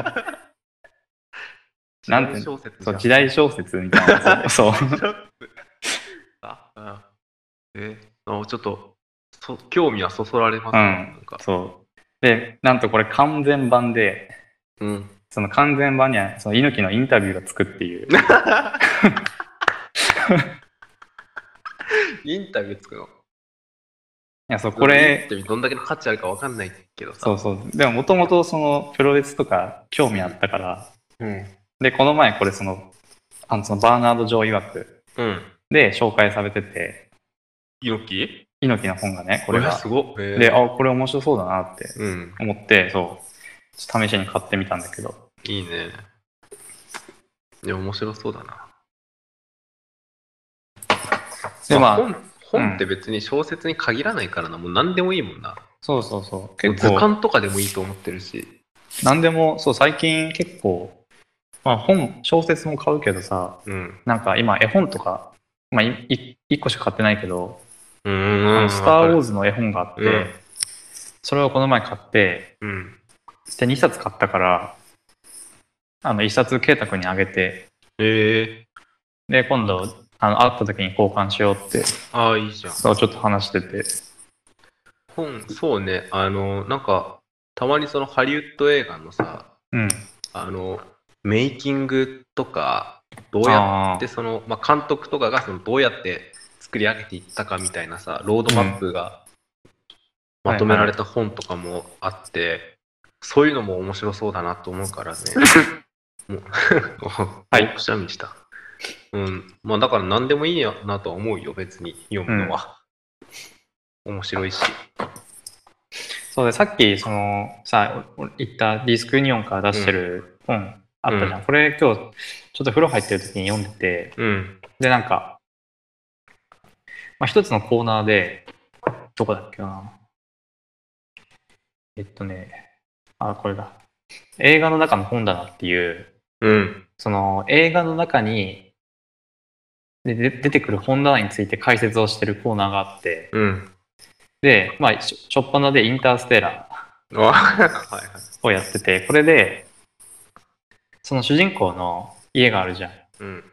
S2: なんて
S1: 時代小説じゃ
S2: そうん時代小説みたいな、そう。そう
S1: ああえあちょっとそ興味はそそられます
S2: う
S1: ね
S2: ん
S1: なんか
S2: そう。で、なんとこれ完全版で、
S1: うん
S2: その完全版には、その猪木のインタビューがつくっていう。
S1: インタビューつくの
S2: いや、そう、これ
S1: イン、タビューどんだけの価値あるかわかんないけどさ
S2: そうそう。でも、もともとその、プロレスとか興味あったから、
S1: うん
S2: で、この前これその、あの、そのバーナード・ジョー曰く
S1: うん
S2: で紹介されてて、
S1: 猪木
S2: 猪木の本がね、これ
S1: は
S2: が。
S1: すごい。へー
S2: で、あ、これ面白そうだなって
S1: うん。
S2: 思って、そう、ちょっと試しに買ってみたんだけど、
S1: いいね。いや、面白そうだな。
S2: でまあ
S1: 本本って別に小説に限らないからな、もう何でもいいもんな。
S2: そうそうそう、
S1: 図鑑とかでもいいと思ってるし。
S2: なんでも、そう、最近結構、まあ本、小説も買うけどさ、
S1: うん。
S2: なんか今絵本とか、まあいい一個しか買ってないけど、
S1: う
S2: あ
S1: ん
S2: のスター・ウォー
S1: ズ。
S2: ズの絵本があって、
S1: うん
S2: それをこの前買って、
S1: うん。
S2: で、2冊買ったから、あの、1冊圭太君にあげて、
S1: ええ
S2: で、今度、あの、会った時に交換しようって、
S1: ああ、いいじゃん。
S2: そう、ちょっと話してて。
S1: 本、そうね。あの、なんか、たまにそのハリウッド映画のさ、
S2: うん。
S1: あの、メイキングとか、どうやって
S2: ああ
S1: でその、まあ、監督とかがそのどうやって作り上げていったかみたいなさロードマップが
S2: うん
S1: まとめられた本とかもあって、そういうのも面白そうだなと思うからね。もう
S2: はい
S1: くしゃみした。うん。まあだから何でもいいやなとは思うよ、別に読むのは。面白いし。
S2: そうで、さっき、その、さ、おお言ったディスクユニオンから出してる本あったじゃん。これ今日、ちょっと風呂入ってる時に読んでて、
S1: うん。
S2: で、なんか、まあ、一つのコーナーで、どこだっけな。えっとね、あ、これだ。映画の中の本棚っていう、
S1: うん。
S2: その映画の中にでで出てくる本棚について解説をしてるコーナーがあって、
S1: うん。
S2: で、まあ、しょしょっぱなでインターステラ
S1: あはいはい。
S2: ーをやってて、これで、その主人公の家があるじゃん。
S1: うん。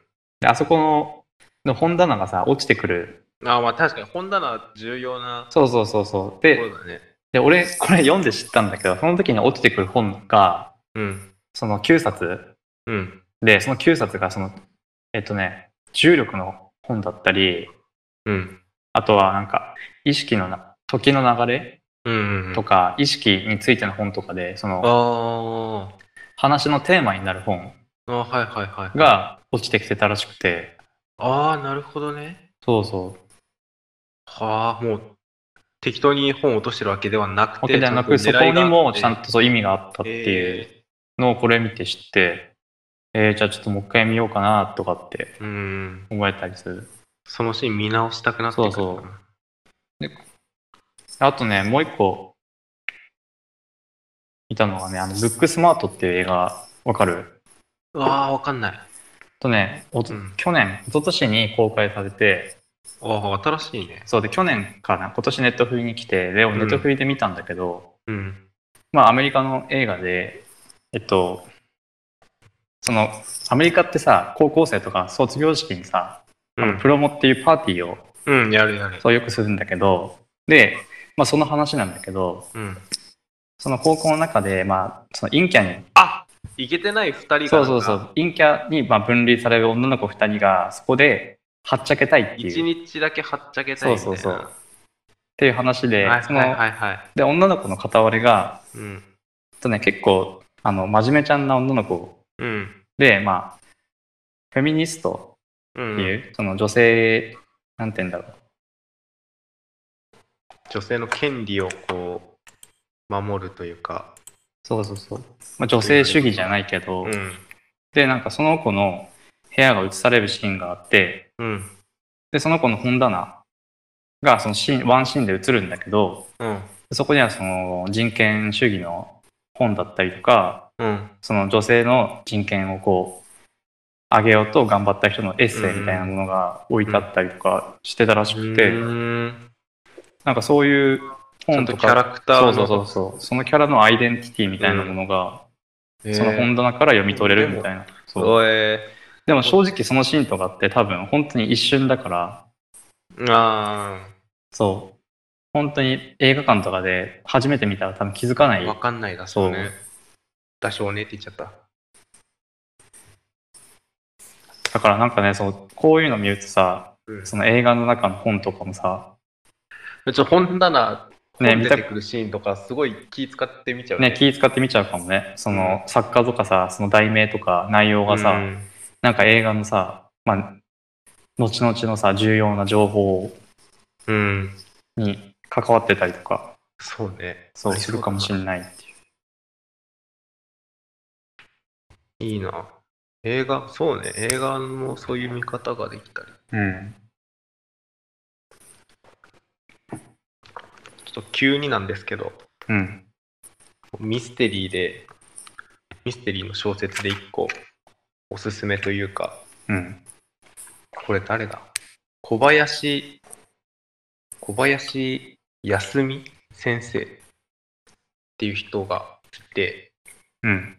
S2: で、あそこのの本棚がさ、落ちてくる。
S1: あまあ確かに本棚重要な
S2: そうそうそうそう。
S1: と
S2: で
S1: こ、ろだね。
S2: で、俺、これ読んで知ったんだけど、その時に落ちてくる本が、
S1: うん。
S2: その9冊
S1: うん。
S2: で、その9冊が、その、えっとね、重力の本だったり、
S1: うん。
S2: あとはなんか、意識のな、時の流れ
S1: うん。
S2: とか、意識についての本とかで、その、
S1: あー
S2: 話のテーマになる本
S1: あー、はいはいはい。
S2: が落ちてきてたらしくて、
S1: ああ、なるほどね。
S2: そうそ
S1: はあ、もう適当に本を落としてるわけではなくて、
S2: う。わけではなく、
S1: ちゃ
S2: そ
S1: んと
S2: こ
S1: 狙いが
S2: にもちゃ
S1: あ
S2: んとそう意味があったって
S1: て
S2: いう
S1: え
S2: のをこれ見て知って、えー、じゃあちょっともう一回見ようかなとかって
S1: ーうん、
S2: 思えたりする。
S1: そのシーン見直したくなってくる
S2: そうそうあとね、もう一個、見たのがね、あの、ブックスマートっていう映画、わかる
S1: うわあ、わかんない。
S2: とね、おと
S1: うん
S2: 去年、一昨年に公開されて、
S1: ああ、新しいね。
S2: そうで、去年かな、今年ネットフリに来て、で、
S1: ん
S2: ネットフリで見たんだけど、
S1: うん。
S2: まあ、アメリカの映画で、えっと、その、アメリカってさ、高校生とか卒業式にさ、
S1: う
S2: プ
S1: ん、
S2: ロモっていうパーティーを、
S1: うん、やるやる。
S2: そうよくするんだけど、で、まあ、その話なんだけど、
S1: うん。
S2: その高校の中で、まあ、その陰キャに
S1: あいけてない二人がなんか
S2: そうそうそう。陰キャにまあ分類される女の子2人がそこではっちゃけたいってい
S1: 一
S2: うっ
S1: 日だけはっちゃけたいみたいな。
S2: そうそうそうていう話で,、
S1: はい
S2: そ
S1: はい
S2: の
S1: はいはい。
S2: で女の子の片割れが、
S1: うん。
S2: えっとね、結構あの真面目ちゃんな女の子
S1: うん。
S2: で、まあ、フェミニスト
S1: う
S2: って
S1: ん、
S2: いう、その女性なんて言うんだろう
S1: 女性の権利をこう守るというか、
S2: そうそうそう、まあ、女性主義じゃないけど、
S1: うん、
S2: でなんかその子の部屋が映されるシーンがあって
S1: うん、
S2: でその子の本棚がそのシーンワンシーンで映るんだけど、
S1: うん、
S2: そこにはその人権主義の本だったりとか、
S1: うん、
S2: その女性の人権をこう、上げようと頑張った人のエッセイみたいなものが置いてあったりとかしてたらしくて、
S1: うん
S2: なんかそういう
S1: ちゃ
S2: 本
S1: んと
S2: と
S1: キャラ
S2: か、
S1: クターの
S2: そうそうそうそう、そのキャラのアイデンティティみたいなものが、その本棚から読み取れるみたいな。そう
S1: え
S2: でも正直そのシーンとかって多分本当に一瞬だから、
S1: ー、あ
S2: そう、本当に映画館とかで初めて見たら多分気づかな
S1: ー
S2: い
S1: わかんないだ
S2: そう
S1: そうねだしょうねって言っちゃった
S2: だからなんかね、そう、こういうの見るとさ、
S1: うん
S2: その映画の中の本とかもさ、
S1: ちょっと本棚
S2: ね
S1: 本出てくるシーンとかすごい気使って見ちゃう
S2: ね、気使って見ちゃうかもね。その、作家とかさ、その題名とか内容がさ、
S1: うん
S2: なんか映画のさ、まあ、後々のさ、重要な情報
S1: うん
S2: に関わってたりとか、
S1: そうね。
S2: そうするかもしれないっていう。
S1: いいな。映画、そうね。映画のそういう見方ができたり。
S2: うん。
S1: ちょっと急になんですけど、
S2: うん。
S1: ミステリーで、ミステリーの小説で一個、おすすめというか、
S2: うん。
S1: これ誰だ小林、小林康美先生っていう人がいて、
S2: うん。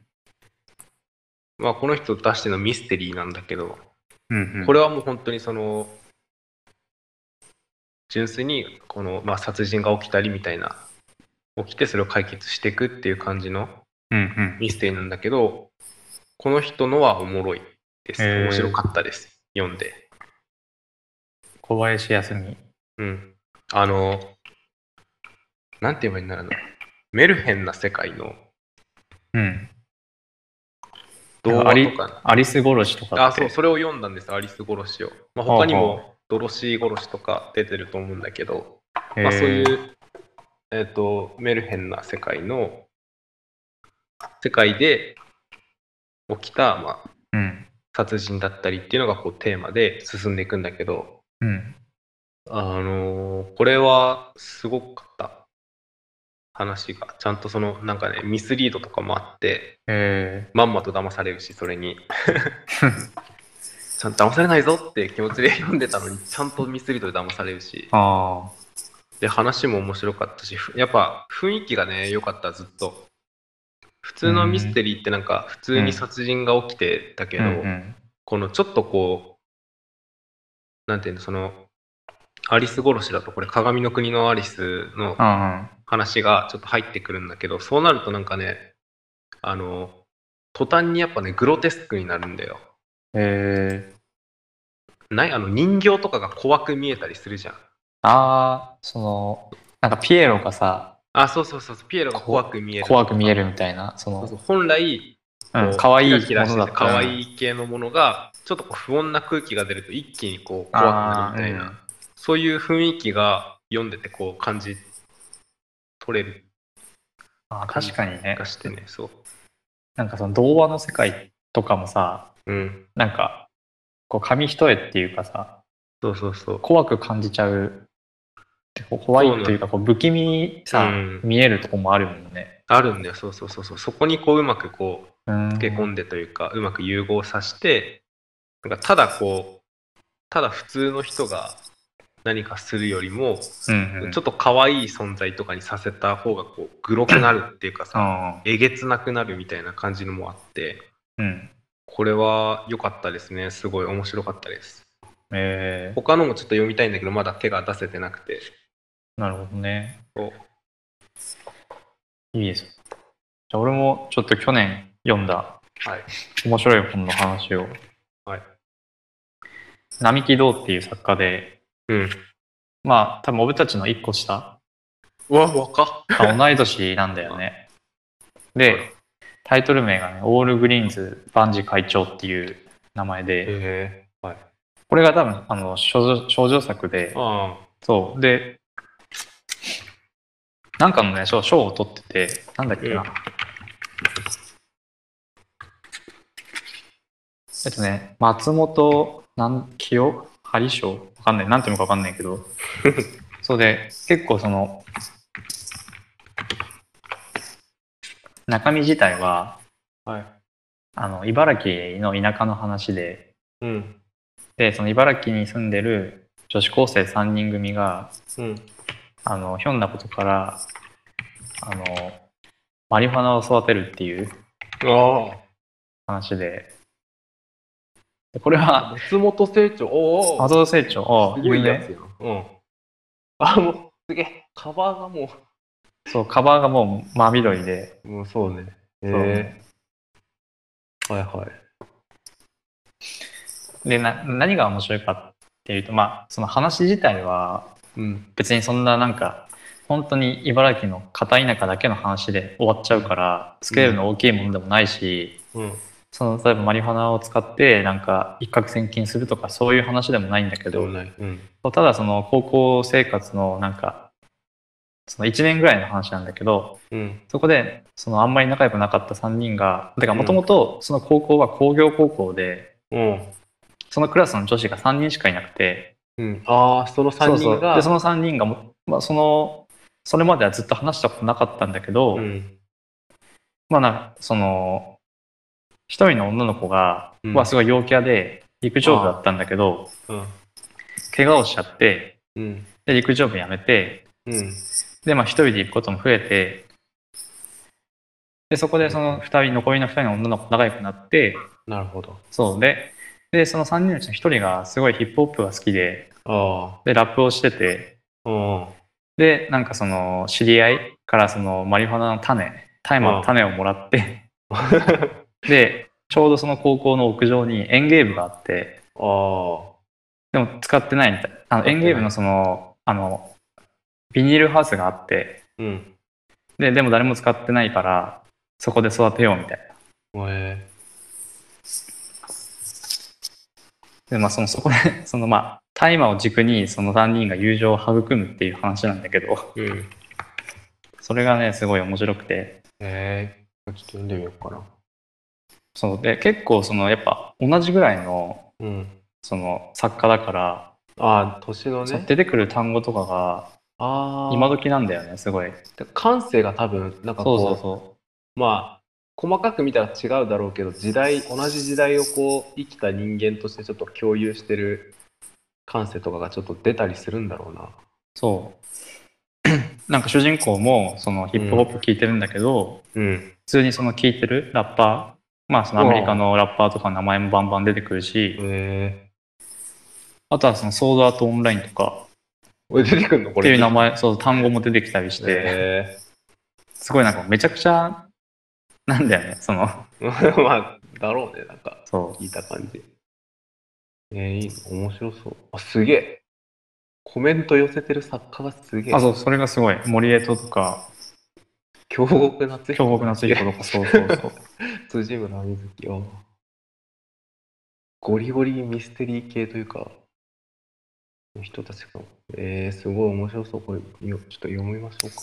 S1: まあこの人出してのミステリーなんだけど、
S2: うん。うん
S1: これはもう本当にその、純粋にこの、まあ、殺人が起きたりみたいな、起きてそれを解決していくっていう感じの
S2: うん。うん。
S1: ミステリーなんだけど、この人のはおもろいです。
S2: へー
S1: 面白かったです。読んで。
S2: 小林康美。
S1: うん。あの、なんて言えばいいんだろうな。メルヘンな世界の
S2: うん。
S1: 童
S2: あ
S1: 話
S2: り
S1: とか。
S2: アリス殺しとか
S1: あ、
S2: って。
S1: そう、それを読んだんです、アリス殺しを。まあ、
S2: ほうほ
S1: 他
S2: う
S1: にも、ドロシー殺しとか出てると思うんだけど、
S2: へー
S1: まあ、そういう、えっ、と、メルヘンな世界の、世界で起きた、まあ、
S2: うん。
S1: 殺人だったりっていうのがこうテーマで進んでいくんだけど、
S2: うん。
S1: あのーこれはすごかった話がちゃんとそのなんかねミスリードとかもあって
S2: え
S1: まんまと騙されるしそれに
S2: ー、
S1: ちゃんと騙されないぞって気持ちで読んでたのにちゃんとミスリードで騙されるし
S2: あ
S1: で話も面白かったしふやっぱ雰囲気がね良かったずっと普通のミステリーってなんか普通に殺人が起きてたけ
S2: あ。
S1: ど、
S2: うんうん。
S1: このちょっとこうなんていうのそのアリス殺しだとこれ鏡の国のアリスの
S2: あ
S1: 話がちょっと入ってくるんだけどそうなるとなんかねあの途端にやっぱねグロテスクになるんだよ
S2: ーえー、
S1: ないあの人形とかが怖く見えたりするじゃん
S2: あー、その、なんかピエロがさ、
S1: あそうそうそうそうピエロが怖く見える
S2: 怖く見えるみたいな、そ
S1: そうそ
S2: の、
S1: う本来
S2: うん可愛いも
S1: キラキラし
S2: の
S1: て
S2: だ
S1: て
S2: った
S1: 可愛い系のものがちょっとこう不穏な空気が出ると一気にこう怖くな
S2: あ
S1: る
S2: ー
S1: みたいな、そういう雰囲気が読んでてこう感じ取れる
S2: あー確かにね
S1: 気が。してねそう
S2: なんかその童話の世界とかもさ、
S1: うん
S2: なんか、こう紙一重っていうかさ、
S1: そうそうそう
S2: 怖く感じちゃう。こう怖いというか、こう不気味にさ、
S1: うん
S2: 見えるとこもあるもんね。
S1: あるんだよそうそうそうそうそこにこううまくこう
S2: うん
S1: つけ込んでというか、うまく融合させてなんかただこうただ普通の人が何かするよりも、
S2: うんうん、
S1: ちょっと可愛い存在とかにさせた方がこうグロくなるっていうかさ、
S2: あ
S1: えげつなくなるみたいな感じのもあって
S2: ーうん。
S1: これは良かったですねすごい面白かったです
S2: え
S1: 他のもちょっと読みたいんだけどまだ手が出せてなくて
S2: ー、なるほどね。
S1: そう
S2: いいです。じゃあ俺もちょっと去年読んだ
S1: はい
S2: 面白い本の話を、
S1: はい
S2: 並木道っていう作家で、
S1: うん
S2: まあ多分俺たちの一個下
S1: うわ若っ
S2: あ同い年なんだよね。
S1: はい
S2: で、タイトル名がね、オールグリーンズ万事会長っていう名前で、
S1: へえはい
S2: これが多分、あの、少女少女作で、
S1: あ
S2: そう、で、なんかのね、賞賞を取ってて、なんだっけな。
S1: うん
S2: えっとね、松本、なん、清張賞わかんない。なんていうのかわかんないけ ど。そうで、結構その、中身自体は、
S1: あはい
S2: あの、茨城の田舎の話で、
S1: うん
S2: で、その茨城に住んでる女子高生3人組が、
S1: うん
S2: あの、ひょんなことから、あの、マリファナを育てるっていう
S1: ああ
S2: 話で、でこれは、
S1: 松本清張おお
S2: 松戸成長、あ
S1: す
S2: あ
S1: ごい
S2: 有
S1: や
S2: 名
S1: つやん。うん。あ、もう、すげえ。カバーがも
S2: そう、カバーがもう真緑で、
S1: う。もうそうね。
S2: へ
S1: はいはい。
S2: で、な、何が面白いかっていうと、まあ、その話自体は、
S1: うん。
S2: 別にそんななんか、本当に茨城の片田舎だけの話で終わっちゃうから、スケールの大きいものでもないし、
S1: うん。
S2: その、例えばマリファナを使って、なんか、一攫千金するとか、そういう話でもないんだけ
S1: で
S2: ど
S1: も、ない。うん。
S2: そうただその高校生活のなんかその1年ぐらいの話なんだけど、
S1: うん。
S2: そこで、そのあんまり仲良くなかった3人が、てかもともとその高校は工業高校で、
S1: うん。
S2: そのクラスの女子が3人しかいなくて、
S1: うん。ああ、その3
S2: そう
S1: 人
S2: そう
S1: が。
S2: で、その3人がも、まあ、その、それまではずっと話したことなかったんだけど、
S1: うん。
S2: まあなんか、その、一人の女の子が、
S1: うん
S2: まあすごい陽キャで、陸上部だったんだけど、
S1: うん。
S2: 怪我をしちゃって、
S1: うん。
S2: で、陸上部辞めて、
S1: うん。
S2: で、まあ一人で行くことも増えて、で、そこでその二人、残りの二人の女の子と仲良くなって、
S1: なるほど。
S2: そうで、で、その三人のうちの一人がすごいヒップホップが好きで、
S1: あ
S2: で、ラップをしてて、
S1: あ。うん。
S2: で、なんかその、知り合いからそのマリファナの種、大麻の種をもらって、 で、ちょうどその高校の屋上に園芸部があって、
S1: あ
S2: でも使ってないみたい。あの園芸部のその、あの、ビニールハウスがあって、
S1: あ。うん。
S2: で、でも誰も使ってないから、そこで育てようみたいな。
S1: え
S2: で、まあ、その、そこで、 その、まあ、大麻を軸に、その3人が友情を育むっていう話なんだけど、
S1: えうん。
S2: それがね、すごい面白くて、
S1: ええちょっと読んでみようかな。
S2: そうで、結構、その、やっぱ、同じぐらいの、
S1: うん。
S2: その、作家だから、
S1: ああ、年の
S2: そう
S1: ね。
S2: 出てくる単語とかが、
S1: ああ。
S2: 今時なんだよね、すごい。
S1: 感性が多分、なんかこ
S2: そう
S1: う、
S2: そうそう。
S1: まあ、細かく見たら違うだろうけど、時代、同じ時代をこう、生きた人間としてちょっと共有してる感性とかがちょっと出たりするんだろうな。
S2: そう。 なんか主人公もそのヒップホップ聴いてるんだけど、
S1: うん。
S2: 普通にその聴いてるラッパー、まあそのアメリカのラッパーとかの名前もバンバン出てくるし、
S1: え
S2: あとはそのソードアートオンラインとか
S1: ー、これ出てくんのこ
S2: って
S1: れ。
S2: いう名前、そう単語も出てきたりして、
S1: え
S2: すごいなんかめちゃくちゃなんだよね、その、
S1: ー、まあ、だろうね、なんか、
S2: そう。
S1: 聞いた感じ。えー、いいの面白そう。あ、すげえ。コメント寄せてる作家がすげえ。
S2: あ、そう、それがすごい。森江戸とか、
S1: 京極夏彦。
S2: 京極夏彦とか、そうそうそう。
S1: 辻村瑞希はゴリゴリミステリー系というかの人たちがえー、すごい面白そうこれよちょっと読みましょうか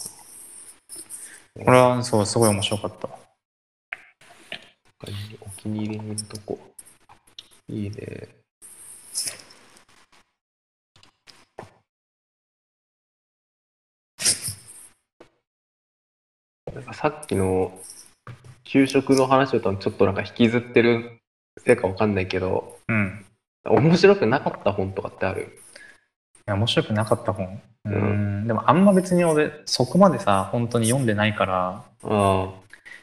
S2: これは、そう、すごい面白かった。
S1: お気に入りのとこいいねなんかさっきの給食の話を多分ちょっとなんか引きずってるせいかわかんないけど
S2: うん。
S1: 面白くなかった本とかってある
S2: いや面白くなかった本。う。
S1: うん
S2: でもあんま別に俺、そこまでさ、本当に読んでないから、
S1: ああ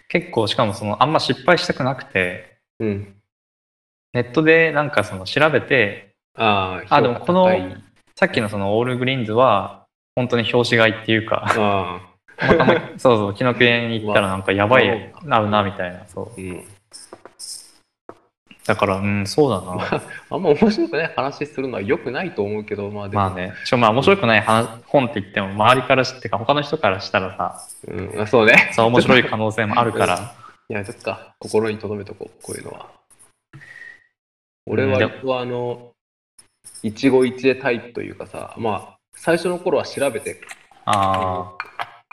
S2: 結構しかもそのあんま失敗したくなくて
S1: うん
S2: ネットでなんかその調べて
S1: ああ
S2: あでもこの
S1: 評価高い
S2: さっきのそのオールグリーンズは本当に表紙買いっていうか
S1: あ
S2: またまそうそう紀ノ国屋に行ったらなんかやばいなるなみたいなそ
S1: あうん
S2: うだからうんそうだ な
S1: あんま面白くない話するのは良くないと思うけどまあでも、
S2: まあねしかもまあ面白くない話本って言っても周りから知ってか他の人からしたらさ
S1: うん、あそうね
S2: そう面白い可能性もあるから
S1: いやちょっとか心に留めとこうこういうのは俺は
S2: うんで
S1: 割とあの一期一会タイプというかさまあ最初の頃は調べて
S2: あ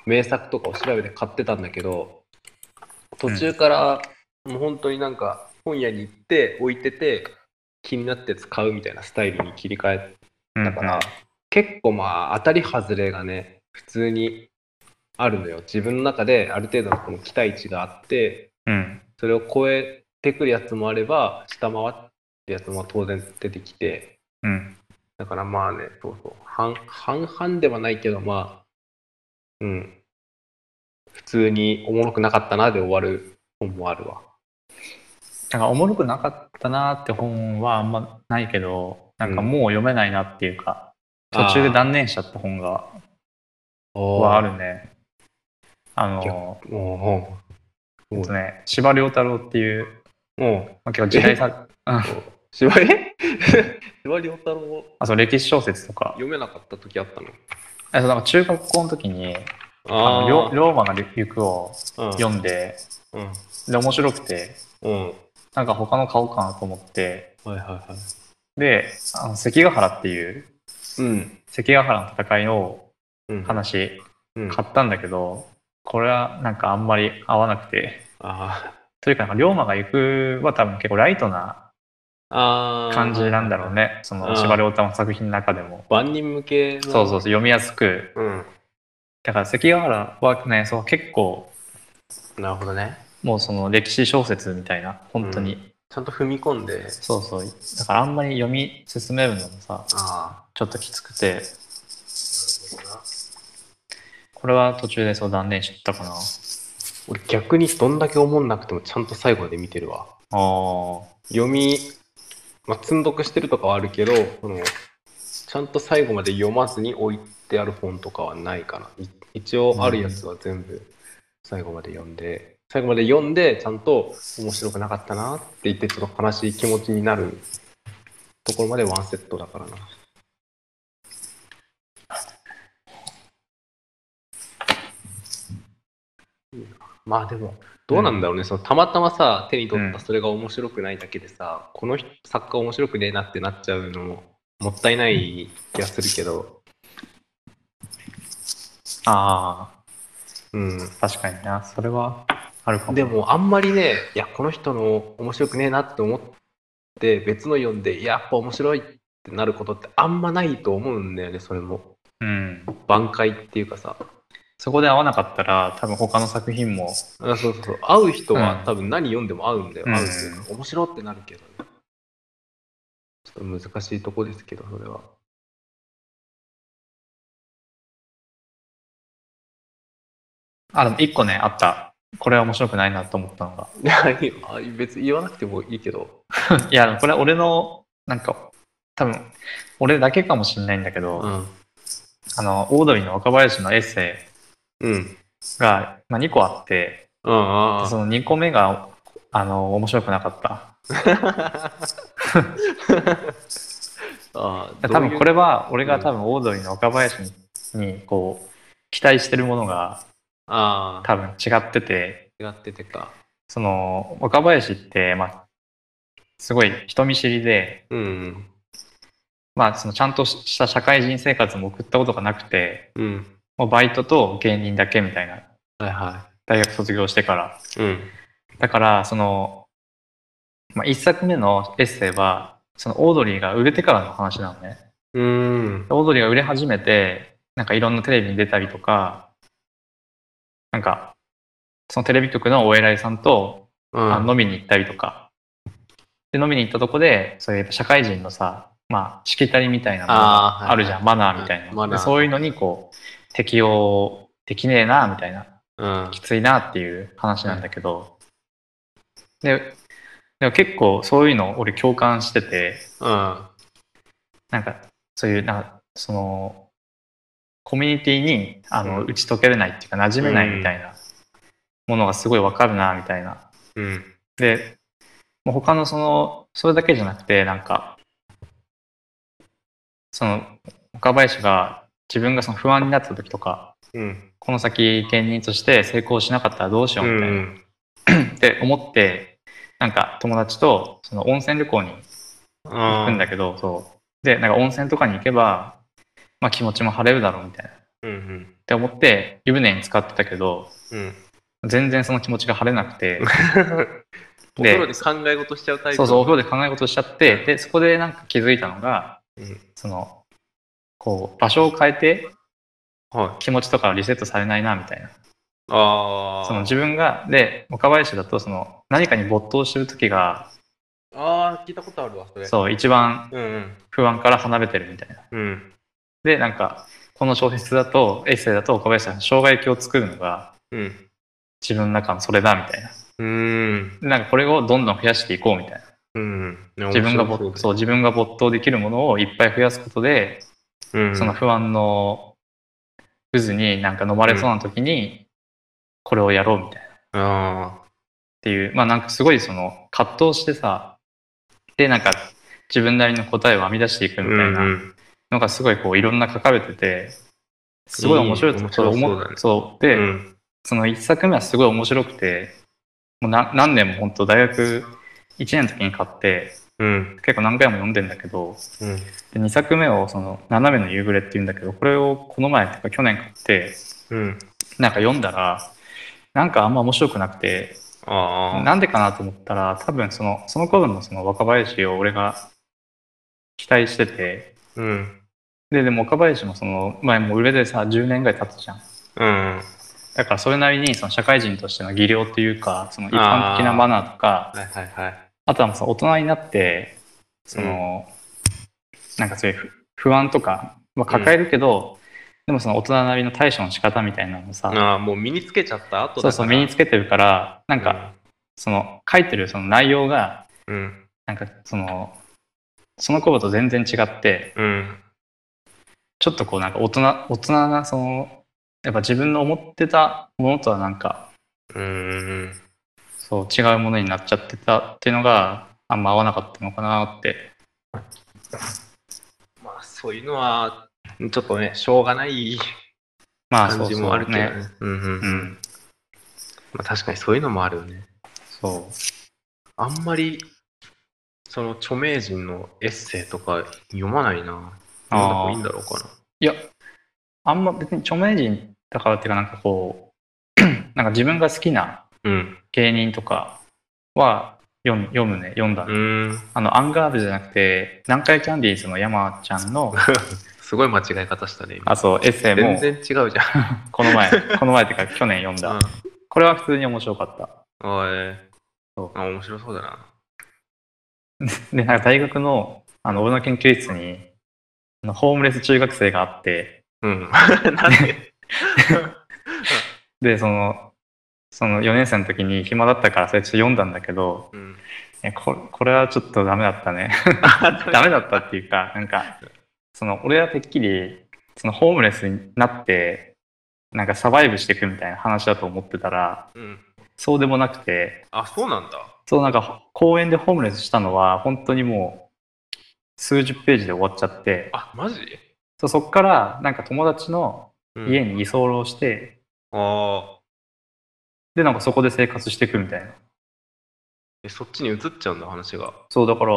S1: 名作とかを調べて買ってたんだけど途中からもう本当になんか本屋に行って置いてて気になって使うみたいなスタイルに切り替え
S2: あ
S1: たから、結構まあ当たり外れがね普通にあるのよ自分の中である程度のこの期待値があって
S2: うん、うん
S1: それを超えてくるやつもあれば下回ってやつも当然出てきて
S2: うん
S1: だからまあね、そうそう、半半々ではないけど、まあ、うん、普通におもろくなかったなで終わる本もあるわ。
S2: なんかおもろくなかったなーって本はあんまないけどなんかもう読めないなっていうか、途中で断念しちゃった本がはあるね。あの、
S1: る。も
S2: えっとね、司馬遼太郎っていう、
S1: う、も
S2: まあ、結構時代作、
S1: う、芝居 芝居良太郎
S2: あそう歴史小説とか、
S1: 読めなかった時あったの。
S2: えそうなんか中学校の時に、あの
S1: よ
S2: 龍龍馬が行くを
S1: うん、
S2: 読んで、
S1: うん、
S2: で、面白くて、
S1: うん、
S2: なんか他の買おうかなと思って、
S1: はいはいは
S2: で、あの関ヶ原ってい
S1: い。
S2: う、
S1: うん、
S2: 関ヶ原の戦いの
S1: うん、
S2: 話
S1: うん。
S2: 買ったんだけど、これはなんかあんまり合わなくて、
S1: あ
S2: というか、なんか龍馬が行くは多分結構ライトな
S1: ーあー。
S2: 感じなんだろうね。そ
S1: うん
S2: の司馬遼太郎の作品の中でも。
S1: 万人向けの。
S2: そうそうそう、読みやすく。
S1: う。うん。
S2: だから関ヶ原はね、そう結構
S1: なるほどね。
S2: もうその歴史小説みたいな、本当に。
S1: ちゃんと踏み込んで。
S2: そうそう。だからあんまり読み進めるのもさ、
S1: あ
S2: ちょっときつくて、
S1: あ。なるほどな
S2: これは途中でそう断念しちゃったかな。
S1: 俺逆にどんだけ思んなくてもちゃんと最後まで見てるわ。
S2: あー
S1: 読み、まあ、積んどくしてるとかはあるけど、その、ちゃんと最後まで読まずに置いてある本とかはないかな。い一応あるやつは全部最後まで読んで、最後まで読んで、ちゃんと面白くなかったなって言って、ちょっと悲しい気持ちになるところまでワンセットだからな。いいなまあでも、どうなんだろうね、そのたまたまさ、手に取った
S2: うん
S1: それが面白くないだけでさ、この人作家面白くねえなってなっちゃうのももったいない気がするけど、
S2: あ
S1: うん、
S2: ー、確かにな。それはあるかも。
S1: で、もあんまりねいやこの人の面白くねえなって思って別の読んでいややっぱ面白いってなることってあんまないと思うんだよねそれも
S2: うん。
S1: 挽回っていうかさ
S2: そこで合わなかったら、多分他の作品も、
S1: あそうそうそう会う人
S2: う
S1: は
S2: ん
S1: 多分何読んでも合うんだよ、
S2: うん
S1: 合うっていうか面白ってなるけどねちょっと難しいとこですけどそれは
S2: あ、でも一個ね、あった。これは面白くないなと思った のが。
S1: いや いや別に言わなくてもいいけど
S2: いや、これは俺の、なんか、多分、俺だけかもしれないんだけど、
S1: うん
S2: あの、オードリーの若林のエッセ
S1: うん
S2: イが、まあ、2個あって、
S1: ああ
S2: その2個目が、あの、面白くなかった。
S1: ああ
S2: 多分これ
S1: は
S2: は、俺が多分オードリーの若林に、にこう、期待してるものが
S1: ああ
S2: 多分違ってて、
S1: 違っててか
S2: その、若林って、まあ、すごい人見知りで、
S1: うん
S2: まあ、そのちゃんとした社会人生活も送ったことがなくて、
S1: うん
S2: もうバイトと芸人だけみたいな、
S1: はいは
S2: 大学卒業してから。
S1: いうん
S2: だから、その、まあ、一作目のエッセイは、そのオードリーが売れてからの話なのね。
S1: うーん。
S2: オードリーが売れ始めて、なんかいろんなテレビに出たりとか、なんか、そのテレビ局のお偉いさんと、
S1: うん
S2: あ飲みに行ったりとか。で、飲みに行ったとこで、そういう社会人のさ、まあ、しきたりみたいなの
S1: あーはい
S2: があるじゃん、マナーみたいな。
S1: うんマナー
S2: でそういうのに、こう、適応できねえな、みたいな。
S1: うん
S2: きついなっていう話なんだけど、ででも結構そういうの俺共感してて
S1: うん。
S2: なんかそういうなんかそのコミュニティにあの、
S1: うん
S2: 打ち解けれないっていうか馴染めないみたいなものがすごいわかるなみたいな。
S1: うん。
S2: でもう他のそのそれだけじゃなくてなんかその岡林が自分がその不安になった時とか
S1: うん。
S2: この先芸人として成功しなかったらどうしようみたいな、
S1: ん。
S2: って思ってなんか友達とその温泉旅行に行
S1: あ
S2: くんだけど、そうでなんか温泉とかに行けば、まあ、気持ちも晴れるだろうみたいなっ
S1: うんうん。
S2: て思って湯船に浸かってたけど
S1: うん。
S2: 全然その気持ちが晴れなくて
S1: お風呂で考え事しちゃうタイプ。
S2: そうそうお風呂で考え事しちゃってでそこでなんか気づいたのが
S1: うん。
S2: そのこう場所を変えて
S1: はい。
S2: 気持ちとかはリセットされないなみたいな
S1: ああ。
S2: その自分がで若林だとその何かに没頭してる時が
S1: ああ、聞いたことあるわ、それ。
S2: そう一番
S1: う。うん
S2: 不安から離れてるみたいな。
S1: うん。うん。
S2: で、なんか、この小説だと、エッセイだと岡林さんの生姜焼きを作るのが
S1: うん。
S2: 自分の中のそれだみたいな。
S1: うん。
S2: でなんかこれをどんどん増やしていこうみたいな。
S1: うん。
S2: 自分が没
S1: 面白
S2: そう自分が没頭できるものをいっぱい増やすことで、
S1: う。うん。
S2: その不安の渦になんか飲まれそうな時に、これをやろうみたいな。っ
S1: あ
S2: ていう、まあなんかすごいその葛藤してさ、で、なんか自分なりの答えを編み出していく
S1: あ。
S2: みたいな。
S1: うん
S2: のがすごいこういろんな書かれてて、すごい面白い
S1: いい
S2: と
S1: 面白そうだね
S2: 思っそう。で、
S1: うん。
S2: その一作目はすごい面白くて、もうな何年も本当大学1年の時に買って、
S1: うん。
S2: 結構何回も読んでんだけど、
S1: うん。
S2: で2作目をその斜めの夕暮れって言うんだけどこれをこの前とか去年買って
S1: うん。
S2: なんか読んだらなんかあんま面白くなくて
S1: ああ。
S2: なんでかなと思ったら多分そのその頃のその若林を俺が期待してて
S1: うん。
S2: ででも若林もその前もう売れてさ10年ぐらい経ったじゃん
S1: うん。
S2: だからそれなりにその社会人としての技量というかその一般的なマナーとか
S1: はいはいはい。
S2: あとはその大人になってその、なんかそういう不不安とかは抱えるけど、でもその大人なりの対処の仕方みたいなのもさ、
S1: ああ、もう身につけちゃった後だか
S2: そう
S1: ら。
S2: そう身につけてるからなんか、その書いてるその内容が
S1: うん。
S2: なんかそのその頃と全然違って
S1: うん。
S2: ちょっとこうなんか大人大人なそのやっぱ自分の思ってたものとはなんか
S1: うん。
S2: そう違うものになっちゃってたっていうのがあんま合わなかったのかなって
S1: まあ、そういうのは、ちょっとね、しょうがない
S2: まあそ
S1: 感
S2: う
S1: じ
S2: そう
S1: もあるけど
S2: ね。
S1: ね。うんうん
S2: う。ん
S1: まあ、確かにそういうのもあるよね。
S2: そう
S1: あんまり、その著名人のエッセイとか読まないな。読んだ方
S2: あ
S1: が
S2: あ
S1: いいんだろうか
S2: いや、あんま別に著名人だからっていうか、なんかこう、 なんか自分が好きな
S1: な。うん。
S2: 芸人とかは読む読むね、読んだ、
S1: うーん。
S2: あの、アンガールズじゃなくて、南海キャンディーズの山ちゃんの、
S1: すごい間違い方したね、今。
S2: あ、そう、エッセイ
S1: 全
S2: も、
S1: 然違うじゃん。
S2: この前、この前っていうか、去年読
S1: うん
S2: んだ。これは普通に面白かった。
S1: あえ
S2: そう
S1: あ、面白そうだな。
S2: で、なんか大学の、あの、俺の研究室に、あのホームレス中学生があって、
S1: うん。なんで
S2: で、その、その4年生の時に暇だったから、それちょっと読んだんだけど、
S1: うん。
S2: いやここれはちょっとダメだったね ダメだったっていうかなんかその俺はてっきりそのホームレスになってなんかサバイブしていくみたいな話だと思ってたら
S1: うん。
S2: そうでもなくて
S1: あ、そうなんだ。
S2: そうなんか公園でホームレスしたのは本当にもう数十ページで終わっちゃって
S1: あ、マジ
S2: そうそっからなんか友達の
S1: うん
S2: 家に居候して、
S1: ああ。
S2: でなんかそこで生活していくみたいな
S1: え、そっちに移っちゃうんだ、話が。
S2: そうだから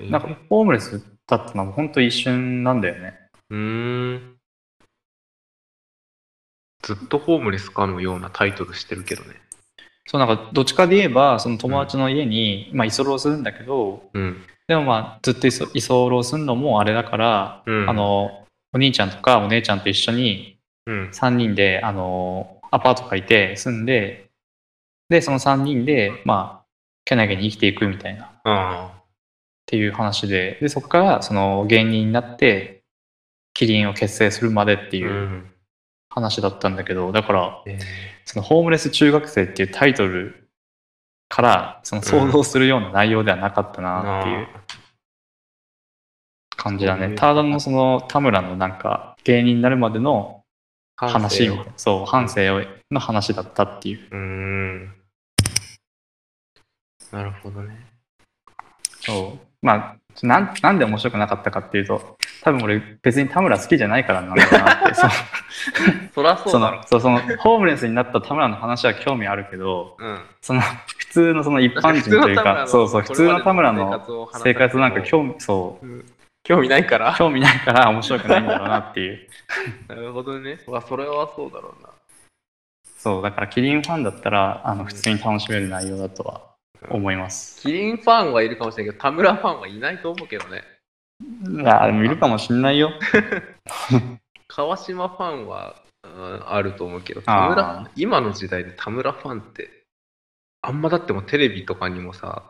S1: え
S2: なんかホームレスだったのは本当一瞬なんだよね
S1: うーん。ずっとホームレスかのようなタイトルしてるけどね。
S2: そうなんかどっちかで言えばその友達の家に、まあ居候するんだけど
S1: うん。
S2: でもまあずっと居候居候するのもあれだから、
S1: うん
S2: あのお兄ちゃんとかお姉ちゃんと一緒に
S1: うん。
S2: 3人であのアパート借りて住んででその3人でまあけなげに生きていくみたいなっ
S1: あ
S2: ていう話ででそこからその芸人になってキリンを結成するまでって
S1: あ。。
S2: いううん話だったんだけどだから
S1: え
S2: そのホームレス中学生っていうタイトルからその想像するような内容ではなかったなっていう感じだね。
S1: うん
S2: ただのその田村のなんか芸人になるまでの話みたいなそう半生をの話だったっていう
S1: うーん。なるほどね。
S2: そうまあなんなんで面白くなかったかっていうと多分俺別に田村好きじゃないからなんだな ってその
S1: そらそ
S2: そう
S1: だろ
S2: の。そうそのホームレスになった田村の話は興味あるけど
S1: うん。
S2: その普通のその一般人というかそうそう普通の田村の生活なんか興味そう
S1: 味興味ないから
S2: 興味ないから面白くないんだろうなっていう
S1: なるほどねわそれはそうだろうな
S2: そうだからキリンファンだったらあの普通に楽しめる内容だとは思います、
S1: キリンファンはいるかもしれないけど田村ファンはいないと思うけどね
S2: いやでもいるかもしんないよ
S1: 川島ファンは、うん、あると思うけど田
S2: あー
S1: 村今の時代で田村ファンってあんまだってもうテレビとかにもさ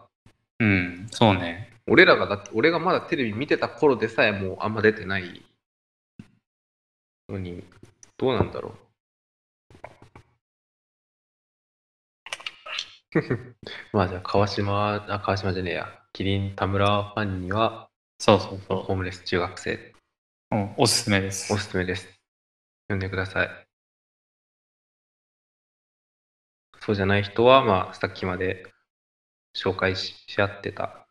S2: うんそうね
S1: 俺らがだって俺がまだテレビ見てた頃でさえもうあんま出てないのにどう なんだろうまあじゃあ川島あ川島じゃねえやキリン田村ファンには
S2: そうそう
S1: ホ
S2: そ
S1: ームレス中学生
S2: う、うん、おすすめです
S1: おすすめです読んでくださいそうじゃない人はまあさっきまで紹介しし合ってた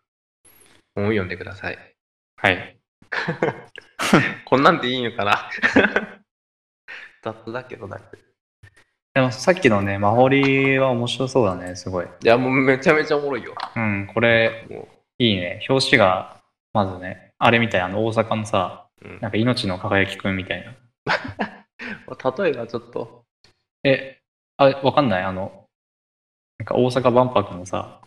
S1: 本を読んでください
S2: はい
S1: こんなんでいいのかな 雑だけどな。い
S2: でもさっきのねマホリは面白そうだねすごい
S1: や、もうめちゃめちゃおもろいよ。
S2: うんこれ
S1: も
S2: いいね。表紙が、まずね、あれみたい、あの、大阪のさ、
S1: うん
S2: なんか命の輝きくんみたいな。
S1: 例えがちょっと、
S2: え、あ、わかんないあの、なんか大阪万博のさ、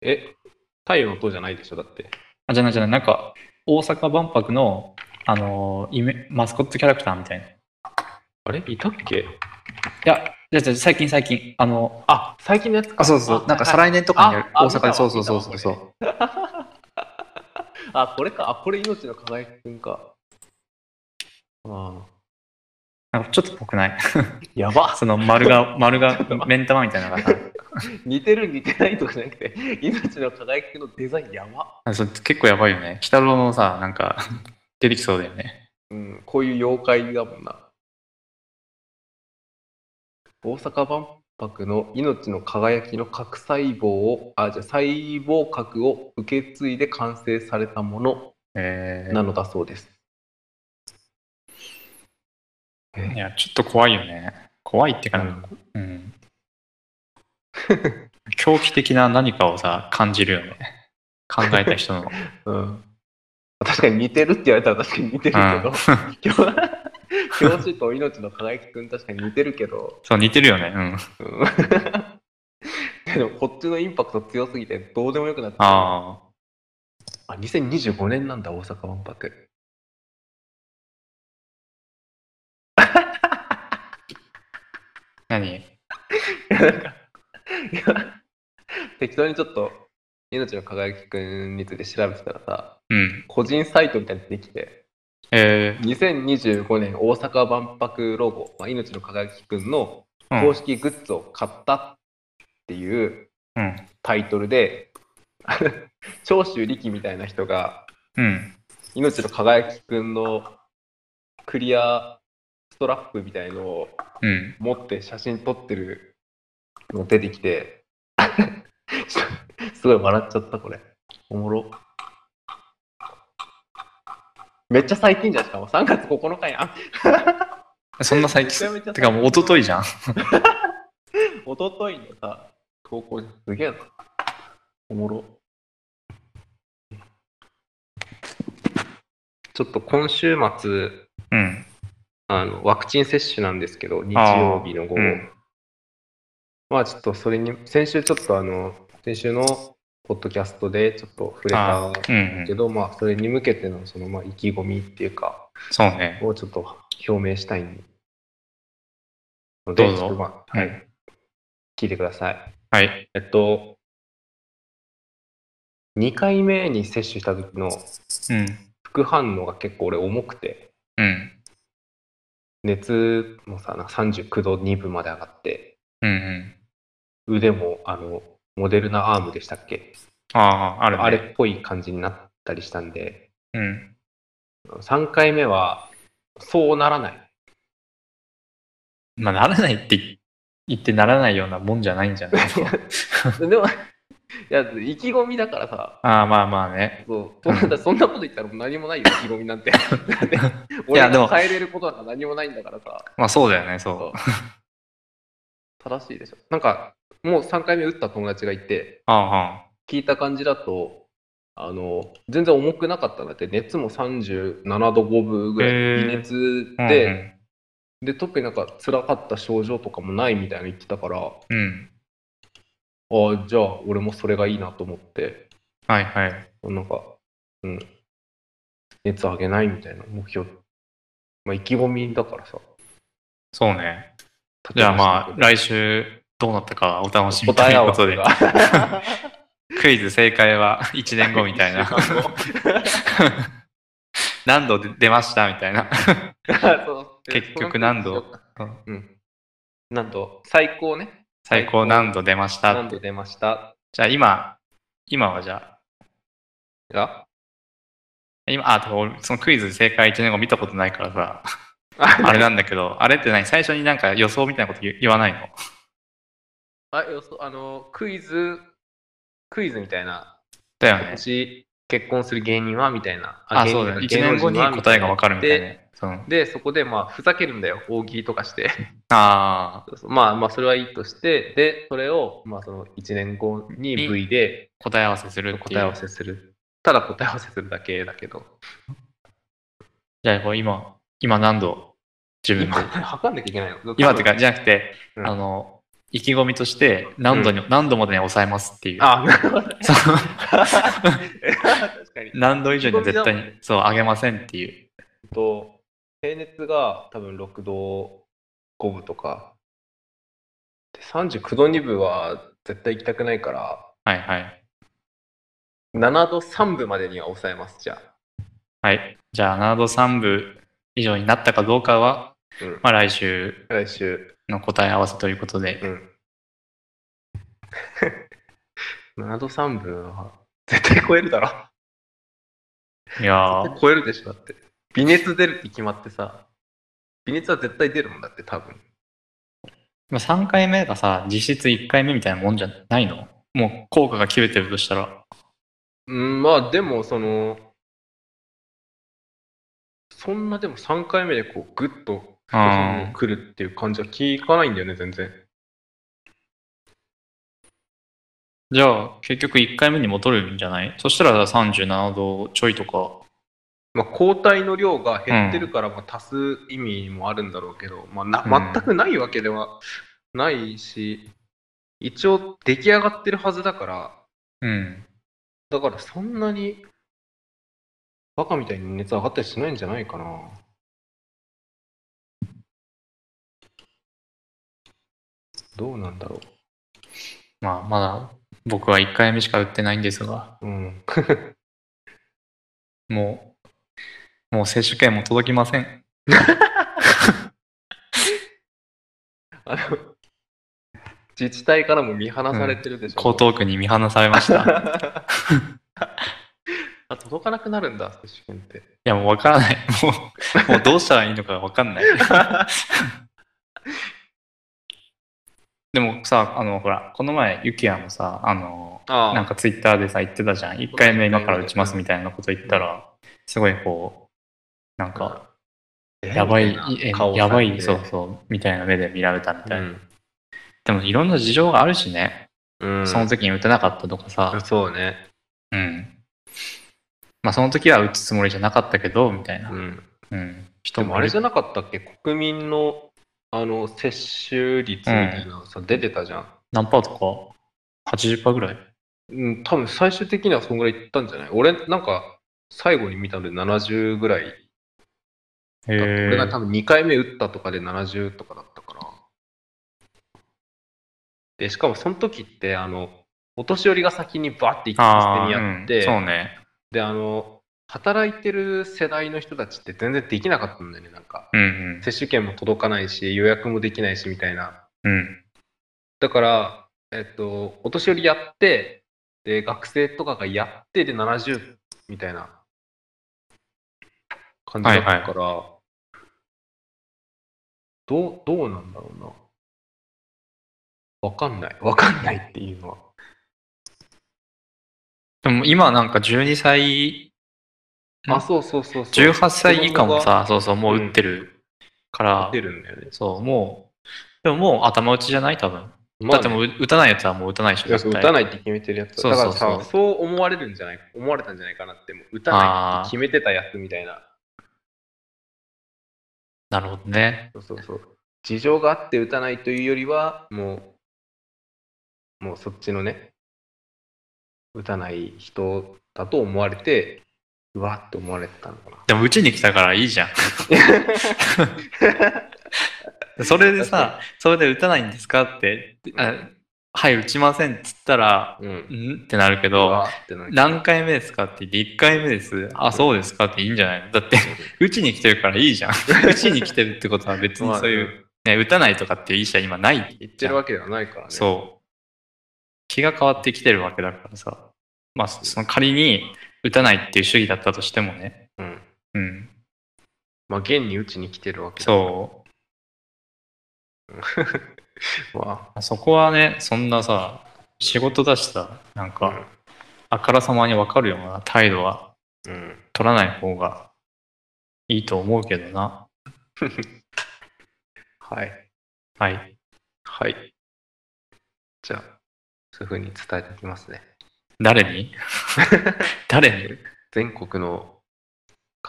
S1: え、太陽の塔じゃないでしょ、だって。
S2: あ、じゃないじゃない、なんか、大阪万博の、あのーイメ、マスコットキャラクターみたいな。い
S1: あれいたっけ
S2: や、じゃあじゃあ最近最近、あの、
S1: あ、最近のやつか。
S3: あ、そうそう、なんか再
S1: はい
S3: 来年とかにやる
S1: ああ
S3: 大阪で、
S1: 見た
S3: そ
S1: わ
S3: うそうそうそうそう。
S1: あ、これか。あ、これ命の輝きくんか。あ
S2: なんかちょっとぽくない
S1: やば。
S2: その丸 が、丸が、目ん玉みたいなのがさ
S1: 似てる似てないとかじゃなくて、命の輝きくんのデザインやば。
S2: あそれ結構やばいよね。北郎のさ、なんか、出てきそうだよね。
S1: うん、こういう妖怪だもんな。大阪万博の命の輝きの核細胞を、あ、じゃあ細胞核を受け継いで完成されたもの
S2: え
S1: なのだそうです。
S2: ー、いや、ちょっと怖いよね。怖いってかなんか、うん。狂気的な何かをさ、感じるよね。考えた人の。
S1: うん。確かに似てるって言われたら確かに似てる けど、表紙と命の輝きくん確かに似てるけど、
S2: そう、似てるよね。うん。
S1: うん でもこっちのインパクト強すぎてどうでもよくなってる
S2: あ
S1: あ2025年なんだ大阪万博
S2: あ、何
S1: いや 適当にちょっと命の輝きくんについて調べてたらさ
S2: うん。
S1: 個人サイトみたいにできて
S2: え
S1: 2025年大阪万博ロゴ、まあ、命の輝きくんの
S2: ー、う
S1: 公
S2: ん。
S1: 式グッズを買ったっていう
S2: うん。
S1: タイトルで、 あの長州力みたいな人が、
S2: うん。
S1: 命の輝きくんのクリアストラップみたいのを
S2: うん。
S1: 持って写真撮ってるの出てきて、 ちょっとすごい笑っちゃった、これ。おもろ。めっちゃ最近じゃん、しかも3月9日や ん。
S2: そんな最
S1: めちゃめちゃ
S2: 近、てかもう一昨日じゃん。
S1: 一昨日のさ、投稿すげえな。おもろ。ちょっと今週末、
S2: うん。
S1: あの、ワクチン接種なんですけど、日曜日の午後。
S2: うん
S1: まあちょっとそれに、先週ちょっとあの、先週のポッドキャストでちょっと触れ
S2: あ
S1: た
S2: ーうん、う
S1: け
S2: ん。
S1: ど、まあそれに向けてのその、まあ意気込みっていうか、
S2: そうね。
S1: をちょっと表明したいので、
S2: どう
S1: ち
S2: ぞ
S1: ょっとまあ、は
S2: う
S1: い。聞いてください。
S2: はい。
S1: えっと、2回目に接種した時の
S2: うん。
S1: 副反応が結構俺重くて、
S2: うん。
S1: 熱もさ、なんか39度2分まで上がって、
S2: うん。うん。
S1: 腕もあの、モデルナアームでしたっけ
S2: ああ、あるね。
S1: あれっぽい感じになったりしたんで、
S2: うん。
S1: 3回目はそうならない。
S2: まあ、ならないって言ってならないようなもんじゃないんじゃない
S1: でも、い や、意気込みだからさ、
S2: ああ、まあまあね。
S1: そうそんなそんなこと言ったらもう何もないよ、意気込みなん て。だって
S2: い
S1: 俺
S2: やでも
S1: が変えれることなんか何もないんだからさ。
S2: まあそうだよね、そう。
S1: 正しいでしょなんかもう3回目打った友達がいて
S2: ああ、あ
S1: 聞いた感じだとあの全然重くなかったんだって熱も37度5分ぐらい
S2: へー
S1: 微熱
S2: あ
S1: で、
S2: うん
S1: で特になんか辛かった症状とかもないみたいなの言ってたからあ
S2: うん、うん。
S1: あじゃあ俺もそれがいいなと思って
S2: はいはい。
S1: なんかうん熱上げないみたいな目標まあ意気込みだからさ
S2: そうね。じゃあまあ、
S1: 来
S2: 来週どうなったかお楽しみと
S1: 答え
S2: い
S1: 合
S2: うこ
S1: わ
S2: と
S1: せ
S2: で
S1: が、
S2: クイズ正解は1年後みたいな。
S1: 一週間後
S2: 何度で出ましたみたいな。
S1: そう
S2: 結局何度
S1: うん。何度最高ね。
S2: 最高何度出ました
S1: 何度出ました
S2: じゃあ今、今はじゃ
S1: が
S2: あ、今、あ、でも俺そのクイズ正解1年後見たことないから さ、あ
S1: あ
S2: れなんだけど、あれって何最初になんか予想みたいなこと言言わないの
S1: あよそあの、クイズ、クイズみたいな。
S2: だよね
S1: 今。年結婚する芸人はみたいな。
S2: あ、そうだね。1年後に答えがわかるみたいな。その
S1: で、そこでまあふざけるんだよ、大喜利とかして。
S2: ああ、
S1: そうそうまあまあ、それはいいとして、で、それをまあその1年後に V で
S2: 答え合わせするってい
S1: 答え合
S2: う
S1: わ。せする。ただ答え合わせするだけだけど。
S2: じゃあこう今、今何度自分で
S1: 今、。測んなきゃいけないの
S2: 今ってか、じゃなくて、
S1: うん
S2: あの、意気込みとして何度に、何度までに抑えますっていう。
S1: あ、な るほど。
S2: その
S1: 確かに。
S2: 何度以上には絶対
S1: 意気込みだもん
S2: に、そう、上げませんっていう。
S1: えっと、平熱が多分6度5分とか。で、39度2分は絶対行きたくないから、
S2: はいはい。
S1: 7度3分までには抑えます、じゃあ。
S2: はい。じゃあ、7度3部以上になったかどうかは、
S1: うん。
S2: まあ来週
S1: 来週。
S2: の答え合わせということで。
S1: うん。7度3分は絶対超えるだろ。
S2: いやー
S1: 超えるでしょ、だって。微熱出るって決まってさ、微熱は絶対出るもんだって、多分。
S2: まあ3回目がさ、実質1回目みたいなもんじゃないのもう効果が切れてるとしたら。
S1: うん、まあでもそのそんなでも3回目でこうグッと
S2: あー
S1: 来るっていう感じは聞かないんだよね全然
S2: じゃあ、結局1回目に戻るんじゃないそしたら37度ちょいとか。
S1: まあ抗体の量が減ってるからまあ足す意味もあるんだろうけど、まあ、
S2: うん
S1: な全くないわけではないし一応出来上がってるはずだから
S2: うん。
S1: だからそんなにバカみたいに熱上がったりしないんじゃないかなどうなんだろ
S2: まあ、まだ僕は1回目しか打ってないんですが、
S1: ううん
S2: もう、もう接種券も届きません。
S1: あの自治体からも見放されてるでしょ、
S2: 江東区に見放されました。い
S1: あ届かなくなるんだ接種券って
S2: や、もうわからない。もう、もうどうしたらいいのかわかんない。でもさ、あの、ほら、この前、ゆきやもさ、あの、
S1: あ
S2: なんかツイッターでさ言ってたじゃん1回目今から打ちますみたいなこと言ったらすごいこうなんかやばいえやばいそうそうみたいな目で見られたみたいな、でもいろんな事情があるしね、
S1: うん、
S2: その時に打てなかったとかさ
S1: そうね
S2: うんまあその時は打つつもりじゃなかったけどみたいな
S1: うん
S2: うん人
S1: でもあれじゃなかったっけ国民のあの接種率みたいなのさ、出てたじゃん
S2: 何パーとか80%ぐらい
S1: うん、多分最終的にはそんぐらいいったんじゃない俺、なんか、最後に見たので70ぐらいだった。
S2: へ
S1: 俺が
S2: え
S1: 多分2回目打ったとかで70とかだったから。で、しかもその時って、あの、お年寄りが先にバーって一気
S2: あ
S1: に
S2: あ、
S1: やっ
S2: う
S1: て、
S2: ん、そうね
S1: で、あの、働いてる世代の人たちって全然できなかったんだよね、なんか。
S2: うんうん
S1: 接種券も届かないし、予約もできないし、みたいな。
S2: うん
S1: だから、えっと、お年寄りやって、で、学生とかがやって、で、70みたいな感じだったから、どう、どうなんだろうな。わかんない。わかんないっていうのは。
S2: でも今なんか12歳うん
S1: あ、そうそうそうそう。
S2: 18歳以下もさ、そうそう、もう打ってるか
S1: 子供が、
S2: ら
S1: 出、るんだよね。
S2: そう、もう、でももう頭打ちじゃない多分。
S1: ま
S2: だ
S1: あ
S2: っ
S1: ね
S2: てもう打たないやつはもう打たないでしょ、。
S1: いやそう打たないいって決めてるやつ
S2: そ
S1: だか
S2: うそう
S1: ら
S2: そう
S1: さ、そう思われるんじゃない思われたんじゃないかなって、もう打たないって決めてたやつみたいな。
S2: なるほどね。
S1: そうそうそう。事情があって打たないというよりは、もう、もうそっちのね、打たない人だと思われて、うわって思われてたのかな。
S2: でも打ちに来たからいいじ ゃん。それでさ、それで打たないんですかって、あはい、打ちませんっつったら、
S1: うん。
S2: んってなるけ
S1: う
S2: ど、
S1: わってなる
S2: 何回目ですかって言って、1回目です。あ、そうですかっていいんじゃないのだって、打ちに来てるからいい じゃん。打ちに来てるってことは別にそういう、ね、打たないとかっていう医者今ないって言っ
S1: 言って
S2: る
S1: るわけではないからね。う。
S2: そう。気が変わってきてるわけだからさ。まあ、そその仮に打たないっていう主義だったとしてもね。
S1: ん。
S2: うん。
S1: まあ、現に打ちに来てるわけ。
S2: そう
S1: わ
S2: う。そこはね、そんなさ、仕事だしさ、なん
S1: う
S2: か、
S1: ん。
S2: あからさまにわかるような態度は
S1: うん。
S2: 取らない方がいいと思うけどな。
S1: はい。
S2: はい。
S1: はい。じゃあ、そういうふうに伝えておきますね。
S2: 誰に誰に
S1: 全国の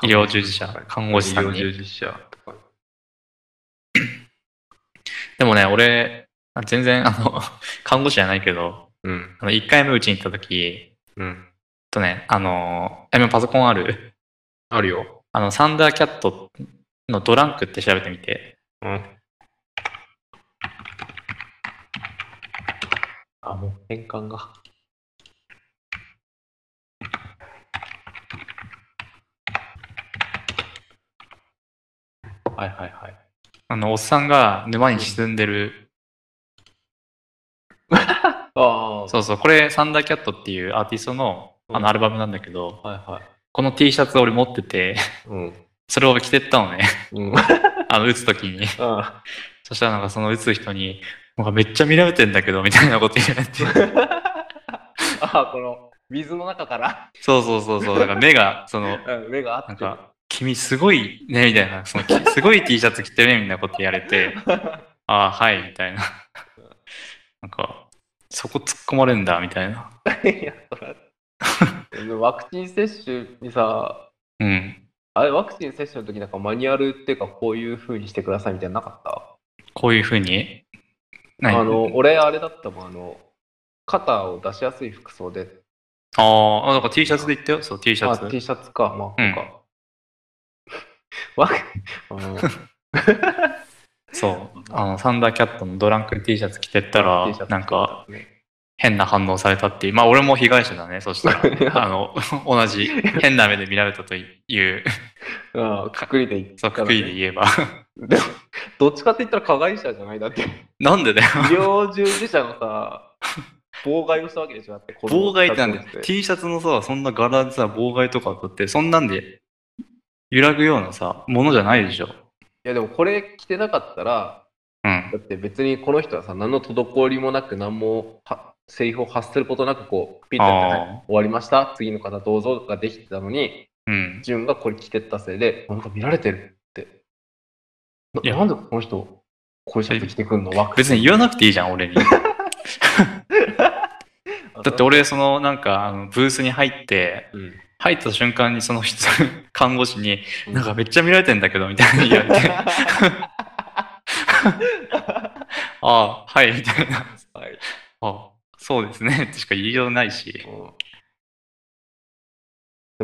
S2: 医療従事者看護師さんに
S1: 医療従事者とか。
S2: でもね、俺、あ全然、あの、 看護師じゃないけど、
S1: うん。
S2: あの、1回目うちに行った時
S1: うん。
S2: とね、あの、今パソコンある、
S1: あるよ。
S2: あの、サンダーキャットのドランクって調べてみて、
S1: うん。あ、もう変換が。はいはいはい。
S2: あの、おっさんが沼に沈んでる、
S1: ああ。
S2: そうそう、これ、サンダーキャットっていうアーティストの、あ
S1: うん
S2: の、アルバムなんだけど、
S1: はいはい。
S2: この T シャツ俺持ってて、
S1: うん。
S2: それを着てったのね、
S1: うん。
S2: あの、打つ時に。
S1: あ
S2: そしたらなんかその打つ人に、なんかめっちゃ見られてんだけど、みたいなこと言われ て。
S1: あ、この水の中から
S2: そうそうそうそう、だから目が、その、
S1: うん目があって
S2: なんか、君すごいね、みたいな、その、きすごい T シャツ着てるね、みたいなこと言わ れて、ああ、はい、みたいな。なんか、そこ突っ込まれるんだ、みたいな。
S1: いやそらでも ワクチン接種にさ
S2: うん。
S1: あれワクチン接種の時なんかマニュアルっていうかこういう風にしてくださいみたいなのなかった
S2: こういうふうに、何
S1: あの俺あれだったもんあの肩を出しやすい服装で
S2: あーあ、なんか T シャツで言ったよ、そう、T シャ
S1: あ
S2: ツ。
S1: T シャツかまあ、
S2: うん
S1: そうかワクあの
S2: そう、あの、サンダーキャットのドランク T シャツ着てった
S1: T
S2: ら
S1: シャツ着てた、
S2: なんか、
S1: ね
S2: 変な反応されたっていう、まあ、俺も被害者だね、そした ら。 あの、同じ、変な目で見られたという、
S1: うんくくりで言った
S2: そう、
S1: ら
S2: く
S1: ね
S2: くりで言えば。
S1: でも どっちかって言ったら加害者じゃないだって
S2: なんでだよ。
S1: 医療従事者のさ妨害をしたわけでしょだって
S2: 妨害ってなんだよ
S1: 子供たちに対して
S2: T シャツのさ、そんな柄でさ、妨害とかだって、そんなんで揺らぐようなさ、ものじゃないでしょ。
S1: いやでもこれ着てなかったら
S2: うん。
S1: だって別にこの人はさ何の滞りもなく何もはセリフを発することなくこうピッてやって、
S2: あー
S1: はい終わりました次の方どうぞができてたのに
S2: うん。
S1: ジュンがこれ着てったせいでなんか見られてるってない
S2: や
S1: なんでこの人こういうシャツ着てくんの枠
S2: 別に言わなくていいじゃん、俺に。だって俺、その、なんか、あのブースに入って、
S1: うん
S2: 入った瞬間にその人、 看護師に、
S1: う
S2: なんかめっちゃ見られてんだけど、みたいに言われて、 ああ、はい、みたいな。
S1: はい
S2: あそうですね、ってしか言いようないし。
S1: うん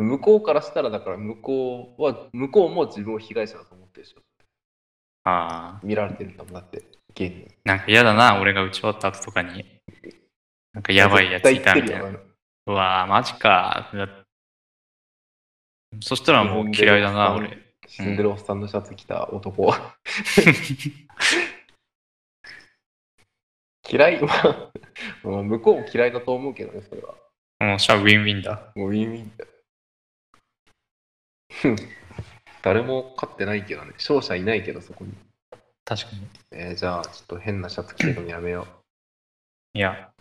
S1: 向こうからしたらだから向こうは向こうも自分を被害者だと思ってるでしょ
S2: ああ、
S1: 見られてるんだもんだって現に
S2: なんか嫌だな、俺が打ち終わった後とかに。なんかやばいやついたみたいな。
S1: 絶対言ってるよ
S2: うわぁ、マジか。そしたらもう嫌いだな、
S1: 自分
S2: 俺。
S1: 沈んでるおっさんのシャツ着た男嫌いま あまあ向こうも嫌いだと思うけどねそれは
S2: うん、じゃあウィンウィンだ。
S1: もうウィンウィンだふん 誰も勝ってないけどね勝者いないけどそこに
S2: 確かに。
S1: えーじゃあちょっと変なシャツ着てるのやめよ
S2: いや、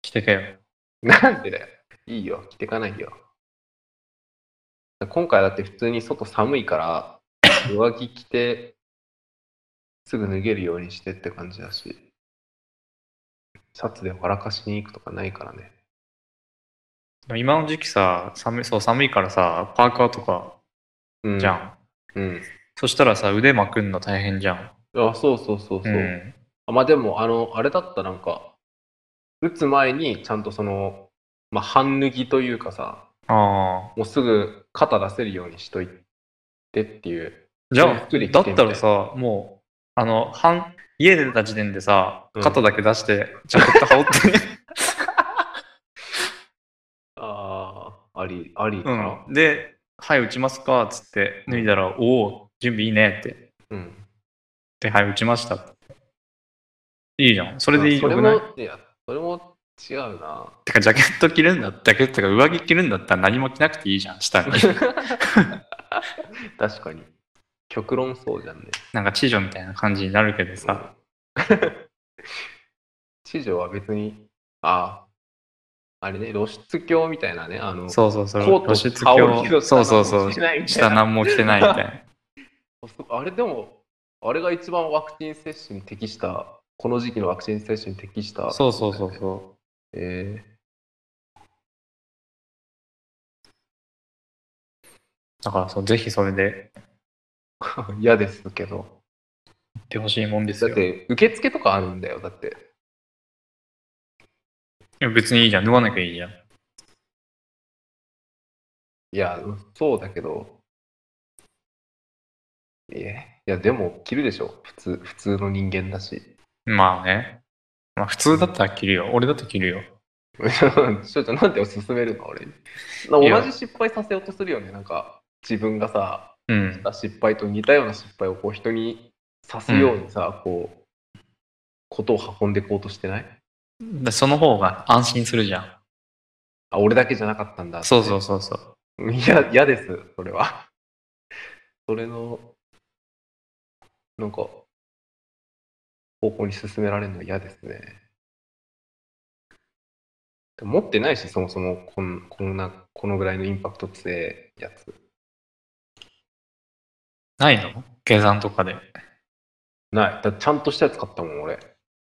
S2: 来てけよ。
S1: うなんでだよいいよ着てかないよ今回だって普通に外寒い から上着着てすぐ脱げるようにしてって感じだしシャツで笑かしに行くとかないからね
S2: 今の時期さ、寒い、そう、寒いからさ、パーカーとか
S1: うん
S2: じゃん。
S1: うん
S2: そしたらさ、腕まくんの大変じゃん。
S1: あそうそうそうそう、
S2: ん。
S1: あまあでも、あの、あれだったなんか、打つ前にちゃんとその、まあ、半脱ぎというかさ、
S2: ああ。
S1: もうすぐ肩出せるようにしといてっていう。
S2: じ
S1: そういう
S2: ゃ
S1: 服で
S2: あ、
S1: 来
S2: だ
S1: てみ
S2: った
S1: い
S2: たらさ、もう、あの、半、家出た時点でさ、
S1: うん
S2: 肩だけ出して、ジャケット羽 織って、
S1: ああ、あり、ありかな。
S2: うん。で、はい、打ちますか、っつって、脱いだら、おお、準備いいねって。
S1: うん。
S2: で、はい、打ちました。いいじゃん。そ
S1: そ
S2: れでいいよくない
S1: れも、いや、それも違うな。
S2: てか、ジャケット着るんだ、ジャケットが上着着るんだったら何も着なくていいじゃ ん、下に。
S1: 確かに。極論そうじゃんね。
S2: なんか、地女みたいな感じになるけどさ。
S1: 地上は別に、ああ、あれね、露出鏡みたいなね、あの、
S2: そうそうそう。
S1: コート
S2: 露出
S1: 羽織るけど
S2: 鏡。そうそうそ
S1: 下何も
S2: う
S1: 着てないみ。たいな
S2: 下何も着てないみたいな。
S1: あれでも、あれが一番ワクチン接種に適した、この時期のワクチン接種に適した。
S2: そうそうそうそ
S1: え
S2: う。だからそう、ぜひそれで
S1: ー 嫌ですけど。
S2: 行ってほしいもんです
S1: だ
S2: よ。
S1: っ
S2: い
S1: て、受付とかあるんだよ、だって。
S2: や別にいいじゃん。脱がなきゃいいじゃん。
S1: いや、そうだけど。いや、いやでも、着るでしょ。普通、普通の人間だし。
S2: まあね。まあ普通だったら着るよ。俺だって着るよ。
S1: 翔ちゃん、なんで勧めるの俺に。
S2: いや
S1: 同じ失敗させようとするよね。なんか、自分がさ、
S2: うん。
S1: 失敗と似たような失敗をこう人にさすようにさ、こう、ことを運んでいこうとしてない
S2: でその方が安心するじゃん。
S1: あ、俺だけじゃなかったんだって。
S2: そうそうそうそう。
S1: いや、嫌です、それは。それの、なんか、方向に進められるのは嫌ですね。でも持ってないし、そもそもこん、こんな、このぐらいのインパクト強いやつ。
S2: ないの下山とかで。
S1: ない。だちゃんとしたやつ買ったもん、俺。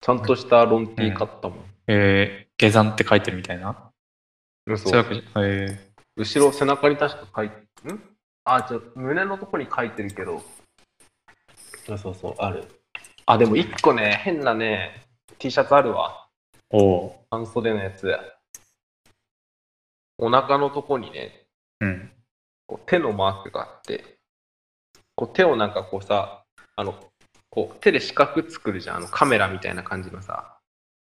S1: ちゃんとしたロンティー買ったもん。
S2: えー、下山って書いてるみたいな。
S1: 嘘
S2: そういうわけじゃえー
S1: 後ろ背中に確か書いてんあちょ胸のとこに書いてるけどそうそうそうあるあでも1個ね変なね T シャツあるわ
S2: おう。
S1: 半袖のやつお腹のとこにね
S2: うん。
S1: こう手のマークがあってこう手をなんかこうさあのこう手で四角作るじゃんあのカメラみたいな感じのさ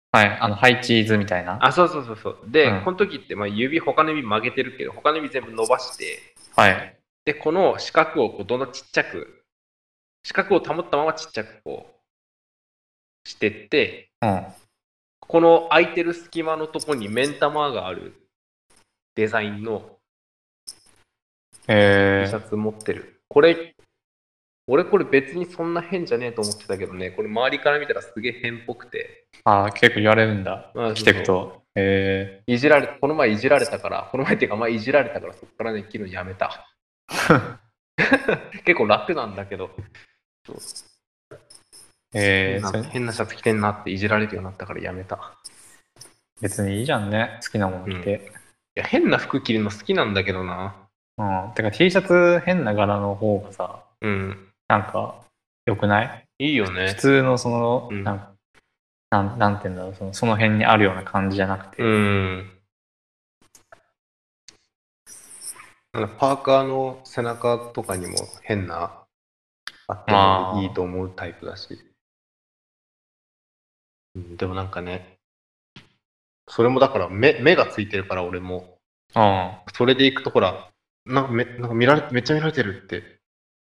S2: はい。あの、ハイチーズみたいな。
S1: あそうそうそうそうで、
S2: うん
S1: この時ってまあ指他の指曲げてるけど他の指全部伸ばして
S2: はい。
S1: で、この四角をこうどんどんちっちゃく、四角を保ったままちっちゃくこうしてって、
S2: うん。
S1: この空いてる隙間のとこに目ん玉があるデザインの
S2: え
S1: T シ
S2: ー
S1: ャ、ツ持ってる。これ、俺これ別にそんな変じゃねえと思ってたけどね、これ周りから見たらすげえ変っぽくて、
S2: あー結構言われるんだ
S1: うん。
S2: 着てくと。え
S1: いじられ、この前いじられたから、この前っていうか前いじられたからそこからね、着るのやめ た。結構楽なんだけど、そう
S2: ー、えー、
S1: なん
S2: そ
S1: か
S2: れ
S1: 変なシャツ着てんなっていじられるようになったからやめた。
S2: 別にいいじゃんね。好きなもの着
S1: い
S2: て。
S1: や、変な服着るの好きなんだけどな。
S2: うん。てか T シャツ変な柄の方がさ、
S1: うん。
S2: なんか、良くない
S1: いいよ
S2: 普
S1: ね。
S2: 通のその、
S1: うん
S2: なんかなんなんて言うんだろうその、その辺にあるような感じじゃなくて。
S1: うん。あのパーカーの背中とかにも変な、あってもいいと思うタイプだし。うん、でもなんかね、それもだから目目がついてるから俺も、
S2: うん。
S1: それで行くとほら、なんかめなんか見られめっちゃ見られてるって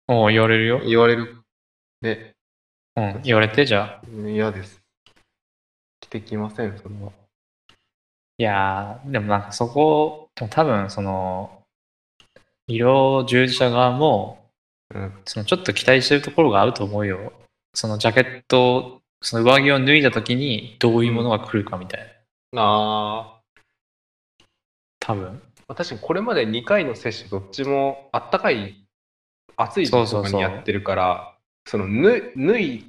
S2: おう言われるよ。
S1: 言われる。ね、
S2: うん。言われて、じゃあ。
S1: 嫌です。着てきません、それは。
S2: いやー、でもなんかそこ、でも多分その、医療従事者側も、
S1: うん。
S2: そのちょっと期待してるところがあると思うよ。そのジャケット、その上着を脱いだ時にどういうものが来るかみたいな。
S1: あ
S2: 多分。
S1: あ、確かにこれまで2回の接種どっちもあったかい、暑い時
S2: そう
S1: 期
S2: そ
S1: と
S2: う
S1: か
S2: そう
S1: にやってるから、その脱脱い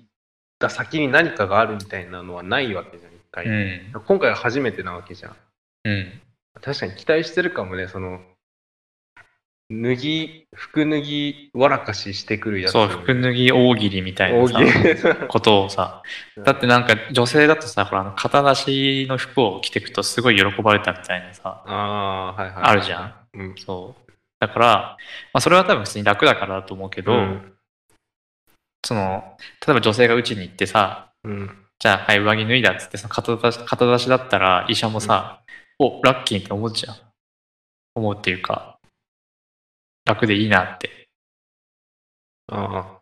S1: だ先に何かがあるみたいなのはないわけじゃん、1回。
S2: うん。
S1: 今回は初めてなわけじゃん。
S2: うん。
S1: 確かに期待してるかもね、その、脱ぎ、服脱ぎ、わらかししてくるやつ。
S2: そう、服脱ぎ大喜利みたいなさ、
S1: 大
S2: ことをさ。
S1: きい
S2: だってなんか女性だとさ、ほら、あの肩出しの服を着てくとすごい喜ばれたみたいなさ、
S1: ああ、はいはい。
S2: あるじゃん。
S1: うん。
S2: そう。だから、まあそれは多分普通に楽だからだと思うけど、
S1: うん
S2: その、例えば女性がうちに行ってさ、
S1: うん。
S2: じゃあ、はい、上着脱いだっつって、その肩出し、肩出しだったら、医者もさ、お、ラッキーって思うじゃん。思うっていうか、楽でいいなって。
S1: ああ。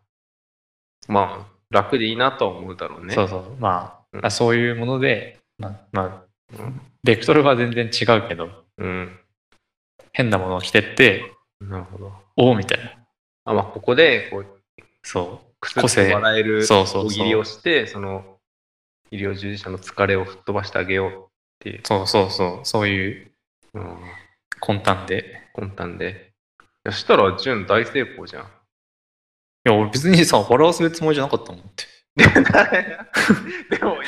S1: まあ、楽でいいなとは思うだろうね。
S2: そうそう。まあ、
S1: うん
S2: あそういうもので、まあ、まあ
S1: うん
S2: ベクトルは全然違うけど、
S1: うん。
S2: 変なものを着てって、
S1: なるほど。
S2: おみたいな。
S1: あまあ、ここでこう
S2: そ
S1: くすっ
S2: 個性
S1: と笑え
S2: う。
S1: る
S2: そうそう
S1: 大
S2: そ
S1: 喜
S2: う。
S1: 利をしてその医療従事者の疲れを吹っ飛ばしてあげようっていう
S2: そうそうそう、そういう
S1: うん
S2: 魂胆で。
S1: 魂胆で。いやしたら、純大成功じゃん。
S2: いや、俺別にさ、笑わせるつもりじゃなかったもんって。
S1: でも、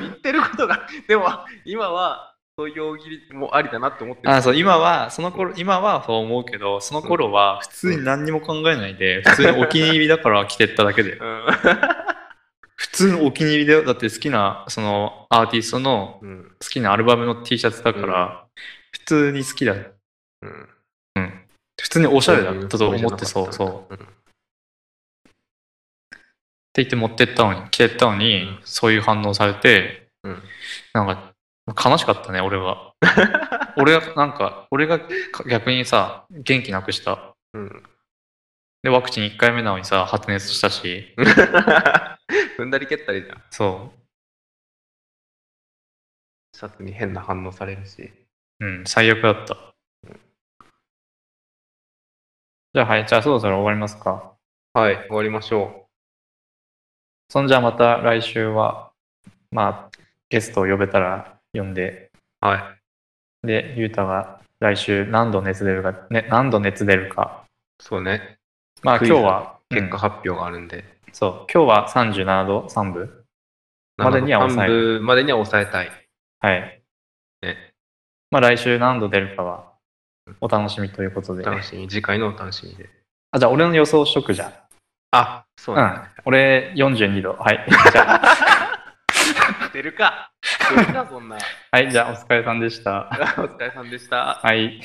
S1: 言ってることが、でも、今は、そういう大喜利もありだなって思ってる。
S2: あそう今は、その頃、今はそう思うけど、その頃は普通に何にも考えないで、普通にお気に入りだから着てっただけで。 普通のお気に入りだよ。だって好きな、そのアーティストの
S1: うん。うん。
S2: 好きなアルバムの T シャツだから、普通に好きだ。
S1: うん。
S2: 普通におしゃれだったと
S1: そういう
S2: 思
S1: つも
S2: っ
S1: りじ
S2: て、
S1: ゃなか
S2: そう
S1: た
S2: そう。っ
S1: ん
S2: て言って持ってったのに、着てったのに、
S1: うん
S2: そういう反応されて、
S1: うん
S2: なんか、悲しかったね、俺は。 俺は、なんか、俺がか逆にさ、元気なくした。
S1: うん。
S2: で、ワクチン1回目なのにさ、発熱したし、
S1: 踏んだり蹴ったりじゃん。
S2: そ
S1: シャツに変な反応されるし。
S2: う。うん、最悪だった。じゃあ、はい、じゃあそろそろ終わりますか。
S1: はい、終わりましょ
S2: そんじゃまた来週は、まあ、ゲストを呼べたら呼んで、
S1: う。は
S2: で、ゆうたが来週何度熱出るか、ね、何度熱出るか。
S1: い。そうね。
S2: まあ、
S1: クイ
S2: 今
S1: ズ
S2: 日は、
S1: 結果
S2: うん
S1: 発表があるんで。
S2: そう、今日は37度3分。までには抑え
S1: 半分までには抑えたい。
S2: はい。
S1: ね、
S2: まあ、来週何度出るかは、お楽しみということ
S1: お
S2: で。
S1: 楽しみ。次回のお楽しみで。
S2: あ、じゃあ、俺の予想しとくじゃん。
S1: あ、そう
S2: う
S1: ね。
S2: ん。俺、42度。はい。じゃあ
S1: 出る か。出るか、そんな。
S2: はい、じゃあお疲れさんでした。
S1: お疲れさんでした。
S2: はい。